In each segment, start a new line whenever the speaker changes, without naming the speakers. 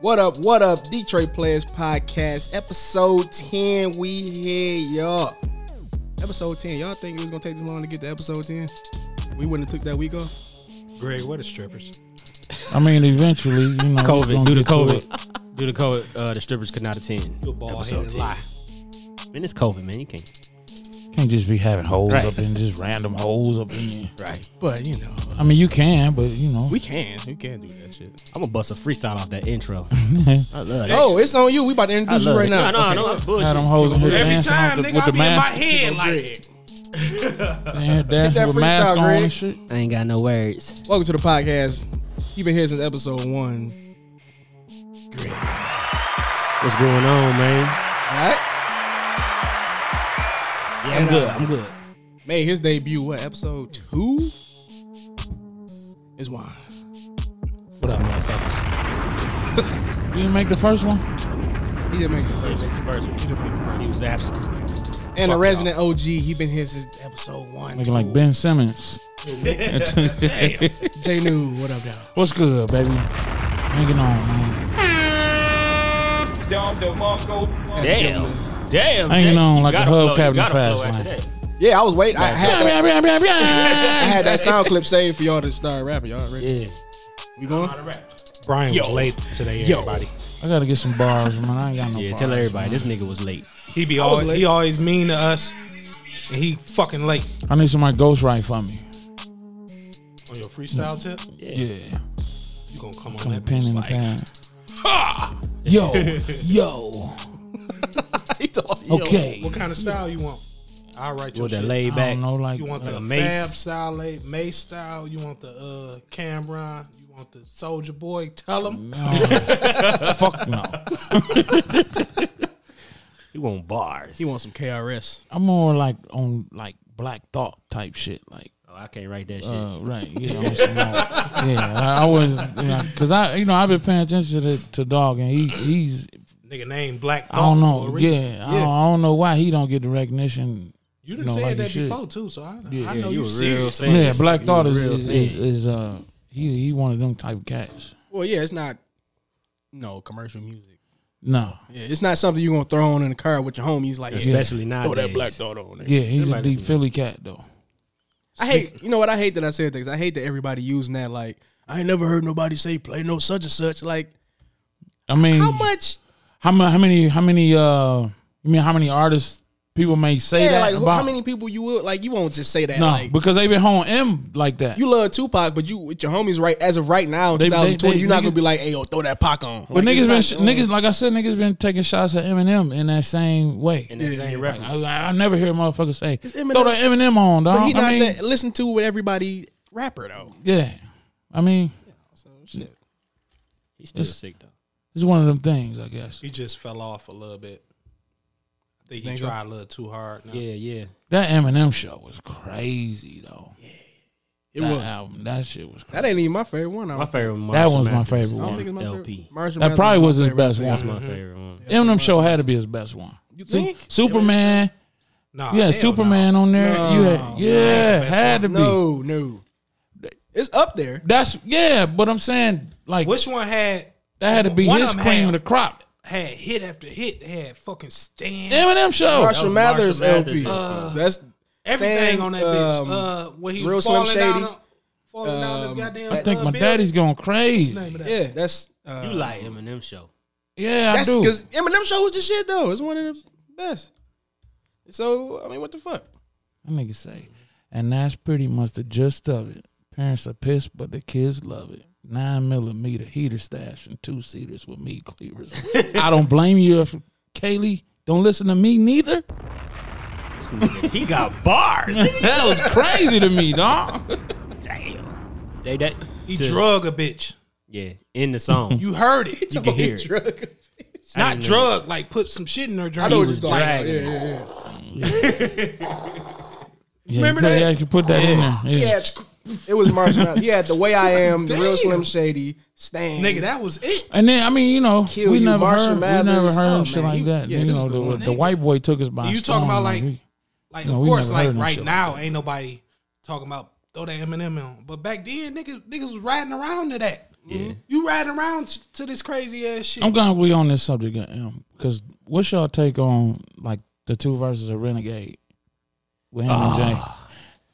What up, what up, Detroit Players Podcast, episode 10. We here, y'all. Episode 10. Y'all think it was gonna take this long to get to episode 10? We wouldn't have took that week off.
Greg, what is strippers?
I mean, eventually, you know, it's
COVID,
gonna
due to
get it.
COVID, due to COVID, uh, the strippers could not attend.
You a bald
episode
headed
10.
lie.
Man, it's COVID, man. You can't.
Can't just be having holes
Right.
up in just random holes up in. Here.
Right.
But you know,
I mean, you can, but you know,
we can. We can do that shit.
I'm gonna bust a freestyle off that intro. I love it.
Oh, it's on you. We about to
I
introduce you
love
right
it.
now.
No, no,
Okay.
no, it's bullshit.
had them holes in here
Every
dancing
time,
with the,
nigga,
with
I
the
be in my
mask,
head like that.
yeah, dancing
that
with mask
freestyle,
on
Greg.
and shit.
I ain't got no words.
Welcome to the podcast. You've been here since episode one. Great. All
What's going on, man?
right.
Yeah, I'm
And,
good.
uh,
I'm good.
Made his debut, what, episode two? Is why.
What up, motherfuckers?
You didn't make the first one.
He didn't make the
He
first.
was the first one. He was absent.
And a
Fuck
resident OG, he been here since episode one.
Looking like Ben Simmons.
J New, what up, though?
What's good, baby? Hanging on, man.
Damn. Damn.
Hanging
Jay,
on
you
like a
gotta flow.
hubcap
You gotta
in a
flow
fast
after
lane.
that.
Yeah, I was waiting. I had that, I
That's
had that sound clip saved for y'all to start rapping. Y'all ready?
Yeah.
We going?
Brian was late today,
Yo.
everybody.
I gotta get some bars, man. I ain't got no
Yeah,
bars.
tell everybody this nigga was late.
He be
was
always
late.
he always mean to us. And he fucking late
I need somebody ghostwrite for me.
on your freestyle tip.
Yeah,
You gonna come on
Put a
that
pen
bitch
in the
like
pan. Yo, yo.
He told- yo.
Okay.
what kind of style you want? I'll write your
With that
shit.
I
laid back.
don't know, like
You want
uh,
the
Mace.
Fab style, late Mace style. You want the uh, Cameron. You want the Soldier Boy. Tell him.
No. Fuck no.
He want bars.
He wants some KRS.
I'm more like on like black thought type shit. Like,
Oh, I can't write that shit.
uh, right? Yeah, I'm some more- yeah. I, I was, because I, you know, I've been paying attention to, to dog, and he, he's,
Nigga name Black Thought.
I don't
for
know,
a
yeah,
reason.
I, don't, I don't know why he don't get the recognition.
You done
No,
said
like
that
you should.
before too, so I, I
yeah,
know
you
you
a real
serious.
thing.
about
Yeah,
this.
Black Thought is,
real
is,
thing.
is, is, uh, he, he one of them type of cats.
Well, yeah, it's not no commercial music.
No,
Yeah, it's not something you gonna throw on in the car with your homies. Like, yeah,
Especially now.
throw that black thought on. nigga.
yeah, he's a
Everybody
deep
listen to
Philly cat though.
I hate. You know what? I hate that I said things. I hate that everybody using that. Like, I ain't never heard nobody say play no such and such. Like,
I mean,
how much?
How, mu- how many? How many? Uh, you mean how many artists people may say
Yeah,
that
like who-
about?
how many people you will like? You won't just say that.
no,
like,
because they been honing him like that.
you love Tupac, but you with your homies right as of right now, in
They- they-
2020,
they-
you're not
niggas-
gonna be like, hey, yo, throw that Pac on. Like,
But niggas
it's
been
not
sh-
going.
niggas like I said, niggas been taking shots at Eminem in that same way.
In that same
I,
reference.
I never hear motherfuckers say
Eminem.
throw the Eminem on,
But he
dog.
not
I mean,
that listen to with everybody rapper though.
yeah, I mean,
He's still sick though.
it's one of them things, I guess.
He just fell off a little bit. I think he
Think so?
tried a little too hard. Now.
Yeah, yeah.
That Eminem show was crazy though.
It
that
was.
album, that shit was crazy.
That ain't even my favorite one. I
My
don't,
favorite one.
That
Marshall
one's my
Mathers.
favorite
I don't
one.
think it's my
LP.
favorite. Marshall
That
Mathers
probably
my
was his
favorite
best
too.
one.
That's my favorite one.
Eminem show had to be his best one.
You
Su-
think?
Superman, yeah,
Nah, Oh, hell
Superman on there. you had, yeah, had to be.
Oh, No, no. It's up there.
That's yeah, but I'm saying like
Nah. Which one had
that had to be
one
his
of 'em
cream of
had-
the crop.
had hit after hit? Had fucking stand
Eminem show.
Marshall
was
Mathers
Marshall
LP.
Mathers.
Uh,
That's
everything on that bitch.
um,
Uh, when he
Real
was
Slim
falling down,
Shady.
on- falling down
Um,
the goddamn.
I think
uh,
my
building.
daddy's going
What's
crazy.
the name of that?
yeah. That's uh,
You like Eminem show.
Yeah, I
That's
do.
because Eminem show was the shit though. It's one of the best. So I mean, what the fuck?
That nigga say, and that's pretty much the gist of it. Parents are pissed, but the kids love it. Nine millimeter heater stash and two seaters with meat cleavers. I don't blame you if Kaylee don't listen to me neither.
This nigga, he got bars.
That was crazy to me, dog.
Damn. They that
He
to-
drug a bitch.
Yeah, in the song.
You heard it.
You can hear it.
Drug.
I
Not
didn't
drug, like put some shit in her drink.
I know what you're
was
talking about. Yeah,
dragging.
yeah, yeah.
Yeah,
Remember
you put,
that?
Yeah, you put that in there. Yeah.
Yeah, it's- it was marshmallow. Yeah, the way I am, the real
Damn.
Slim Shady, Stan.
Nigga, that was it.
And then I mean, you know,
Kill
we
you,
never
Marshall
heard, we never
Mathers.
heard
Oh,
shit
man,
like
he-
that.
yeah,
you
this
know,
is the
the,
one.
the white boy took us by.
You talking
storm,
about, like,
we-
Like,
No,
of
we
course,
never heard
like
no
right
shit
now, ain't nobody talking about throw that Eminem on. But back then, niggas, niggas was riding around to that.
Yeah.
You riding around t- to this crazy ass shit.
I'm glad we on this subject, because what's y'all take on like the two verses of Renegade with him and Jay?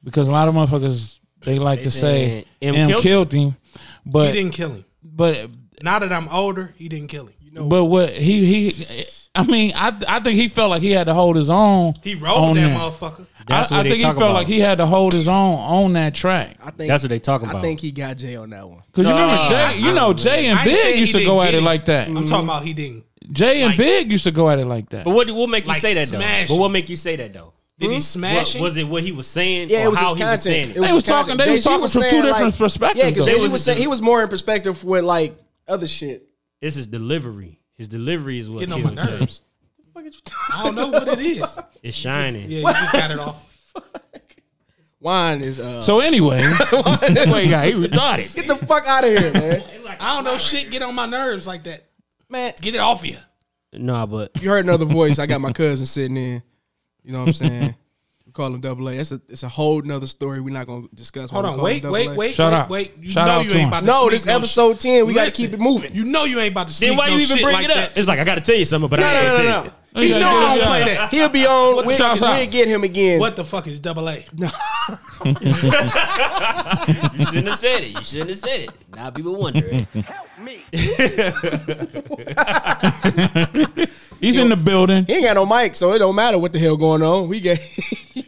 Because a lot of motherfuckers they
Ah.
like
They
to say
said
M,
M
killed,
killed
him,
he
but
didn't kill him.
but
Now that I'm older, he didn't kill him.
but what he he. I mean, I I think he felt like he had to hold his own.
He
on
rolled that
there.
motherfucker.
That's
I,
what
I
they
think he
talk
felt
about.
like he had to hold his own on that track.
I think
That's what they talking
I
about.
think he got Jay on that one.
Cause you remember
Uh,
Jay,
I-
you know Jay and
I ain't saying
Big
he
used to
didn't
go
get
at it
it.
like that.
I'm talking about he didn't.
Jay and Big used to go at it like that.
But what what make you
Like
say that
smash
though?
it.
But what make you say that though?
Did he
What,
smash it?
was it what he was saying
Yeah,
or
it was
how
his
he was saying
content.
it?
It was
They was
his
talking-
content.
they was
Jay-Z
talking from two
saying,
different perspectives,
Yeah,
though.
because Jay-Z
It
was
was
saying
just-
he was more in perspective with like other shit.
It's his delivery. His delivery is what
Getting on
killed
my
Jay.
nerves. I don't know what it is. Yeah,
It's shining.
you just got it off.
Wine is uh
So anyway, wait, guy, he retarded.
get the fuck out of here, man.
I don't know shit. Get on my nerves like that.
man,
Get it off you.
Nah, but
you heard another voice. I got my cousin sitting in. You know what I'm saying? We call him double A. That's a it's a whole nother story. We're not gonna discuss. why
Hold
we
on.
call him
Wait,
Double
wait,
A.
wait,
Shout
wait,
out.
wait. You
Shout
know
out
you
to
ain't
him.
about to
No,
sneak
this
no
episode
shit.
ten. We gotta
Listen,
keep it moving.
You know you ain't about to sneak
then why
no
you even
shit
bring
like
it up?
that.
It's like I gotta tell you something, but I
no,
can't
no,
tell
no,
you.
no. He know I don't play that. He'll be on. We'll,
Shouts out.
we'll get him again.
What the fuck is double A?
You shouldn't have said it. You shouldn't have said it. Now people wondering.
He's in the building.
He ain't got no mic, so it don't matter what the hell going on. We get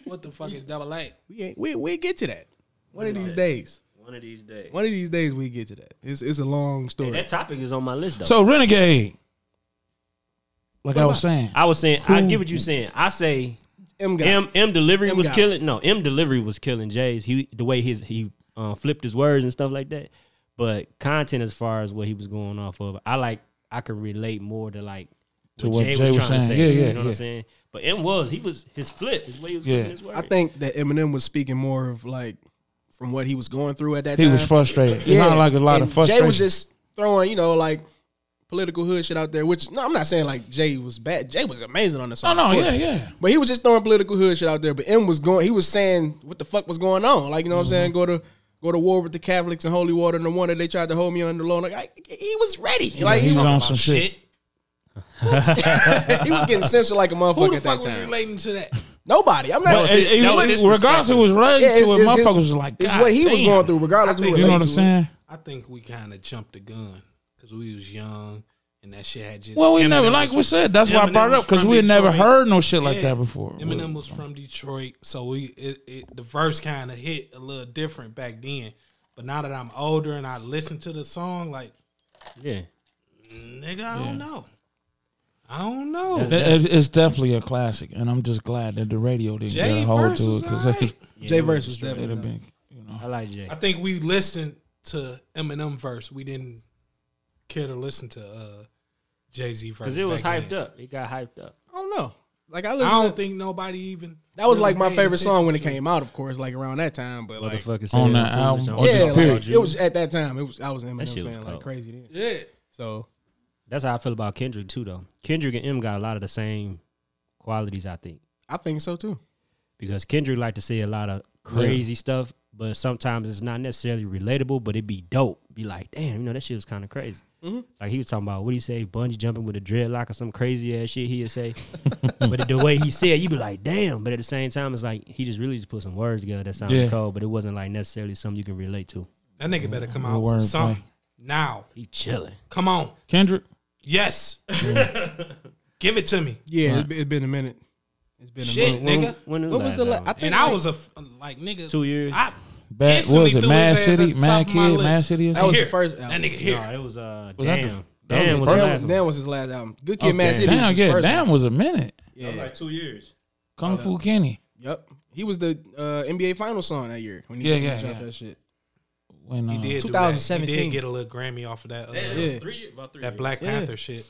What the fuck is double A?
we ain't, we we get to that one of these days.
One of these days.
One of these days we get to that. It's it's a long story.
That topic is on my list though.
So renegade, like I was saying,
I was saying, I get what you saying. I say
M got
M M delivery
M
was
got it.
killing. No, M delivery was killing Jay's. He the way his he uh, flipped his words and stuff like that. But content as far as what he was going off of, I like. I can relate more to like
To
what,
what
Jay,
Jay
was,
was
trying
saying.
to say.
Yeah, yeah,
you know what
yeah.
I'm saying. But M was he was his flip his way he was
Yeah.
flipping his words.
I think that Eminem was speaking more of like from what he was going through at that
he
time.
was frustrated. It's not like a lot
and
of frustration.
Jay was just throwing, you know, like political hood shit out there. Which no, I'm not saying like Jay was bad. Jay was amazing on the
oh
song.
no,
of
yeah,
course.
yeah.
But he was just throwing political hood shit out there. But M was going. He was saying what the fuck was going on. Like you know what I'm saying. Go to go to war with the Catholics and holy water. And the one that they tried to hold me under the law. Like I, he was ready. Like
he
he
was
was,
on some shit.
he was getting censored like a
Who
motherfucker
the
at
fuck
that
was
time.
relating to that?
Nobody. I'm
But
not.
it- it-
that was his
regardless, it was related
Yeah, it's-
to it.
it's his-
Motherfuckers was like,
it's
God
what he was
damn.
going through, regardless of
I
who
think-
You know what I'm
relates to it.
saying?
I think we kind of jumped the gun because we was young and that shit had just.
Well, we
Eminem
never, like we
was-
said, that's why I
Eminem
brought it up
was
because
from
we had never
Detroit.
heard no shit like
Yeah.
that before.
Eminem was from Detroit, so we it, it, the verse kind of hit a little different back then. But now that I'm older and I listen to the song, like
yeah.
nigga, I don't know. I don't know.
It- It's, it's definitely a classic, and I'm just glad that the radio didn't get
Jay
a hold
verse
to it
was
because
alright.
Jay verse was
it'd
definitely.
have been, you know.
Uh-huh. I like Jay.
I think we listened to Eminem verse. We didn't care to listen to uh, Jay Z verse
Because it was
back
hyped
then.
up. It got hyped up.
I don't know. Like I,
I
listened
don't
to-
think nobody even.
that was
really
like my
paid
favorite song when it
attention to
came out. Of course, like around that time. But like,
Motherfucker
on
said
that
it
album,
the
or
song.
just
yeah,
period.
like, it was at that time. It was I was an Eminem
shit was
fan like
cold.
crazy then.
Yeah.
So
That's how I feel about Kendrick too, though. Kendrick and M got a lot of the same qualities, I think,
I think so too.
because Kendrick like to say a lot of crazy stuff, but sometimes it's not necessarily relatable, but it be dope. Be like, damn, you know that shit was kind of crazy. Like he was talking about what he say, bungee jumping with a dreadlock or some crazy ass shit he'd say, but the way he said, you be like, damn. But at the same time, it's like he just really just put some words together that sounded
Yeah.
cold, but it wasn't like necessarily something you can relate to.
That nigga better come
Good
out
wordplay.
with something now.
He chilling.
Come on.
Kendrick,
Yes. Give it to me.
Yeah, it's been- it's been a minute. It's been a
Shit,
minute.
nigga.
When,
What was the
last
la-
album?
I think
And I was a f- like nigga.
two years?
I
bad, what
instantly
was it?
threw
Mad
his ass at
City,
the
Mad
top of my
Kid, Mad
list.
City. Or
That was
something?
here.
the first
That
album.
nigga here.
No, it was uh,
Was that the-
damn.
that was
damn
the
was,
first
the
Damn,
last one.
damn was his last album. Good Kid,
Okay.
Mad City. was
Damn,
his
yeah,
first
damn
album.
was a minute.
Yeah.
two years.
Kung Fu Kenny.
Yep. He was the uh, NBA final song that year when he
Yeah,
when he
yeah,
dropped
yeah.
that shit.
When, uh,
He did. do that. He
2017.
did get a little Grammy off of that. Uh,
Yeah.
That Black
Yeah.
Panther shit.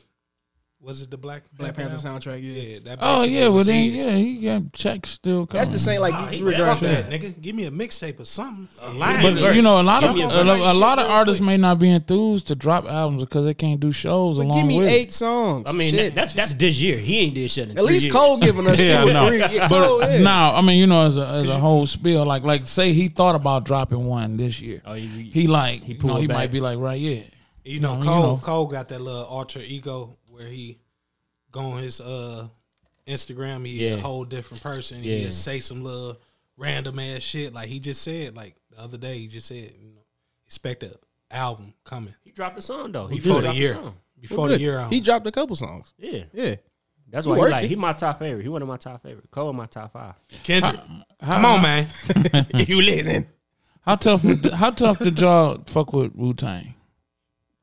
Was it the Black
Black Panther soundtrack. Yeah.
Yeah, that
Oh
basically
yeah, well
was
then
his.
yeah, he got checks still coming.
That's the same. Like
Nah,
you,
he
you regard
fuck
that.
that, nigga. Give me a mixtape or something. A line.
But
verse.
you know, a lot of
Jump on
a,
somebody's
lo- a
shit
lot of
real
artists
quick.
may not be enthused to drop albums because they can't do shows
But
along
give me
with. it.
eight songs.
I mean,
Shit.
that, that's that's this year. He ain't did shit. In
at
three
least
years.
Cole giving us
Yeah,
two
I
or
know.
three. Yeah, Cole,
But
yeah.
no, I mean, you know, as a, as a whole spiel, like like say he thought about dropping one this year.
Oh, he-
he, like
he
he,
pulled
he
back.
might be like right yeah.
You know,
I mean, you
Cole
know.
Cole got that little alter ego where he go on his uh Instagram, he is a
Yeah.
whole different person.
Yeah.
He'll say some little random ass shit. Like he just said, like the other day, he just said, you know, expect a album coming
He dropped a song though. He just
before the
dropped a
year.
song.
Before
Good.
the year out.
He dropped a couple songs.
Yeah,
Yeah.
that's
He
why he like
working.
he my top favorite. He one of my top favorite. Cole in my top five.
Kendrick. Come on, man.
you listening?
How tough? how tough did y'all fuck with Wu Tang?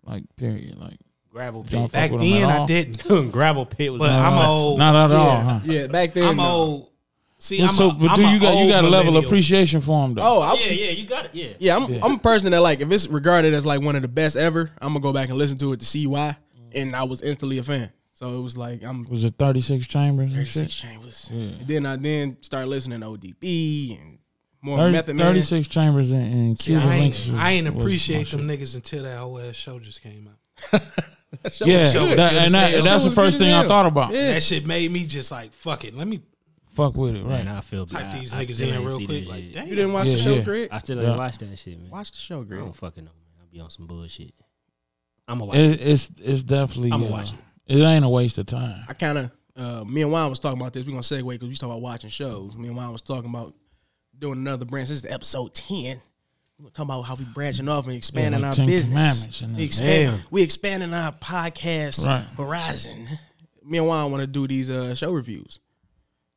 Like period. Like
Gravel pit.
Don't
Back
with him at
then I
all.
didn't.
Gravel pit was.
But
my-
I'm old.
not at all. Oh, Huh?
Yeah. yeah, back then.
I'm
no.
old. See,
Well,
I'm
so,
a,
but
I'm
do
a
you got you
old
got a level of
millennial.
appreciation for him though?
Oh, I,
yeah, yeah, you got it. Yeah,
Yeah, I'm I'm a person that like if it's regarded as like one of the best ever, I'm gonna go back and listen to it to see why. And I was instantly a fan. So it was like I'm
Was it thirty six chambers and
Six
shit?
Chambers. And then I then started listening to ODB and more
30,
Method Man.
36 chambers and, and
See,
Cuban
I
links.
ain't, I ain't
was my
appreciate
shit.
them niggas until that whole ass show just came out.
That
Yeah,
was good.
that-
good
and
as
that-
hell.
that's
Shit
the
was good
first
as
thing I
hell.
thought about.
Yeah.
That shit made me just like, fuck it. Let me
Fuck with it, right?
Man, I feel bad.
type these
I
niggas
still
in
ain't
real
see
quick.
that
Like,
shit.
damn.
You didn't watch the
Yeah,
show,
yeah.
Greg?
I still
Yeah.
ain't watched that shit, man.
Watch the show,
I
Greg.
don't fucking know, man. I be on some bullshit. I'm gonna watch it.
It, it's it's definitely.
I'ma
uh,
watch it.
It ain't a waste of time.
I kind of uh, me and Juan was talking about this. We're gonna segue because we talking about watching shows. Me and Juan was talking about doing another branch. This is episode ten. We're talking about how we branching off and expanding
like
our
Ten
business.
Commandments and
We
that.
expand. We expanding our podcast
Right.
horizon. Me and Juan want to do these uh, show reviews.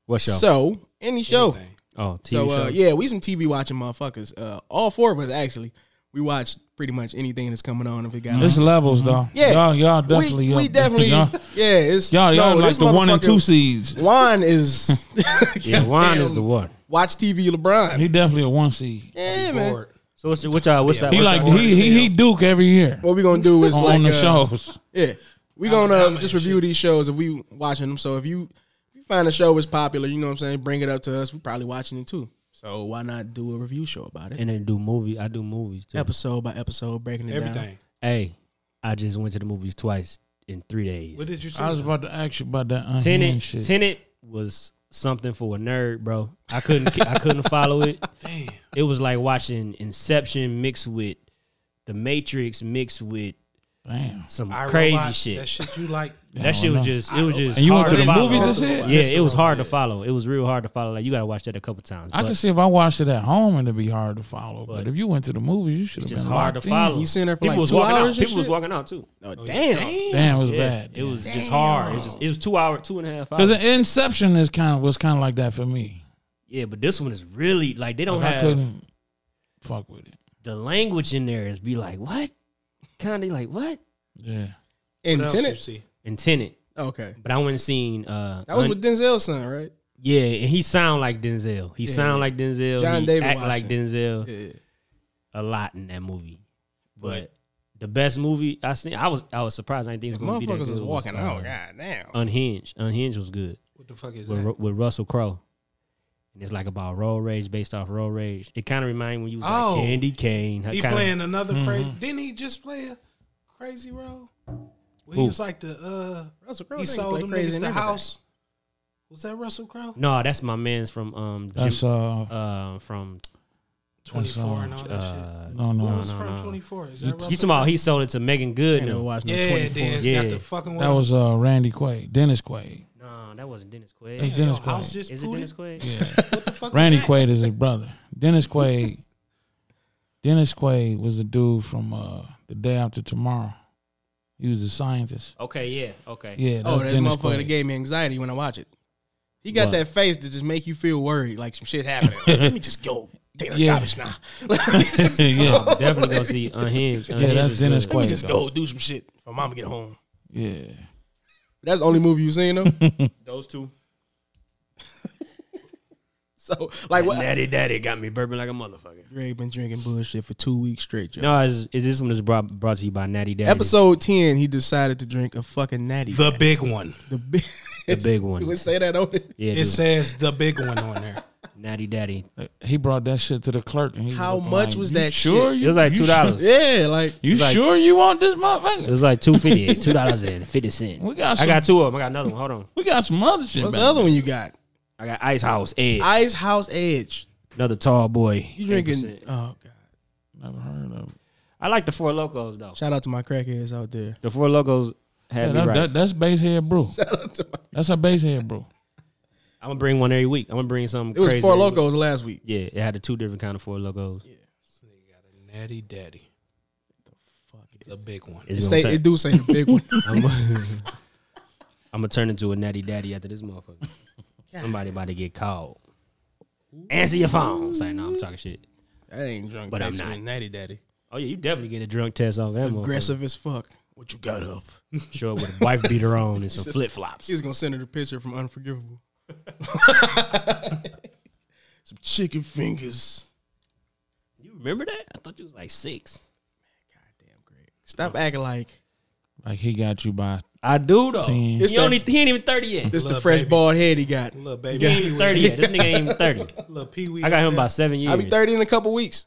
What show?
So any show.
Anything.
oh, TV
So
show.
uh, yeah, we some TV watching motherfuckers. Uh, all four of us actually. We watch pretty much anything that's coming on if it got. on.
It's levels, though.
Yeah.
y'all, y'all definitely.
we, we
up-
definitely.
Y'all,
yeah, it's
y'all, y'all
no,
like
this
the one and
motherfucker-
two seeds.
Juan is
yeah, Juan is
Goddamn.
the one.
watch TV LeBron.
He definitely a one seed.
yeah,
Be
man.
bored.
So what's what y'all? What's that?
He
what
like
y'all-
he he, he Duke every year
What we gonna do is
on
like
the
uh,
shows.
Yeah, we gonna
I'm
uh,
in
just
shit.
review these shows if we watching them. So if you if you find a show is popular, you know what I'm saying, bring it up to us. We probably watching it too. So why not do a review show about it?
and they do movie. I do movies too.
Episode by episode, breaking it down.
Everything.
Hey, I just went to the movies twice in three days.
What did you say?
I was about to ask you about that unhinged
Tenet,
shit.
Tenet was something for a nerd, bro. I couldn't ke- I couldn't follow it.
Damn.
It was like watching Inception mixed with The Matrix mixed with
Damn.
some
I
crazy
robot,
shit.
That
That,
shit you like.
shit was just it was just
And you went
hard
to the
follow.
movies and shit?
Yeah, it was hard to follow. It was real hard to follow. Like you got to watch that a couple times.
I
but
could see if I watched it at home, it'd be hard to follow. But,
but
if you went to the movies, you should have
it's just
been
hard to
locked in.
follow.
You seen her for
people
like
was
two
walking
hours and
out. People was
shit?
walking out too.
Oh, damn.
Damn, it was
Yeah,
bad.
It was just hard. It was just it was two hour, two and a half hours.
because Inception is kind of was kind of like that for me.
yeah, but this one is really like they don't
Like, I
have
couldn't fuck with it.
the language in there is be like, what? Kind of like, what?
Yeah,
And
What else you
Tenet.
see?
And Tenet.
Okay,
But I went and seen uh
that was
Un-
with Denzel's son, right?
Yeah, and he sound like Denzel. He sound like Denzel.
John
he
David
act like Denzel
Yeah.
a lot in that movie. But
But-
the best movie I seen I was I was surprised I didn't think it was gonna be that
Motherfuckers
good
is
was,
walking
uh,
out. God damn.
Unhinged. Unhinged was good.
What the fuck is
with,
that?
Ru- with Russell Crowe. And it's like about road rage based off road rage. It kind of reminds me when you was
Oh.
like Candy Cane.
He
kinda,
playing another crazy. Didn't he just play a crazy role? Well,
Who?
he was like the uh.
Russell Crowe
he
didn't
sold
play
them
crazy
niggas
in
the
everything.
house. Was that Russell Crowe?
No, that's my man's from um Jim,
that's uh,
uh from
Twenty four and all
That's,
Oh, that shit.
uh
no,
Who
no,
was
no,
from
no.
twenty four? Is
You-
that
you
Russell?
talking about he sold it to Megan Good
Ain't never
no,
watched no
Yeah,
24.
then
Yeah.
got the fucking.
that was uh Randy Quaid, Dennis Quaid.
no, that wasn't Dennis
That's
Quaid.
Yo,
Dennis
house
Quaid.
just
Is it
pooted?
Dennis Quaid?
yeah,
What the fuck? was
Randy
that?
Quaid is his brother. Dennis Quaid. Dennis Quaid was the dude from uh the day after tomorrow. He was a scientist.
Okay, yeah, okay.
Yeah,
Oh,
that's
that
Dennis
motherfucker that
Quaid.
gave me anxiety when I watch it. He got
What?
that face that just make you feel worried, like some shit happening. Like, Let me just go take the
Yeah.
garbage now. Let
yeah,
I'm definitely gonna see Unhinged. Unhinged
that's
is
Dennis
good.
Quaid.
me just go do some shit for mama get home.
yeah.
That's the only movie you seen though.
Those two.
so like what?
Natty Daddy got me burping like a motherfucker.
You ain't been drinking bullshit for two weeks straight, yo.
No, is, is this one is brought brought to you by Natty Daddy?
Episode ten, he decided to drink a fucking natty.
The big one.
the big,
the big one.
You would say that on it.
yeah,
It
dude,
says the big one on there.
Natty Daddy.
He brought that shit to the clerk. And he
How
looking
much
like,
was
"You
that
Sure,
shit?"
It was like
you
$2.
sure-
Yeah, like
You
like-
sure you want this
It
motherfucker?
was like two fifty, two dollars and fifty cent.
We got
I
some-
got two of them. I got another one. Hold on.
We got some other shit.
what's
back
the other one you got?
I got Ice House Edge.
Ice House Edge.
another tall boy.
You drinking?
8%.
Oh god!
there. Never heard of.
I like the Four Locos though.
Shout out to my crackheads out there.
The Four Locos had
Yeah,
me
that,
right.
that, that's base head brew. That's a base head brew.
I'm gonna bring one every week. I'm gonna bring something.
It was
crazy
four
every week.
locos last week.
Yeah, it had the two different kind of Four Locos.
Natty Daddy. The big one.
It's
It,
gonna
say,
turn-
it do say the big one.
I'm, I'm gonna turn into a natty daddy after this motherfucker. Somebody about to get called. Answer your phone. Say no, I'm talking shit.
I ain't drunk,
But I'm
text
not.
with Natty Daddy.
Oh yeah, you definitely get a drunk test off that motherfucker.
Aggressive as fuck. What you got up?
Show up with a wife beater on and some flip flops.
He's gonna send her the picture from Unforgivable. Some chicken fingers.
You remember that? I thought you was like six.
Goddamn great. Stop acting like
Like he got you by
I do though.
Ten.
He
It's that-
only he ain't even thirty yet.
this the
Little
fresh
baby.
bald head he got.
Little
He ain't
baby.
even thirty yet. This nigga ain't even thirty.
Little Pee Wee.
I got him about seven years.
I'll be thirty in a couple weeks.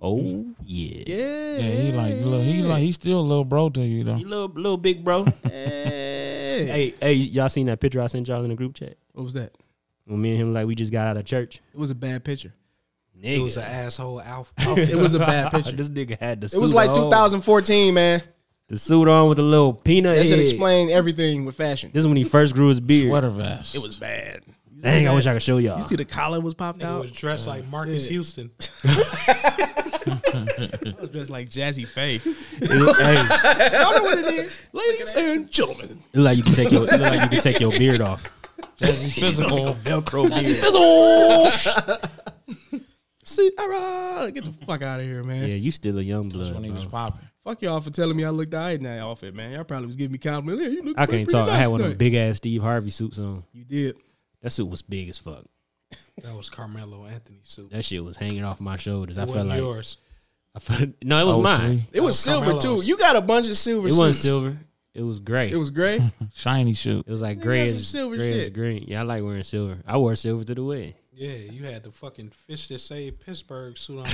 Oh yeah.
Yeah.
yeah. He like little, he like he still a little bro to you though.
You little little big bro.
Hey.
hey hey, y'all seen that picture I sent y'all in the group chat?
What was that?
When me and him like we just got out of church.
It was a bad picture.
Nigga.
It was an asshole alpha.
It was a bad picture.
this nigga had the suit
It was like
on.
2014, man.
The suit on with the little peanut
That should
head.
explain everything with fashion.
This is when he first grew his beard.
Sweater vest.
was bad.
Dang, I wish I could show
You
y'all.
see the collar was popped
He
out.
was dressed like Marcus Houston.
I was dressed like Jazzy Faye.
hey,
Y'all know what it is, ladies and gentlemen.
it look like you can take your, it look like you can take your beard off.
physical.
Velcro beard.
See, all right, get the fuck out of here, man.
Yeah, you still a young blood.
when he was
bro.
popping.
Fuck y'all for telling me I looked all right in that outfit, man. Y'all probably was giving me compliments. Yeah, you look
I
pretty-
can't
pretty
talk. I had
nice
one of
today.
them big ass Steve Harvey suits on.
You did.
That suit was big as fuck.
That was Carmelo Anthony suit.
That shit was hanging off my shoulders. I
It
felt
wasn't
like
yours.
I felt, no, it was
Oh,
mine.
three.
It was
That was
silver too.
Carmelo's.
You got a bunch of silver.
It wasn't
suits.
silver. It was gray.
It was gray.
Shiny shoot.
It was like
got
gray
some
as
silver
gray as
shit.
green. Yeah, I like wearing silver. I wore silver to the wedding.
Yeah, you had the fucking fish that say Pittsburgh suit on.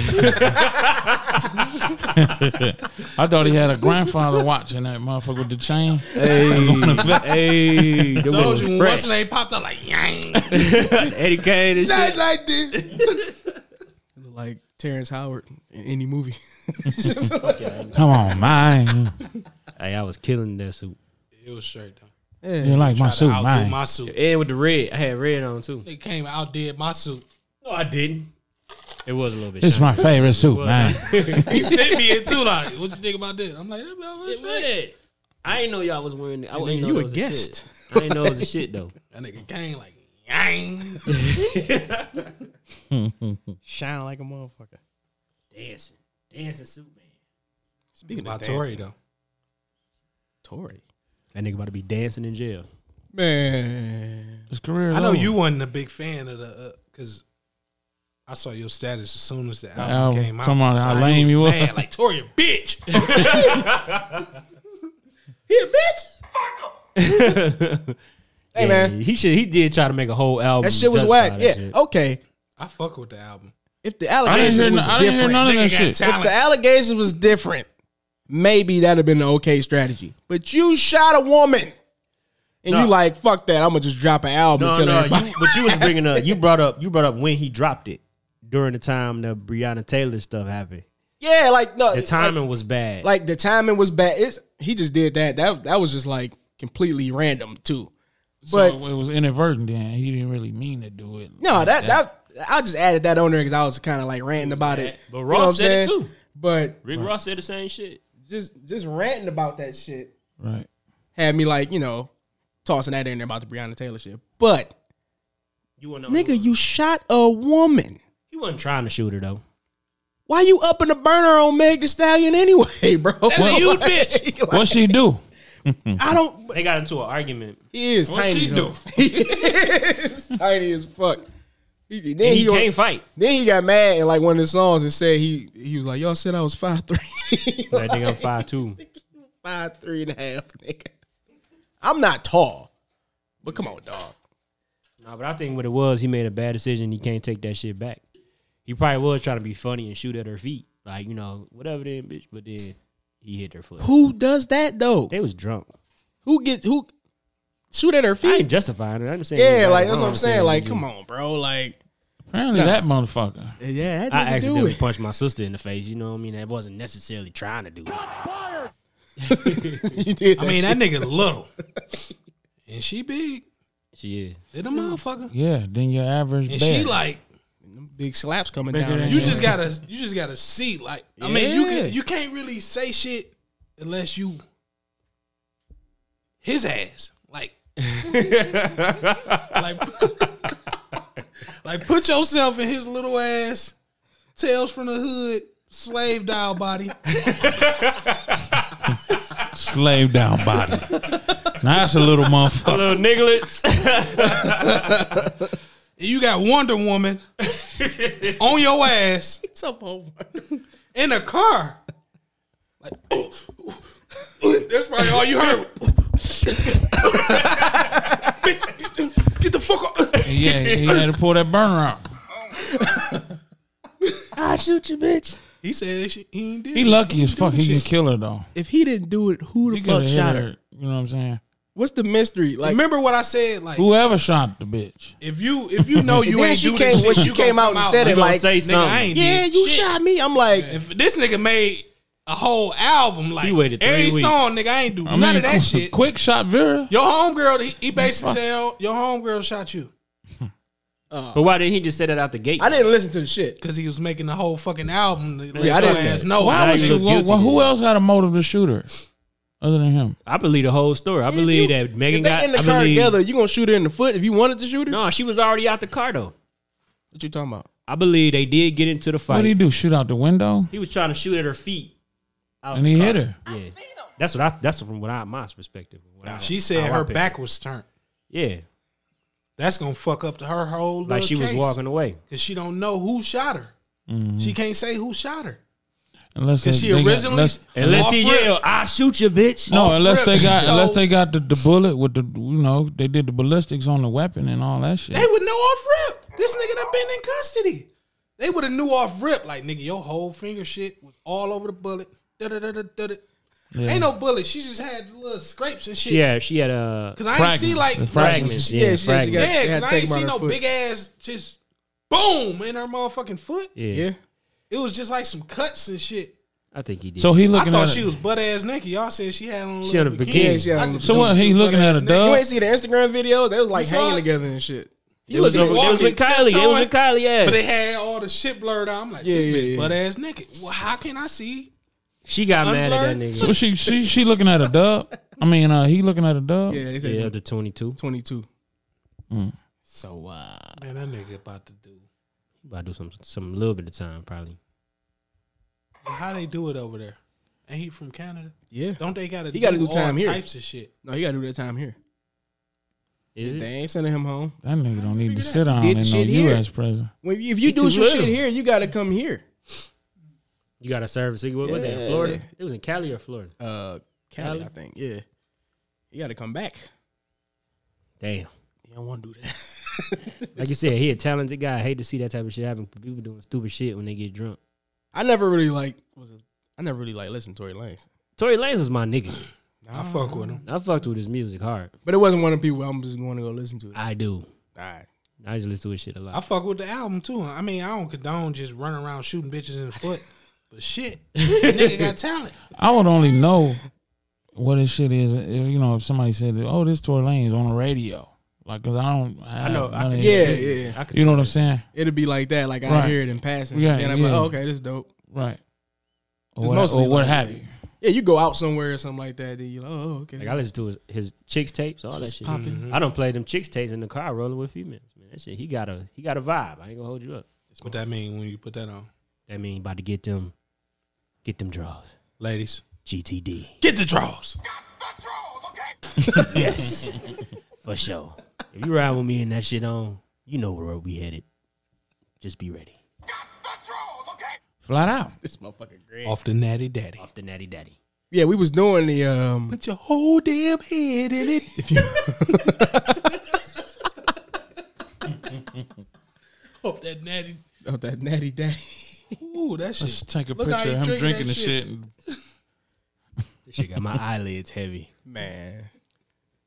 I thought he had a grandfather watching that motherfucker with the chain.
Hey, hey, that
Told you
was
when
fresh.
once they popped up like yang.
Eddie Kane and shit.
Not like this.
Look like Terrence Howard in any movie.
Come on, man.
Hey, I was killing that suit.
It was straight though.
You like my suit,
Tried to outdo
man.
my suit.
And with the red, I had red on too.
They came and outdid my suit.
No, I didn't. It was a little bit.
It's
shiny.
my favorite suit, man.
He sent me in too. Like, what you think about this? I'm like, that
It
motherfucker-
was. I didn't know y'all was wearing it. I
Nigga,
didn't know
you
it
a
was
guest.
shit. I didn't know it was a shit though.
that nigga came like yang.
Shine like a motherfucker.
Dancing, dancing suit man.
Speaking
About
of Tory,
Tory though.
Tory,
That nigga about to be dancing in jail.
man.
His career.
I know
over.
you wasn't a big fan of the because I saw your status as soon as the album,
album.
came out.
Talking about
So
how
I
lame you was.
mad, like Tory, a bitch.
He a bitch. Hey
Yeah,
man,
he should. He did try to make a whole album.
that shit was
just
whack.
Mm, about
Yeah, Oh,
that shit.
okay.
I fuck with the album.
If the
I didn't
allegations
hear, no-
was
I didn't hear
different,
none of that
Nigga got
shit.
if the
talent.
allegations was different, maybe that'd have been an okay strategy. But you shot a woman, and
No.
you like fuck that. I'm gonna just drop an album
No,
and tell
no, you,
everybody.
but you was bringing up. You brought up. You brought up when he dropped it during the time the Breonna Taylor stuff happened.
yeah, like no,
The
like-
timing was bad.
like, the timing was bad. It's, he just did that. That that was just like completely random too. But
so it was inadvertent. Then he didn't really mean to do it.
no, that that, I just added that on there because I was kind of like ranting about it.
But
You know
Ross
what I'm
said it
saying?
too.
But
Rick Ross said the same shit.
just just ranting about that shit.
right.
had me like you know tossing that in there about the Breonna Taylor shit. But
You want
nigga, you shot a woman.
He wasn't trying to shoot her though.
Why you up in the burner on Meg the Stallion anyway, bro? That's
a huge
bitch.
What she do?
I don't.
They got into an argument.
He is
What
tiny.
she
though.
do?
He is tiny as fuck. He, then
And
he,
he
wa-
can't fight.
then he got mad in like one of his songs and said he he was like, Y'all said I was five three.
That nigga I'm five two.
five three and a half, nigga. I'm not tall. But come on, dog.
Nah, but I think what it was, he made a bad decision. He can't take that shit back. He probably was trying to be funny and shoot at her feet, like you know, whatever then, bitch. But then he hit her foot.
Who does that though?
They was drunk.
Who gets who shoot at her
I
feet?
ain't justifying it. I'm just saying. it was
Yeah,
right
like
or
that's what
wrong.
I'm saying. Like,
just-
come on, bro. Like,
Apparently that motherfucker.
yeah, that
I
nigga do
accidentally
it.
punched my sister in the face. You know what I mean? I wasn't necessarily trying to do it.
you did.
I mean, that nigga little. And she big.
She is.
Then a motherfucker.
Yeah, then your average
And
bear.
she like
big slaps coming
Bigger
down.
than
you just gotta you just gotta see. Like I mean you
Yeah.
can you can't really say shit unless you his ass. Like like, like put yourself in his little ass, tails from the hood, slave dial body.
slave down body. now that's a little motherfucker.
Little nigglets.
And you got Wonder Woman on your ass
Some over.
in a car. Like that's probably all you heard. Get the fuck off.
Yeah, he had to pull that burner out.
I shoot you, bitch.
He said that shit, he ain't did.
He
it.
lucky as fuck. He can kill her though.
If he didn't do it, who the
He could
fuck
have
shot
hit
her?
her. You know what I'm saying?
What's the mystery? Like,
Remember what I said? Like
Whoever shot the bitch.
if you if you know you
then
ain't
she
do
came-
this
when
shit,
she
you gonna
came out
come
and said
You
it,
gonna
Like,
say
Nigga, I
something?
ain't
yeah,
did
you
shit.
shot me. I'm like,
If this nigga made a whole album, like
He waited three
every
weeks.
song, nigga, I ain't do
I
none
mean,
of that shit.
Quick shot Vera.
Your homegirl, he, he basically said, "Oh, your homegirl shot you
But why didn't he just say that out the gate?
I didn't listen to the shit.
because he was making the whole fucking album. To let
Yeah, I
your
didn't-
ass know.
Why
now
was
you
she,
look
well,
guilty
well, who
then.
else had a motive to shoot her other than him?
I believe the whole story. I
If
believe
you-
that Megan
if they
got.
in the
I
car
believe,
together. You gonna shoot her in the foot if you wanted to shoot her?
No, she was already out the car though.
What you talking about?
I believe they did get into the
What
fight.
did
He,
he do? Shoot out the window?
was trying to shoot at her feet, out
And
the
he
car.
hit her.
Yeah, that's what I. That's from what I my perspective. What I-
She said
how I
her
pick-
back was turned.
Yeah,
That's gonna fuck up to her whole
like she was walking Mm-hmm. away.
because she don't know who shot her. She can't say who shot her
Unless
because she
they got-
originally
unless-
Unless he
Off rip.
yelled, "I shoot you, bitch."
no,
off
unless
rip,
they
she
got unless
told-
they got the, the bullet with the you know they did the ballistics on the weapon and all that shit.
They would know off rip. This nigga done been in custody. They would have knew off rip. Like nigga, your whole finger shit was all over the bullet. Da-da-da-da-da-da. Ain't no bullet. She just had little scrapes and shit.
She had she had uh, a
Cause I ain't see like
Fragments.
fragments.
Yeah,
Yeah,
she- she got-
fragments.
They
yeah,
had
cause
to
I
take
ain't
him
see
out
no
of the foot.
big ass just boom in her motherfucking foot.
yeah.
Yeah.
It was just like some cuts and shit.
I think he did.
So he
I
looking
thought
at
she
it.
was butt ass naked. Y'all said she had on a
She had
little
a
bikini.
bikini.
Yeah,
I
she had
just
a-
So what?
knew she
He
was
looking at
butt-ass
a
naked.
You
dog.
ain't see the Instagram videos? They was like
saw
hanging
it?
together and shit.
it was,
They
over, it was
walking,
with Kylie. It was with Kylie. Yeah,
But they had all the shit blurred out. I'm like,
Yeah,
this
yeah,
bitch
yeah.
butt ass naked. Well, how can I see?
she got mad at that
Unblurred.
nigga.
Well, she she she looking at a dub. I mean, uh, he looking at a dub.
Yeah, they said
Yeah, the twenty two.
22.
Mm.
So, uh,
Man, that nigga about to do.
About to do some some little bit of time probably.
Well, how they do it over there? Ain't he from Canada?
yeah.
Don't they gotta
He gotta do
all
time here.
types of shit?
No, he got to do that time here.
Is
They
it?
ain't sending him home.
That nigga don't need to sit down
Did
in no
shit here.
U.S. prison.
When you, if you
He
do
too
some shit
little.
here, you got to come here.
You got a service. What was that?
Yeah.
In Florida? It was in Cali or Florida.
Uh, Cali,
Cali?
I think. Yeah. You got to come back.
Damn.
You don't want to do that.
Like you said, he a talented guy. I hate to see that type of shit happen. People doing stupid shit when they get drunk.
I never really like was a, I never really like listened to Tory Lanez.
Tory Lanez was my nigga.
I fuck with him.
I fucked with his music hard.
But it wasn't one of the people I'm just going to go listen to. It.
I do.
All right.
I just listen to his shit a lot.
I fuck with the album too. I mean, I don't condone just running around shooting bitches in the foot, but shit, that nigga got talent.
I would only know what this shit is. If, you know, if somebody said, "Oh, this Tory Lane's on the radio," like, cause I don't. Have I know. None of that
Yeah,
shit.
yeah.
I could
You know what I'm saying?
It'll be like that. Like I
Right.
hear it in passing,
Yeah,
and I'm like,
yeah.
oh, okay, this is dope.
Right. Or
It's
what,
mostly
or what
like-
have you?
Yeah, you go out somewhere or something like that. Then you like, oh, okay.
Like I listen to his, his chicks tapes, all that shit.
popping.
Mm-hmm.
I don't play them chicks tapes in the car rolling with females. Man, that shit. He got a he got a vibe. I ain't gonna hold you up.
What that mean when you put that on,
That mean about to get them, get them draws.
ladies?
GTD.
Get the draws.
Yes, for sure. If you ride with me and that shit on, you know where we headed. Just be ready.
Flat out.
This motherfucker great.
Off the natty daddy.
Off the natty daddy.
Yeah, we was doing the um.
Put your whole damn head in it.
If you
Off that natty.
oh, that natty daddy.
Ooh, that shit.
Let's take a
Look how
picture
he
of him
drinking
drinking the
that shit.
shit. and
This shit got my eyelids heavy.
Man.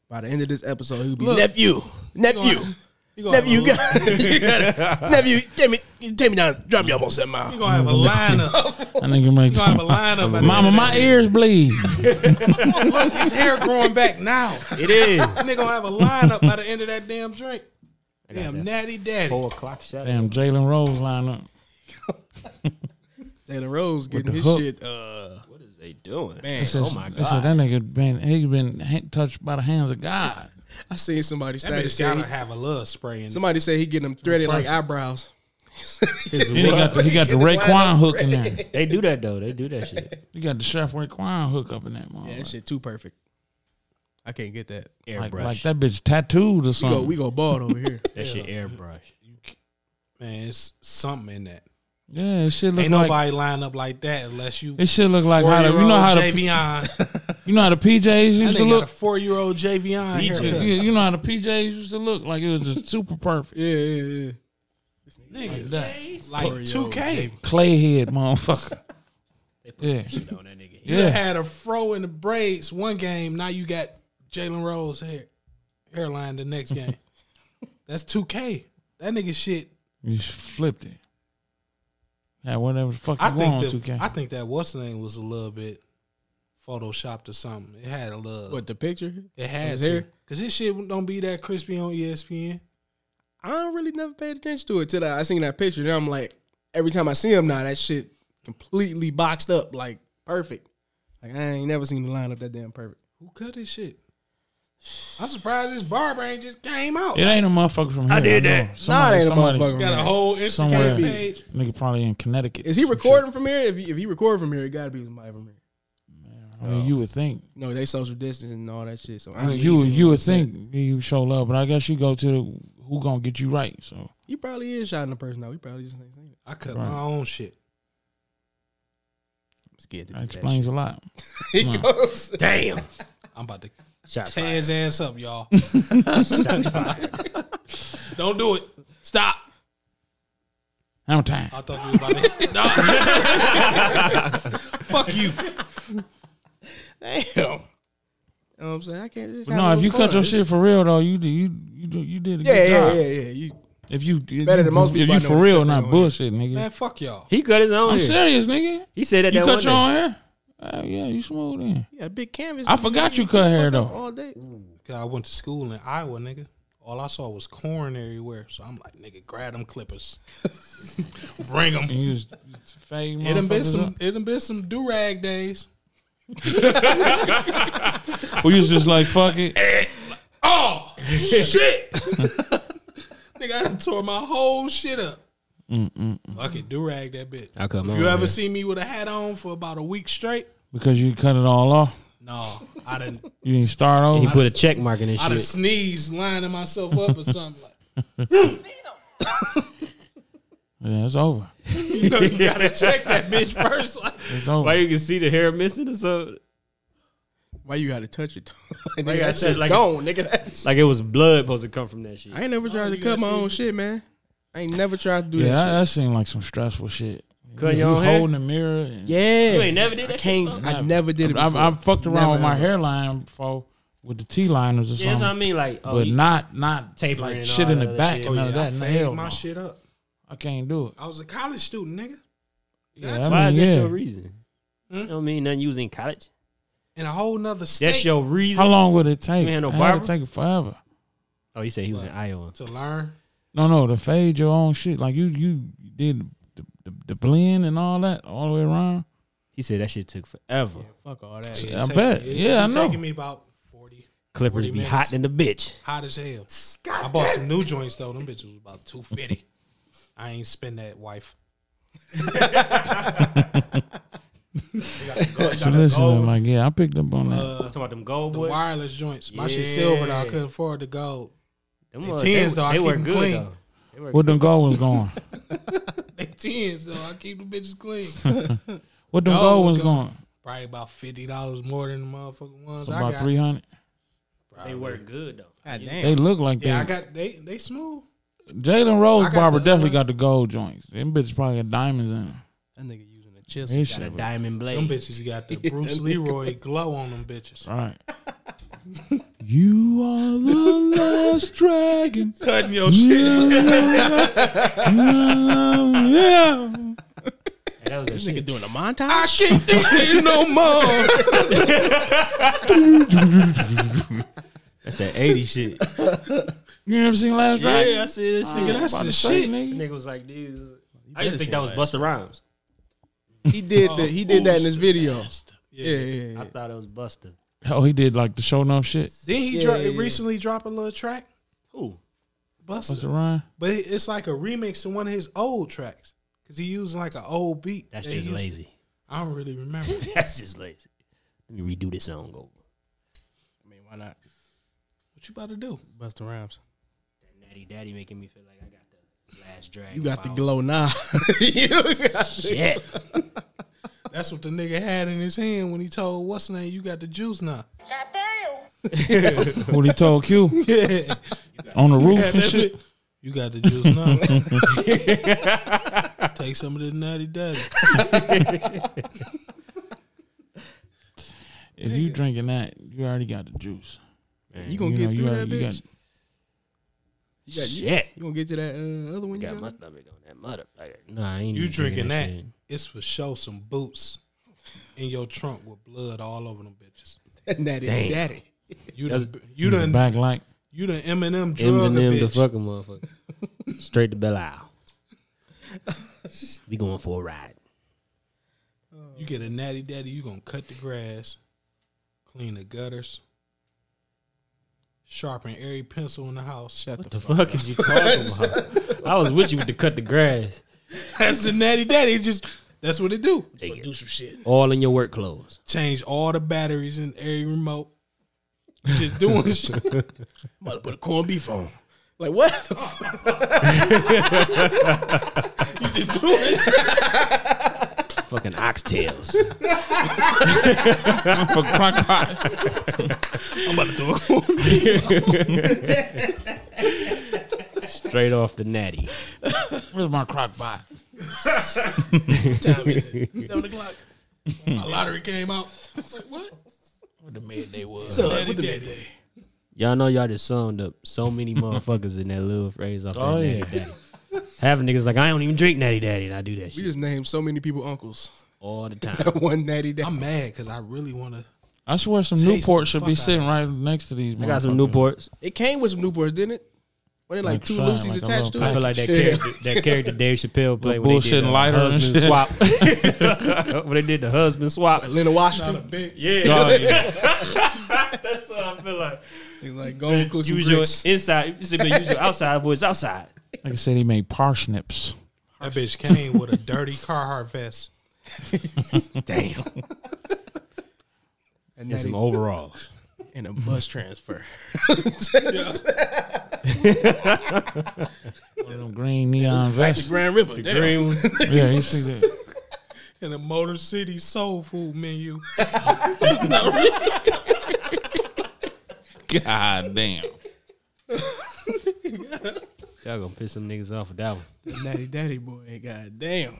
By the end of this episode, he'll be
Look.
nephew, nephew,
You gonna, have a, you
got, you got it. nephew. Take me, take me down. Drop me almost that mile.
gonna have a lineup. You
I nigga makes
gonna have a lineup. by the
Mama,
end of
my ears bleed.
that. Look, his hair growing back now.
It is.
That nigga gonna have a lineup by the end of that damn drink. Damn natty daddy.
Four o'clock shut up.
Damn, Jalen Rose line up.
Taylor Rose getting
the
his
hook.
shit. Uh,
What is they doing?
man,
It says-
oh my
It
god.
said that nigga been he been ha- touched by the hands of God.
I seen somebody
That
status
bitch
say
gotta
he,
have a love spray in it.
somebody say he getting them threaded like eyebrows.
Then he got the, he got the Raekwon hook in there.
they do that though. They do that shit.
You got the Chef Raekwon hook up in that motherfucker.
That shit too perfect. I can't get that.
like,
Airbrush.
like that bitch tattooed or
We go,
something.
we go bald over here.
that shit airbrush.
Man, it's something in that.
yeah, it shit look
Ain't
like
nobody line up like that unless you.
it shit look like how the, you know
Four-year-old
how the,
Javion.
you know how the PJs
That
used to
nigga got a
look.
four-year-old Javion.
You,
haircut.
you know how the PJs used to look like it was just super perfect.
Yeah, yeah, yeah.
Nigga,
That
like two K.
clay head motherfucker. Yeah,
On that nigga.
You
yeah.
had a fro in the braids one game. Now you got Jalen Rose hair hairline the next game. That's two K. That nigga shit.
You just flipped it. Yeah, whatever the fuck you
I
want
think
to,
that,
K.
I think that what's the name was a little bit photoshopped or something. It had a little.
What the picture?
it had
his
to.
hair?
Cause this shit don't be that crispy on E ESPN.
I don't really never paid attention to it till I, I seen that picture. And I'm like, every time I see him now, that shit completely boxed up, like perfect. Like I ain't never seen the lineup that damn perfect.
Who cut this shit? I'm surprised this barber ain't just came out.
It ain't a motherfucker from here. I
did
know.
that.
Nah, it
Somebody,
ain't a
somebody,
motherfucker.
Got a whole Instagram
somewhere.
page.
Nigga probably in Connecticut.
Is he
Some shit.
recording from here? If he, if he recorded from here, it gotta be somebody from here.
I mean, you would think.
No, they social distance and all that shit. So I
I mean,
ain't
you
seen
you
him.
would think he would show love, but I guess you go to the, who gonna get you right. So
he probably is shot in the person though. He probably just ain't seen it.
I cut
Right.
my own shit.
I'm scared to
that
do
explains a lot.
that. Shit.
Damn.
I'm about to
Shots
tear
fired.
his ass up, y'all.
Shots fired.
Don't do it. Stop.
How time?
I thought you was about to. No. Fuck you.
Damn. You know what I'm saying? I can't just
But
have a
no, if
little
you cut
fun.
your
This-
shit for real though, you do you you do, you did a
Yeah,
good
yeah,
job.
yeah, yeah. You
If you if
Better
you,
than most
if
people I
you
know
for
that
real,
cut their
not
own
bullshit, nigga.
Man, fuck y'all.
He cut his own
I'm
hair.
serious, nigga.
He said that
You
that
cut your
one
own hair? Oh yeah, you smooth in.
yeah, a big canvas.
I forgot you cut hair though.
all day.
Cause I went to school in Iowa, nigga. All I saw was corn everywhere. So I'm like, nigga, grab them clippers. Bring them.
And you just fade.
It done been
motherfuckers
some it done been some do-rag days.
up. Well, you was just like fuck it.
Oh shit. nigga, I done tore my whole shit up. Fuck it, do-rag that bitch.
I cut my
If
own
you ever
hair.
see me with a hat on for about a week straight,
Because you cut it all off.
no, I didn't
You didn't start
He
over.
put a check mark in his
I'd have
shit.
sneezed, lining myself up or something. Like,
Yeah, it's over.
you know, you gotta check that bitch first. Like,
It's over.
Why you can see the hair missing or something?
Why you gotta touch it? though?
you
nigga,
gotta
that shit
touch- like-
gone, nigga.
Like it was blood supposed to come from that shit.
I ain't never tried to
you
cut
gotta
my
see-
own shit, man. I ain't never tried to do
yeah,
that.
that,
shit.
that seemed like some stressful shit.
Cut
you
your own hair?
holding the mirror. And
Yeah,
You ain't never did that
I
shit
can't.
before?
I never did it.
I,
Before.
I, fucked around
Never,
with my
ever.
hairline before with the T liners or
Yeah, that's what I
something,
mean. Like, oh,
but
you-
not not
Tapering
like
and
shit
all
in
that
the
other
back
shit. Oh,
and none of
Oh, yeah, I
that. No,
fade
hell
my
no.
shit up.
I can't do it.
I was a college student, nigga,
Yeah, I
why
mean,
is that
yeah.
your reason?
Hmm?
I don't mean nothing. You was in college.
in a whole nother state
That's your reason.
How long would it take?
You had no
I had
barber?
to take it forever.
Oh, he said he was in Iowa.
to learn.
No, no, to fade your own shit. Like you, you did the, the, the blend and all that all the way around.
He said that shit took forever.
Fuck all that.
It
I
take-
bet.
it-
Yeah,
it
I know.
Taking me about forty,
Clippers
40
be
minutes.
hot than the bitch.
hot as hell. I bought some new joints though. Them bitches was about two fifty. I ain't spend that, wife.
So listen, I'm like, yeah, I picked up on that.
Uh,
Talking about them gold
the
boys.
wireless joints. My shit silver though. I couldn't afford the gold.
Them
They
was-
tens, though. I
They
keep
were
them
good
clean.
though. They were
Where them gold was going?
they tens though. I keep the bitches clean.
What them
No,
gold
what's
ones going?
Probably about fifty dollars more than the motherfucking ones I
About
got.
three hundred.
They work good though.
God damn.
They look like
Yeah, I
that.
got they they smooth.
Jalen Rose
I got
barber
the,
definitely
uh,
got the gold joints. Them bitches probably got diamonds in them.
That nigga using a chisel.
This
Got
shit
a
was-
diamond
Them
blade.
bitches got the Bruce Leroy glow on them bitches.
Right. you are the last dragon.
Cutting your Oh, shit.
yeah.
Hey, that was that
This
shit.
nigga doing a montage.
I can't do this no more.
That's that 80 shit.
You ever seen Last Dragon?
I see that
Nigga, that's
About
the
to say,
shit.
nigga.
Nigga was like, dude. I used
better
to
say
think that was
that.
Buster Rhymes.
He did that. He did that in his video. Yeah,
Yeah.
yeah, yeah.
I thought it was Buster.
Oh, he did like the show enough shit.
Then he
Yeah,
dro-
yeah, yeah.
recently dropped a little track,
Who?
What's
Busta,
the rhyme?
but it- it's like a remix to one of his old tracks because he used like an old beat.
That's
that he
just
used-
lazy.
I don't really remember.
That's just lazy. Let me redo this song over.
I mean, why not?
what you about to do?
Busta Rhymes.
That natty daddy making me feel like I got the last drag.
You got the glow now. you got
Shit.
That's what the nigga had in his hand when he told what's his name, you got the juice now.
What he told Q
Yeah,
on the roof
had
and
that
shit.
bit. You got the juice now. Take some of this nutty daddy.
If you drinking that, you already got the juice.
You gonna
You
get
know, you
through
already-
that
you
bitch. You got, you,
Shit.
you gonna get to that uh, other one? You
Got
got
my stomach on that mother. Nah, I ain't
You
even
drinking that?
shit.
It's for show some boots in your trunk with blood all over them bitches.
Natty
Damn.
Daddy.
You
That's-
done, you
The
done,
back light.
you done Eminem drug a
Eminem the
bitch.
fucking motherfucker. Straight to Belle Isle. we going for a ride.
You get a natty daddy, you gonna cut the grass, clean the gutters, sharpen every pencil in the house.
Shut
What the fuck is you talking about? I was with you with the cut the grass.
That's the natty daddy. It Just that's what it do.
Do some shit. All in your work clothes.
Change all the batteries in every remote. You Just doing shit.
I'm about to put a corned beef on. Like what? The
Fucking oxtails.
For crock pot.
I'm about to do it.
Straight off the natty.
Where's my crock pot?
Time is it? Seven o'clock. My lottery came out. I was like, what?
What the midday was.
So, what the midday?
Y'all know y'all just summed up so many motherfuckers in that little phrase off
Oh,
that
yeah.
natty daddy. Half of niggas like I don't even drink natty daddy and I do that
we
shit
just named so many people uncles.
all the time.
One Natty Daddy.
I'm mad because I really want to.
I swear some
Taste the
Newport should
fuck
be
out
sitting right next to these.
I got some
motherfuckers.
Newports.
It came with some Newports, didn't it? Were they like
Like
two
fine,
Lucy's
like a
attached
little
to it?
I feel like that character, that character Dave Chappelle played when they
bullshit
did the
lighter and
husband
shit.
swap. when they did the husband swap,
Lena Washington.
yeah,
Oh, yeah.
that's what I feel like.
He's like, go and cook some
Use your
grits.
inside, you said, but use your outside voice outside.
Like I said, he made parsnips.
That bitch came with a dirty Carhartt vest.
Damn. and,
And
Natty,
some overalls.
and a bus transfer.
With them green neon vest.
Grand River. damn.
Green one.
Yeah, you see that.
And a Motor City soul food menu.
God damn.
Y'all gonna piss some niggas off with that one.
Natty Daddy boy. God damn.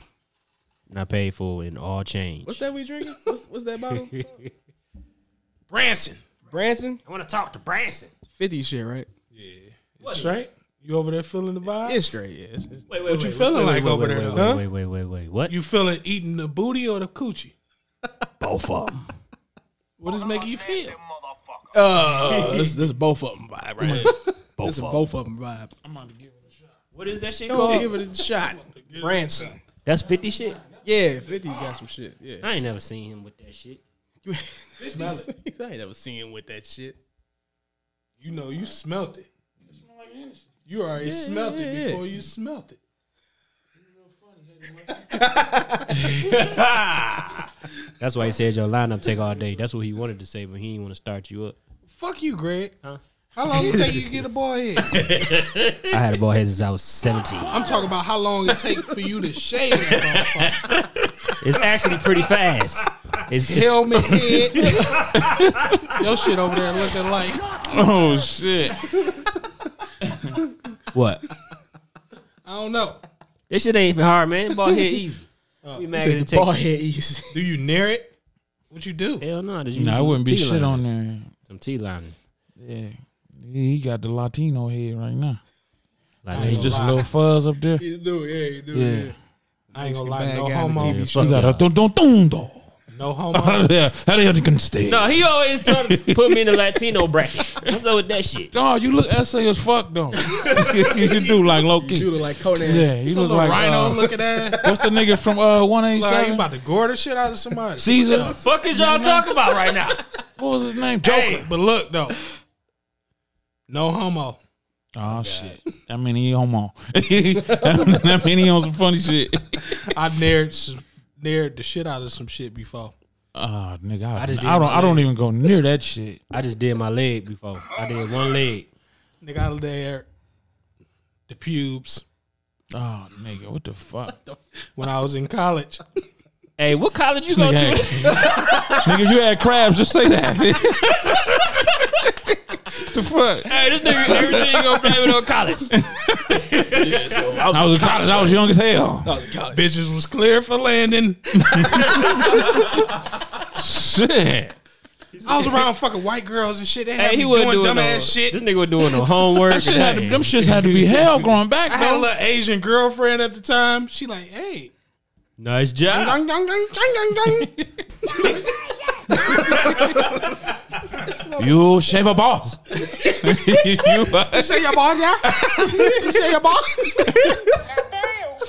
And I paid for it in all change.
What's that we drinking? What's, what's that bottle?
Branson.
Branson?
I want to talk to Branson.
50 shit, right?
Yeah. Straight?
it?
You over there feeling the vibe?
It's straight, yeah. It's, it's-
Wait, wait, what
you feeling like over
wait,
there,
Wait,
though, huh?
wait, wait, wait, wait. What?
You feeling eating the booty or the coochie?
both of them.
What does making you feel?
uh, this, this is both of them vibe right here.
Both
This is
of 'em.
both of them vibe.
What is that shit
Go
called?
give it a shot. Branson.
That's fifty shit.
Yeah, 50 got some shit. Yeah.
I ain't never seen him with that shit.
Smell it. I ain't never seen him with that shit.
You know, you smelt it. You already smelt
yeah,
it
yeah.
before you smelt it.
That's why he said your lineup take all day. That's what he wanted to say, but he didn't want to start you up.
Fuck you, Greg. How long it take you to get a boy head?
I had a bald head since I was 17.
I'm talking about how long it take for you to shave that motherfucker.
It's actually pretty fast. It's, it's
helmet head. Your shit over there looking like
Oh shit!
what?
I don't know.
This shit ain't even hard, man. Bald head easy. we mad
Take
to
the
take.
ball head easy.
Do you near it? What you do?
Hell no, just use
No, I
some
wouldn't be
tea
shit on
liners.
there.
Some tea lining.
Yeah, he got the Latino head right now.
Like, oh,
It's just a little fuzz up there.
You do, yeah, you do.
Yeah. yeah.
I ain't gonna
Bad
lie, no
guy in the
homo,
TV.
You got a dun dun dun dun.
no
How
homo.
the hell- how the hell you can stay?
No, he always trying to put me in the Latino bracket. What's up with that shit?
Dog, you look essay as fuck though. you do like low
You
key.
look like Conan.
Yeah, you
Little
look like
rhino
uh,
looking ass.
What's the nigga from uh one eight
Like you
seven?
about to gore the shit out of somebody.
Caesar.
Fuck is y'all talking about right now?
What was his name? Joker.
Hey, but look though, no homo.
Oh, shit. I mean he homo. I mean he on some funny shit.
I neared some, neared the shit out of some shit before.
Oh nigga, I,
just
I don't
didn't
I don't even go near that shit.
I just did my leg before. I did one leg.
Nigga, I there the pubes
Oh nigga, what the fuck?
when I was in college.
Hey, what college you
Nigga,
go to?
had- nigga, if you had crabs, just say that. the fuck?
Hey, this nigga, everything you gonna blame it on college.
Yeah, so I
I was in college, I was young as hell. Oh,
was in college.
Bitches was clear for landing.
Shit.
I was around fucking white girls and shit. They had
Hey, he
me
wasn't
doing
doing no,
dumbass
This
shit.
nigga was doing no homework.
That shit had to,
nothing.
them shits had to be hell growing back,
I had a
bro.
little Asian girlfriend at the time. She like, hey,
nice job.
dong, dong, dong, dong, dong, dong.
You shave a boss. you, uh,
Say your ball, yeah. Say your ball.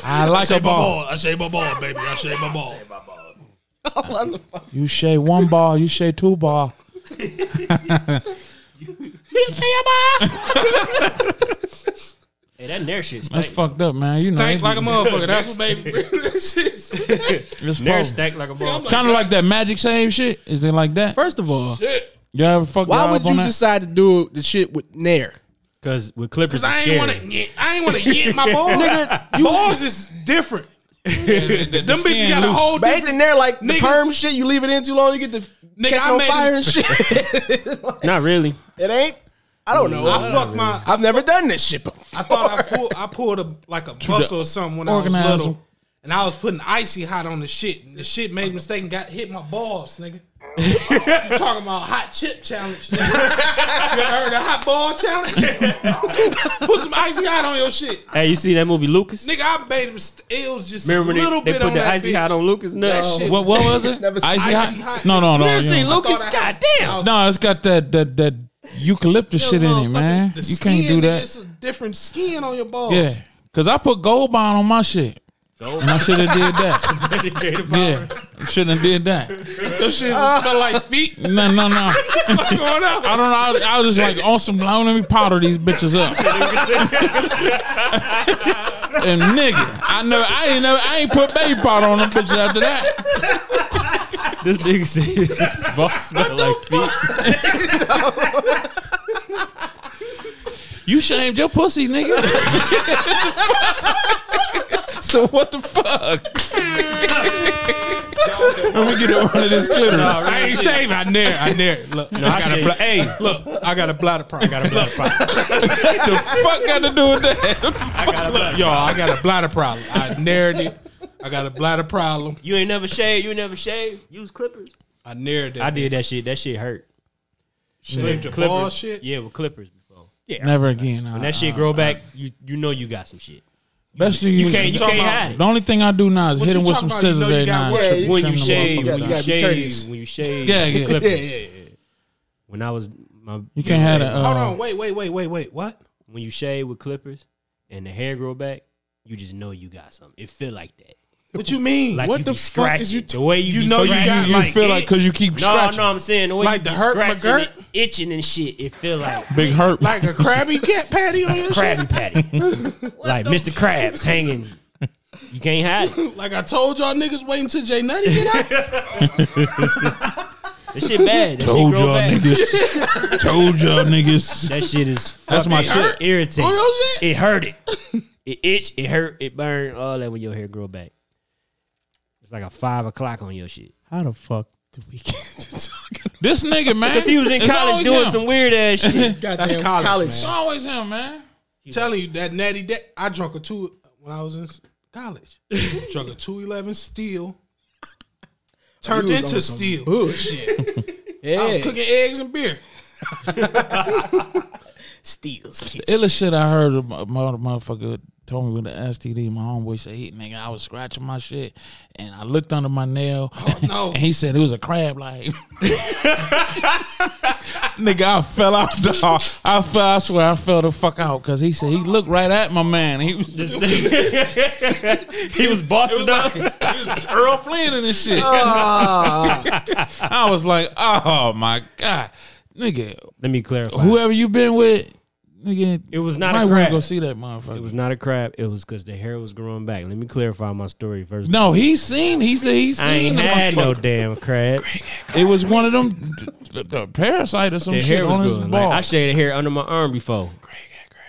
I like a ball.
I shave my ball, baby. I shave my ball.
You shave one ball, you shave two ball.
Hey, that Nair shit stank.
That's fucked up, man. You know,
Think like a motherfucker. That's what
baby.
it's
Nair
kind
stank like a motherfucker.
of like that magic shave shit. Is it like that?
First of all,
You ever fuck
why
y'all
would
up on
you
that?
decide to do the shit with Nair?
Cause with Clippers,
I
it's
ain't
scary.
want to. I ain't want to get my balls. Nigga, balls is different. Them bitches
skin
got a
loose.
whole
But
different.
ain't the Nair like the
Nigga.
perm shit? You leave it in too long, you get the
Nigga,
catch
I
on
made
fire and
this-
shit.
Not really.
it ain't. I don't know.
I fucked my.
I've never done this shit before.
I thought I pulled. I pulled a like a muscle or something when I was
organizer.
little, and I was putting icy hot on the shit. And the shit made a mistake and got hit my balls, nigga. you talking about hot chip challenge? Nigga. you ever heard of hot ball challenge? Put some icy hot on your shit.
Hey, you see that movie Lucas?
Nigga, I made mis- it was just
Remember when
a
they,
little
they
bit
put
on
the
that
icy
bitch.
hot on Lucas? No,
That shit
What, what was it?
Never seen
icy,
Icy
hot?
hot.
No, no, no.
Never
you
seen
know.
Lucas.
thought I-
Goddamn.
No, it's got that that that eucalyptus shit in it, man.
The
You can't
skin,
do
nigga,
that.
It's a different skin on your balls.
Yeah, cause I put gold bond on my shit, and I should have did that. yeah, should have did that.
Your shit will smell like feet.
No, no, no.
What's going on?
I don't know. I was, I was just like on some. Let me powder these bitches up. and nigga, I know I ain't never, I ain't put baby powder on them bitches after that.
This nigga said his boss smell like feet.
You shamed your pussy, nigga. so what the fuck? Let me get it under this clitoris.
I ain't shaving. I near. I near. Look, I, got a bla-
Hey,
look. I got a bladder problem. I got a bladder problem.
What the fuck got to do with that?
Yo, I got a bladder problem. I nared it. I got a bladder problem.
you ain't never shaved. You ain't never shaved. Use Clippers.
I nared it.
I did that shit. That shit hurt.
shaved the
Clippers.
ball shit.
Yeah, with Clippers before. Yeah.
Never again.
When that shit grow back, you you know you got some shit.
Best thing
You can't you can't hide
The
it.
only thing I do now is hit
you
him with some
talking about? You
scissors
know you
every
got
now
work.
and
Yeah,
When you
trim the
shave,
motherfucker
when
down.
you
gotta be courteous.
shave, when you shave,
Yeah, yeah.
Clippers.
Yeah, yeah,
When I was my
You can't have that. Uh,
Hold on. Oh, Wait. Wait. Wait. Wait. Wait. What?
when you shave with Clippers and the hair grow back, you just know you got something. It feel like that.
What you mean?
Like
What
you
the
be
fuck
scratching.
is you
the way you,
You
be
know you
scratching.
got
you
like
feel
it-
like because you keep
No,
scratching.
no, I'm saying the way
Like
you
the
be
hurt
scratching,
McGirt?
it, itching and shit, it feel like
Big hurt.
Like a crabby cat patty on your shit.
Krabby Patty, like Mr. Krabs hanging. You can't hide it.
Like I told y'all niggas, waiting till Jay Nutty get out.
That shit bad. That
Told
shit grow
y'all
back.
niggas. Told y'all niggas.
That shit is
That's
fucking
my shit.
irritating.
Oh, your
It hurt it. It itch, it hurt, it burn, all that when your hair grow back. It's like a five o'clock on your shit.
How the fuck do we get to talking?
This nigga, man.
Because he was in
It's
college
always
doing
him.
some weird ass shit.
Goddamn
That's college,
It's always him, man.
Telling you that natty that I drank a two when I was in s- college. drank a two eleven steel. Turned
You was on
into
some
steel.
Bullshit. yeah.
I was cooking eggs and beer.
Steals
The illest shit I heard of my, my motherfucker told me with the STD. My homeboy said, "He nigga, I was scratching my shit, and I looked under my nail,
no.
and he said it was a crab like." nigga, I fell out, dog. I fell. I swear, I fell the fuck out because he said he looked right at my man. He was just
he was bossing up.
Earl Flynn and this shit.
Ah,
I was like, oh my god, nigga,
Let me clarify.
whoever you been with, nigga,
It was not
might
a
wanna
crab.
Go see that motherfucker.
It was not a crab. It was because the hair was growing back. Let me clarify my story first.
No, he seen. He said he seen.
I ain't
the
had no
motherfucker.
damn crab.
It was one of them the, the parasite or some
The
shit
hair
on
was
his
growing. Like,
ball.
I shaved the hair under my arm before.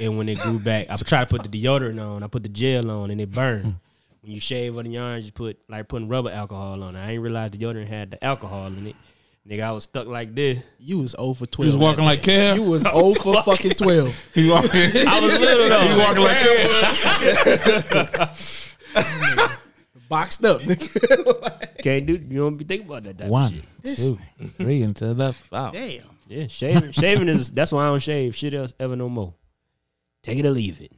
And when it grew back, I tried to put the deodorant on. I put the gel on, and it burned. when you shave under your arm, you put like putting rubber alcohol on. it. I ain't realized deodorant had the alcohol in it. Nigga, I was stuck like this.
You was 0 for 12.
he was walking like Kev.
You was 0 for fucking 12.
he walking.
I was little
he
though.
walking like Kev.
Boxed up, nigga.
Can't do. You don't be thinking about that type of
One,
shit.
two, three, until the foul.
Damn.
Yeah, shaving. shaving is that's why I don't shave. Shit else ever no more. Take it or leave it.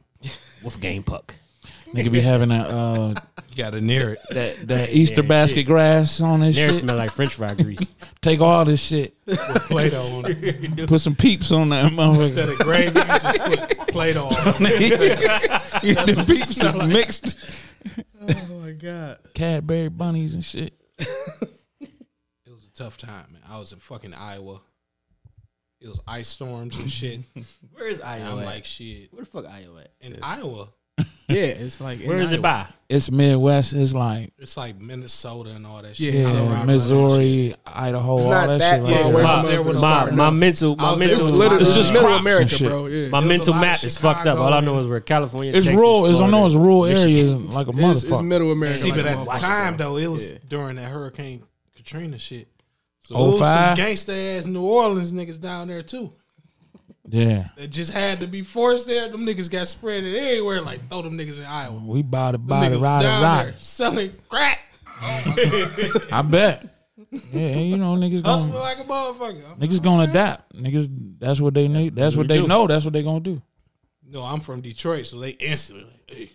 Wolf game puck.
Nigga be having that uh,
You gotta near it.
that that Easter
shit.
basket grass on his
Nair
shit.
smell like French fry grease.
Take all this shit.
Play-Doh on it.
Put some peeps on that
Instead
motherfucker.
of gravy, you just put Play-Doh on it.
the peeps are mixed
Oh my God.
Cadbury bunnies and shit.
It was a tough time, man. I was in fucking Iowa. It was ice storms and shit.
Where is Iowa?
And I'm
at?
like, shit.
where the fuck Iowa? At?
In Iowa,
Yeah, it's like.
Where is it by?
It's Midwest. It's like
it's like Minnesota and all that shit.
yeah,
Colorado,
Missouri, Idaho,
It's
all
not
that,
that
shit.
far
Like
away
that.
from
My,
us, but it's
my,
far
my
enough.
mental,
I
my
was there, it
mental,
was
Literally,
It's
it's
just
middle
crops and
America,
shit.
bro. Yeah.
my
was a
mental
lot of
map is fucked up.
Chicago
All I
and-
know is where California,
It's
Texas,
rural. It's, I
Florida.
know it's rural areas like a
It's, it's
motherfucker.
middle America.
See,
like
but at the
motherfucker.
time though, it was
Yeah.
during that Hurricane Katrina shit. So
Oh,
it was some
five?
gangster ass New Orleans niggas down there too.
yeah,
That just had to be forced there. Them niggas got spread it everywhere. Like throw them niggas in Iowa. Them
we bought it, bought it,
niggas
ride it,
down
ride
there
it.
selling crack,
I bet. Yeah, and you know niggas
hustling
gonna
like a motherfucker. I'm-
niggas gonna adapt. Niggas, that's what they need. That's
we
what they
do.
know. That's what they gonna do.
no, I'm from Detroit, so they instantly like, hey,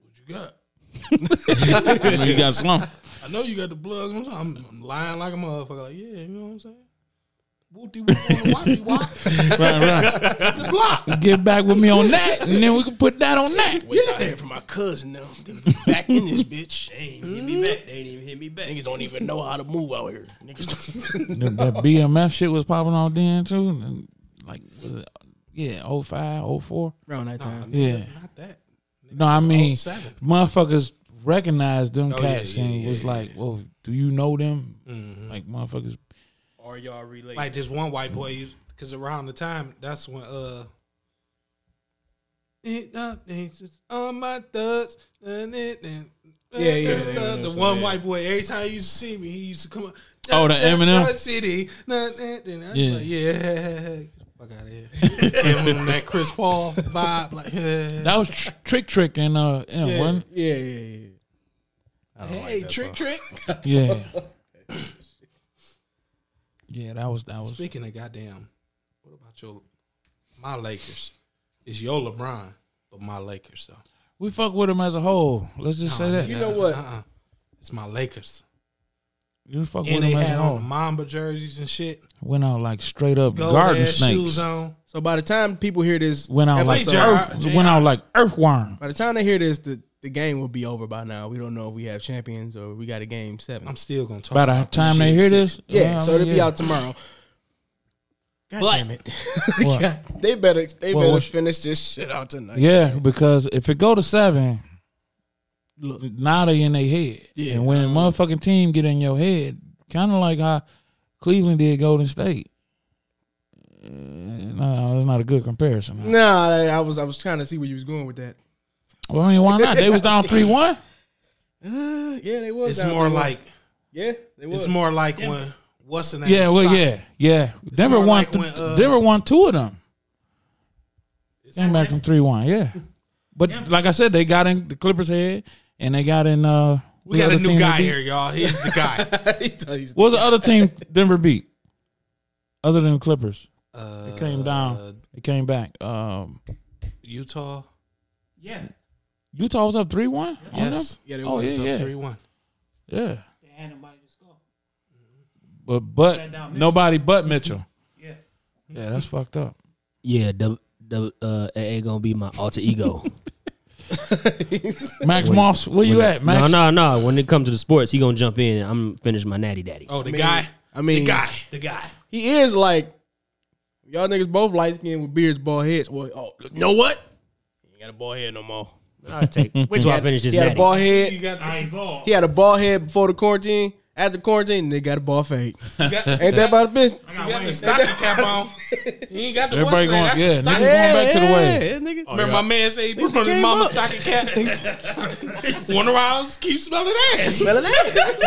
what you got?
You know, you got slump.
I know you got the plug. I'm, I'm, I'm lying like a motherfucker. Like, yeah, you know what I'm saying? Whoopty whoop on the whoppy wop.
Right,
The block.
right. Get back with me on that, and then we can put that on that.
Wait till I hear from my cousin now. Back in this bitch. They ain't hit
Mm-hmm.
me back. They ain't even hit me back. Niggas don't even know how to move out here. Niggas.
that that BMF shit was popping off then too. And like, was it, yeah, 05, 04.
Around that time.
Yeah.
Not that.
No, I
Oh
mean,
07.
motherfuckers recognized them
Oh, yeah,
cats
yeah,
and
yeah, Mm-hmm.
was like, "Well, do you know them?" Like motherfuckers.
Are y'all related?
Like this one white boy, because around the time, that's when, uh, it, uh, it's just on my thugs. And it, and,
Yeah, yeah, yeah, yeah,
the
yeah,
one
yeah.
white boy, every time he used to see me, he used to come up.
Oh, the Eminem?
City. Yeah.
Yeah.
Like, yeah. Get the fuck out of here. Give him that Chris Paul vibe. Like,
That was tr- Trick Trick and uh, M,
Yeah.
wasn't?
Yeah, yeah, yeah.
hey, trick, trick.
it? Yeah. yeah, that was that was.
Speaking of goddamn, what about your my Lakers? It's your LeBron, but my Lakers though.
We fuck with them as a whole. Let's just say that.
You know what?
Uh-uh. It's my Lakers,
You fuck with
and
them
they
as
had
a
on
whole.
Mamba jerseys and shit.
Went out like straight up
Gold
garden
ass
snakes.
shoes on.
So by the time people hear this,
Went out like
episode-
J-
earth.
JR.
Went out like earthworm.
by the time they hear this, the, the game will be over by now. We don't know if we have champions or we got a game seven.
I'm still gonna talk.
By the
about
time
this
they
shit.
hear this,
yeah,
well,
so it'll be
yeah.
out tomorrow. God
But-
damn it!
What?
God, they better they
What
better
was-
finish this shit out tonight.
Yeah, because if it go to seven, now they in their head.
Yeah.
um,
and when a motherfucking team get in your head, Kind of like how Cleveland did Golden State. Uh, no, that's not a good comparison.
Nah, I, I was I was trying to see where you was going with that.
Well, I mean, why not? They was down three one.
Uh, yeah, they was.
It's
down
more
there.
like
yeah, they was.
it's more like when what's the name?
Yeah, well,
Sock-
yeah, yeah. Denver
more
won.
like when, uh,
Denver won two of them. Came back from three one. Yeah, but like I said, they got in the Clippers head, and they got in. uh
We
the
got a
other team
new
that
guy
beat-
here, y'all. He's the guy.
He told you-
What was the other team Denver beat? Other than the Clippers,
Uh,
it came down. It came back. Um
Utah.
Yeah.
Utah was up three one.
Yes.
yeah, they
Oh
was.
yeah,
It's up
yeah,
three one.
yeah.
They had nobody to score.
But but
down Mitchell.
nobody but Mitchell.
Yeah.
Yeah, that's fucked up.
Yeah, the the uh, AA gonna be my alter ego.
Max Moss, where you at,
No,
Max?
no, no. When
when it comes to the sports, he gonna jump in. and I'm finish my natty daddy.
Oh, the guy.
I mean,
The guy.
the guy.
he is like y'all niggas both light skinned with beards, bald heads. Well, oh, you know what?
You ain't got a ball head no more.
I'll take. Which
He
one I
had-
finish this
He had a
natty?
bald head.
got
I ain't ball.
He had a bald head before the quarantine. After quarantine, they got a ball fade.
You got, you
Ain't that about a bitch?
got the stocking cap on. You ain't got the
Everybody
what's the name?
going-
That's
yeah, Oh,
the Oh, stocking.
niggas- Going back to the way.
yeah, nigga.
Remember my man said he was from his mama's stocking cap. Wonder why I was keep smelling ass.
Smell it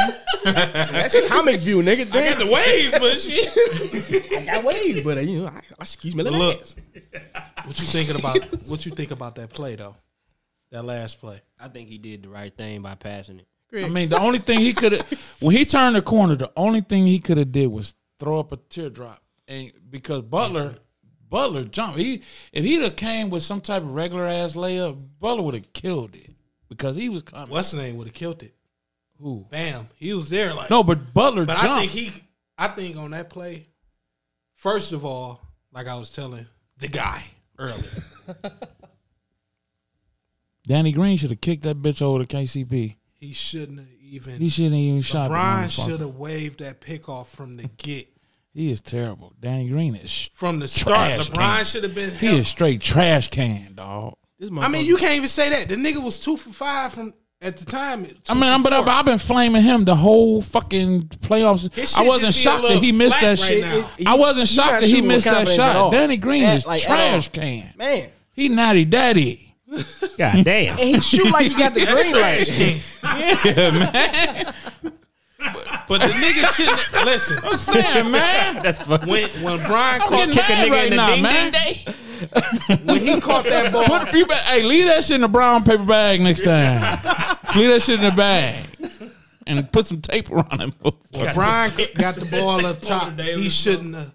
out. That's a comic view, nigga.
I got
Damn.
the waves, but shit.
I got waves, but uh, you know, I, I excuse me.
Look.
Look,
What you thinking about? What you think about that play though? That last play.
I think he did the right thing by passing it.
I mean, the only thing he could have when he turned the corner, the only thing he could have did was throw up a teardrop, and because Butler, Butler jumped. He if he'd have came with some type of regular ass layup, Butler would have killed it because he was coming.
What's the name would have killed it?
Who?
Bam. He was there like
No, but Butler
But
jumped.
I think he I think on that play, first of all, like I was telling the guy earlier.
Danny Green should have kicked that bitch over to KCP.
He shouldn't have even
He shouldn't even shot. the
Brian
motherfucker.
should have waved that pickoff from the get.
He is terrible. Danny Green is.
From the start,
Trash
LeBron
can.
should have been.
He
held.
is straight trash can, dog.
I mean, you can't even say that. The nigga was two for five from at the time. two
I mean, I'm,
for
but I,
four.
I've been flaming him the whole fucking
His
playoffs.
shit
I wasn't
just be a
shocked that
little
he missed
flat
that
right
shit.
now. It-
it-
I wasn't
he
shocked
not
that he
shooting with
missed that
confidence at all.
shot. Danny Green
At-
is
like, at
trash
all.
can.
man,
He natty daddy.
God damn.
and he shoot like he got the green
Trash
light.
can. but, but the nigga shouldn't listen.
Damn, man.
That's fucking.
When when Brian
I'm getting
caught
kick a
mad
nigga
right
in the
now,
ding,
man.
when he caught that ball,
Put, you, be- hey, leave that shit in the brown paper bag next time. leave that shit in the bag. And put some tape around him.
Brian got the ball up top. He shouldn't have.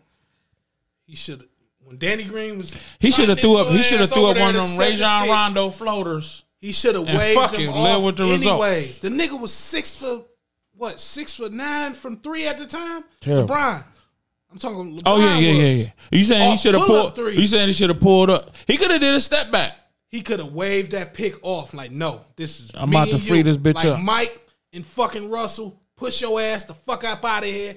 He should. When Danny Green was,
He should have
This
threw up. He
little
should have
ass
threw
over
up
there
one
to
of them
set the
Rajon
pick.
Rondo floaters.
he should have
And
waved
fuck it,
him off.
live with the result.
anyways, the nigga was six foot, what six foot nine from three at the time.
Terrible.
LeBron, I'm talking. LeBron
Oh yeah, yeah, yeah,
was.
yeah. You saying he
Off
should have
pull-up
pulled?
Oh, threes.
You saying he should have pulled up? He could have did a step back.
He could have waved that pick off. Like, no, this is.
I'm
me
about to
and
free
you.
this bitch
like,
up.
Mike and fucking Russell, push your ass the fuck up out of here.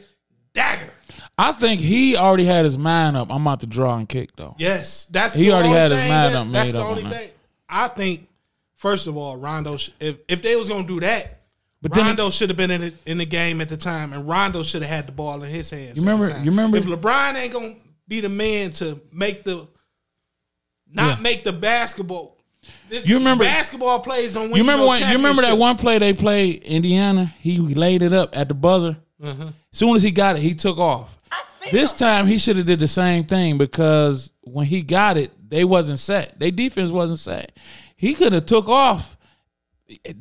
Dagger.
I think he already had his mind up. I'm about to draw and kick though.
Yes, that's
He
the
already
only
had his
thing
mind
that-
up,
That's
made
the
up on
only
that.
thing. I think. First of all, Rondo. Sh- if if they was gonna do that,
But then
Rondo should have been in the, in the game at the time, and Rondo should have had the ball in his hands.
You
at the
remember-
time.
you remember-
if LeBron ain't gonna be the man to make the not
Yeah.
make the basketball. This
You remember-
basketball plays don't win.
you remember
no
when? You remember that
championship.
one play they played Indiana? He laid it up at the buzzer. Soon as he got it, he took off. This time he should have did the same thing because when he got it, they wasn't set. They defense wasn't set. He could have took off.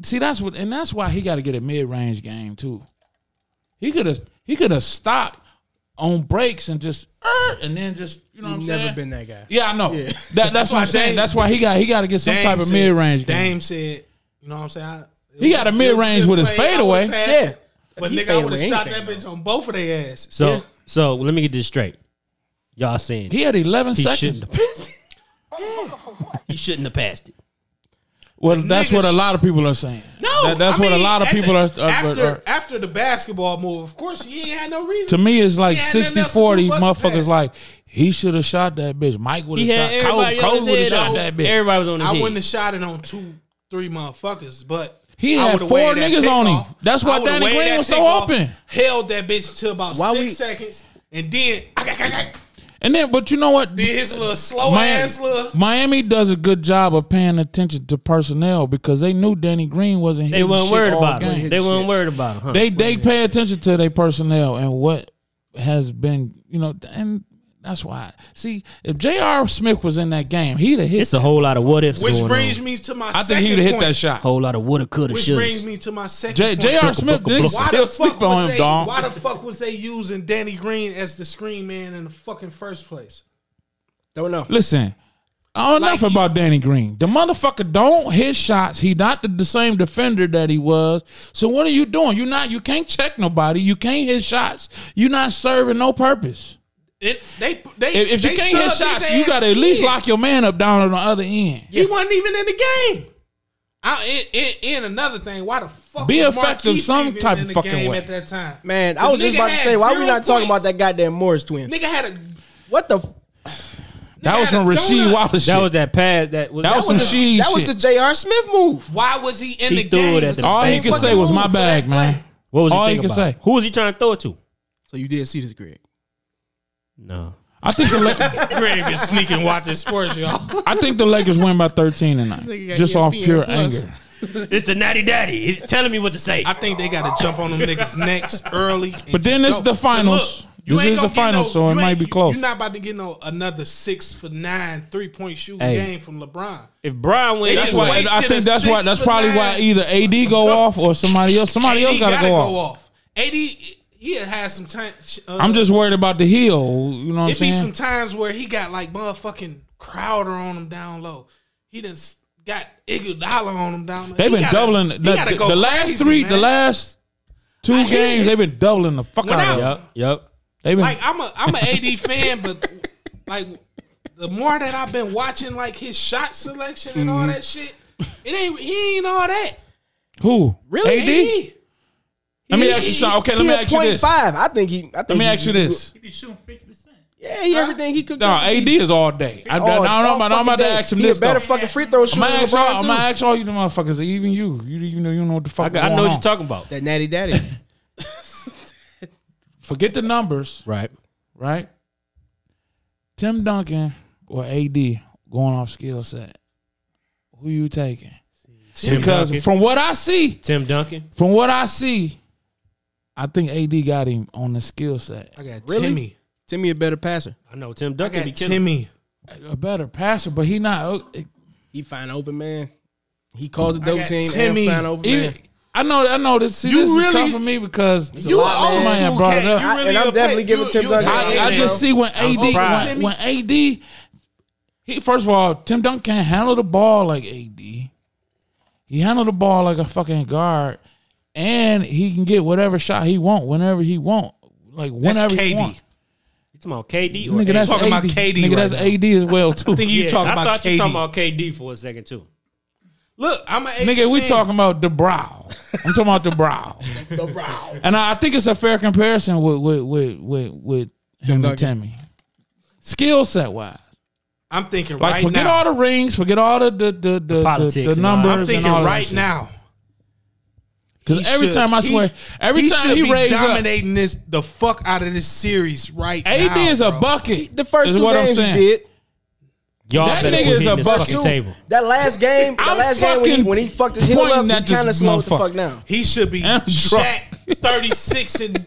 See, that's what, and that's why he got to get a mid range game too. He could have he could have stopped on breaks and just "Er," and then just you know what I'm
Never
saying.
been that guy.
yeah, I know. That, that's what I'm saying.
Dame-
That's why he got he got to get some
Dame
type of
said-
mid range game.
Dame said, "You know what I'm saying." I-
He got a
it was
mid-range
good
with his
play. I
fadeaway.
would've passed
Yeah.
it. but
He
nigga, I would have
fadeaway
shot that
anything,
bitch on both of their asses.
So, so let me get this straight. Y'all saying
He had 11
he
seconds.
shouldn't have passed it. he shouldn't have passed it.
Well, that's
niggas-
what a lot of people are saying.
No,
That- that's
I
what
mean,
a lot of
at
people
the-
are, are-
after
are-
after the basketball move. Of course, he ain't had no reason.
To me, it's like
Yeah, and then
60
that's
40
who wasn't
motherfuckers
passed.
like, he should have shot that bitch. Mike would
He had
have shot.
everybody
Cole, Cole
on
would have
his head. Oh,
shot
though.
that bitch.
Everybody was on his
I
head.
wouldn't have shot it on two, three motherfuckers, but
He
I
had
would've
four
waved that
niggas
pick
on him.
off.
That's
I
why
would've
Danny
waved
Green
that
was
pick
so
off,
open.
Held that bitch to about
Why
six
we-
seconds, and then
And then, but you know what?
did his little slow
Miami,
ass little.
Miami does a good job of paying attention to personnel because they knew Danny Green wasn't.
They
hitting
weren't
shit
worried
all
about
game.
him. They weren't worried about him. Huh?
They they pay attention to their personnel and what has been you know and that's why. See, if J.R. Smith was in that game, he'd have hit.
it's a whole lot of what ifs
Which
going
brings
on.
me to my.
I think
second
he'd have hit
point,
that shot.
Whole lot of woulda, coulda,
Which brings
shoulda.
me to my second.
J-
point.
J.R. Smith didn't
Why
Why the
still
fuck
sleep
was
on
they?
him, dog.
Why the fuck was they using Danny Green as the screen man in the fucking first place?
Don't know.
Listen, I don't know
Like
nothing about Danny Green. The motherfucker don't hit shots. He not the, the same defender that he was. So what are you doing? You not you can't check nobody. You can't hit shots. You not serving no purpose.
It, they they
If, if
they
you can't hit
subbed his
shots, you
ass
gotta at least
in.
lock your man up down on the other end.
He wasn't even in the game. I, and, and, and another thing, why the fuck
Be
was
effective
Marquise
some
even
type
in
of
the
fucking
game
way.
at that time?
Man,
The
I was just
nigga
about to
had
say, why we
zero
not talking about
points.
that goddamn Morris twin?
Nigga had a
What the? F-
That was
had
some
a
Rasheed
donut.
Wallace shit.
That was that pass. That was
that was some Sheed
that was
shit.
the J.R. Smith move.
why was he in
He
the
threw
game?
it at
It's
the
the
All he
same
could say
fucking
was my
move for
bag,
that
man.
play.
What was he
All he
thinking
could
about?
say.
Who was he trying to throw it to?
So you did see this, Greg.
No.
I think the La-
Greg been sneaking watching sports, y'all.
I think the Lakers win by thirteen tonight,
got
just off
E
ESPN
pure
plus.
anger.
It's the natty daddy. He's telling me what to say.
I think they got to jump on them niggas next early. and
But then it's
just go.
the
But
finals. This
ain't
is
gonna
the
get
finals,
no-
so it
you
might
ain't-
be close.
You're not about to get no another six for nine three point shooting
Hey.
game from LeBron.
if Brian wins,
That's
that's
That's why,
wasted
and I
a
think that's
six
why. That's
for
probably
nine.
why either AD go off or somebody else. Somebody else
AD
got to go, off.
AD, he had some time. Uh,
I'm just worried about the heel. You know what I'm
It
saying?
be some times where he got like motherfucking Crowder on him down low. He done s- got Iguodala on him down low.
They've
He
been
gotta-
doubling
he
the,
gotta
the,
go
the last
crazy,
three, the
man.
last two
I hear
games.
you.
They've been doubling the fuck
When
out of
I-
them.
Yep. Yep.
They've been
Like I'm a I'm an AD fan, but like the more that I've been watching like his shot selection and
Mm-hmm.
all that shit, it ain't he ain't all that.
who?
Really?
AD? Let me ask you something. Okay, let
He
me
a
ask you
point
this.
five. I think he. I think
Let me
he-
ask you this.
Yeah, he, everything he could.
No, AD is all day. I, I,
all-
I
all
don't know. about- I'm
fucking
about to
day.
ask him
He
this.
A better
though.
fucking free throw
I'm
shooter.
gonna
than
ask all. I'm
LeBron
gonna
too.
ask all you the motherfuckers. Even you. You even know you know what the fuck.
I, got- I
going
know what
on.
you're talking about.
That natty daddy.
Forget the numbers.
Right.
right? Tim Duncan or AD going off skill set. Who you taking?
Tim
because
Duncan.
from what I see,
Tim Duncan.
from what I see, I think AD got him on the skill set.
I got
Really?
Timmy.
Timmy a better passer.
I know Tim
I
Duncan be
got
killing.
Timmy.
A better passer, but he not. uh,
He find open man. He calls the dope
got
team
Timmy.
and find open
Even,
man.
I know. I know. This, see,
You
this
really-
is tough for me because
You
lot, man.
old school
Somebody had brought it
cat.
up.
You
I-
really
and I'm
a
definitely
play-
giving
you-
Tim
you
Duncan
a
I,
Hey,
I
man.
just see when AD
surprised.
when, when AD he first of all Tim Duncan can't handle the ball like AD. He handled the ball like a fucking guard, and he can get whatever shot he want whenever he want, like
That's
whenever he
KD.
want.
You talking about KD or
Nigga,
AD?
that's
talking
AD.
about KD
Nigga,
right
that's
now.
AD as well too.
I think you
Yeah,
talking
I
about
thought you talking
KD.
about KD for a second too.
Look, I'm an AD
Nigga, we
fan.
talking about the brow. I'm talking about the brow.
The brow.
And I I think it's a fair comparison with with with with, with him and
Duncan.
Timmy. Skill set wise.
I'm thinking
Like
right
forget
now.
all the rings, forget all the the the the,
politics
the,
and all that.
numbers.
I'm
I'm thinking
and all that
right
shit.
now.
Because
He
every
should-
time I
he-
swear, every time
should
he
be
raised up,
dominating this the fuck out of this series right
AD
now.
is a
bro.
bucket.
The first
is
two
what I'm
games he
saying.
did.
Y'all
That
better
nigga
quit
is
hitting
a
this
bucket.
fucking table.
That last game, that
I'm
last game when he,
fucking
when he fucked his heel up,
pointing
he
at this
kind of slowed the
motherfucker.
fuck down.
He should be
I'm
Shaq 36 and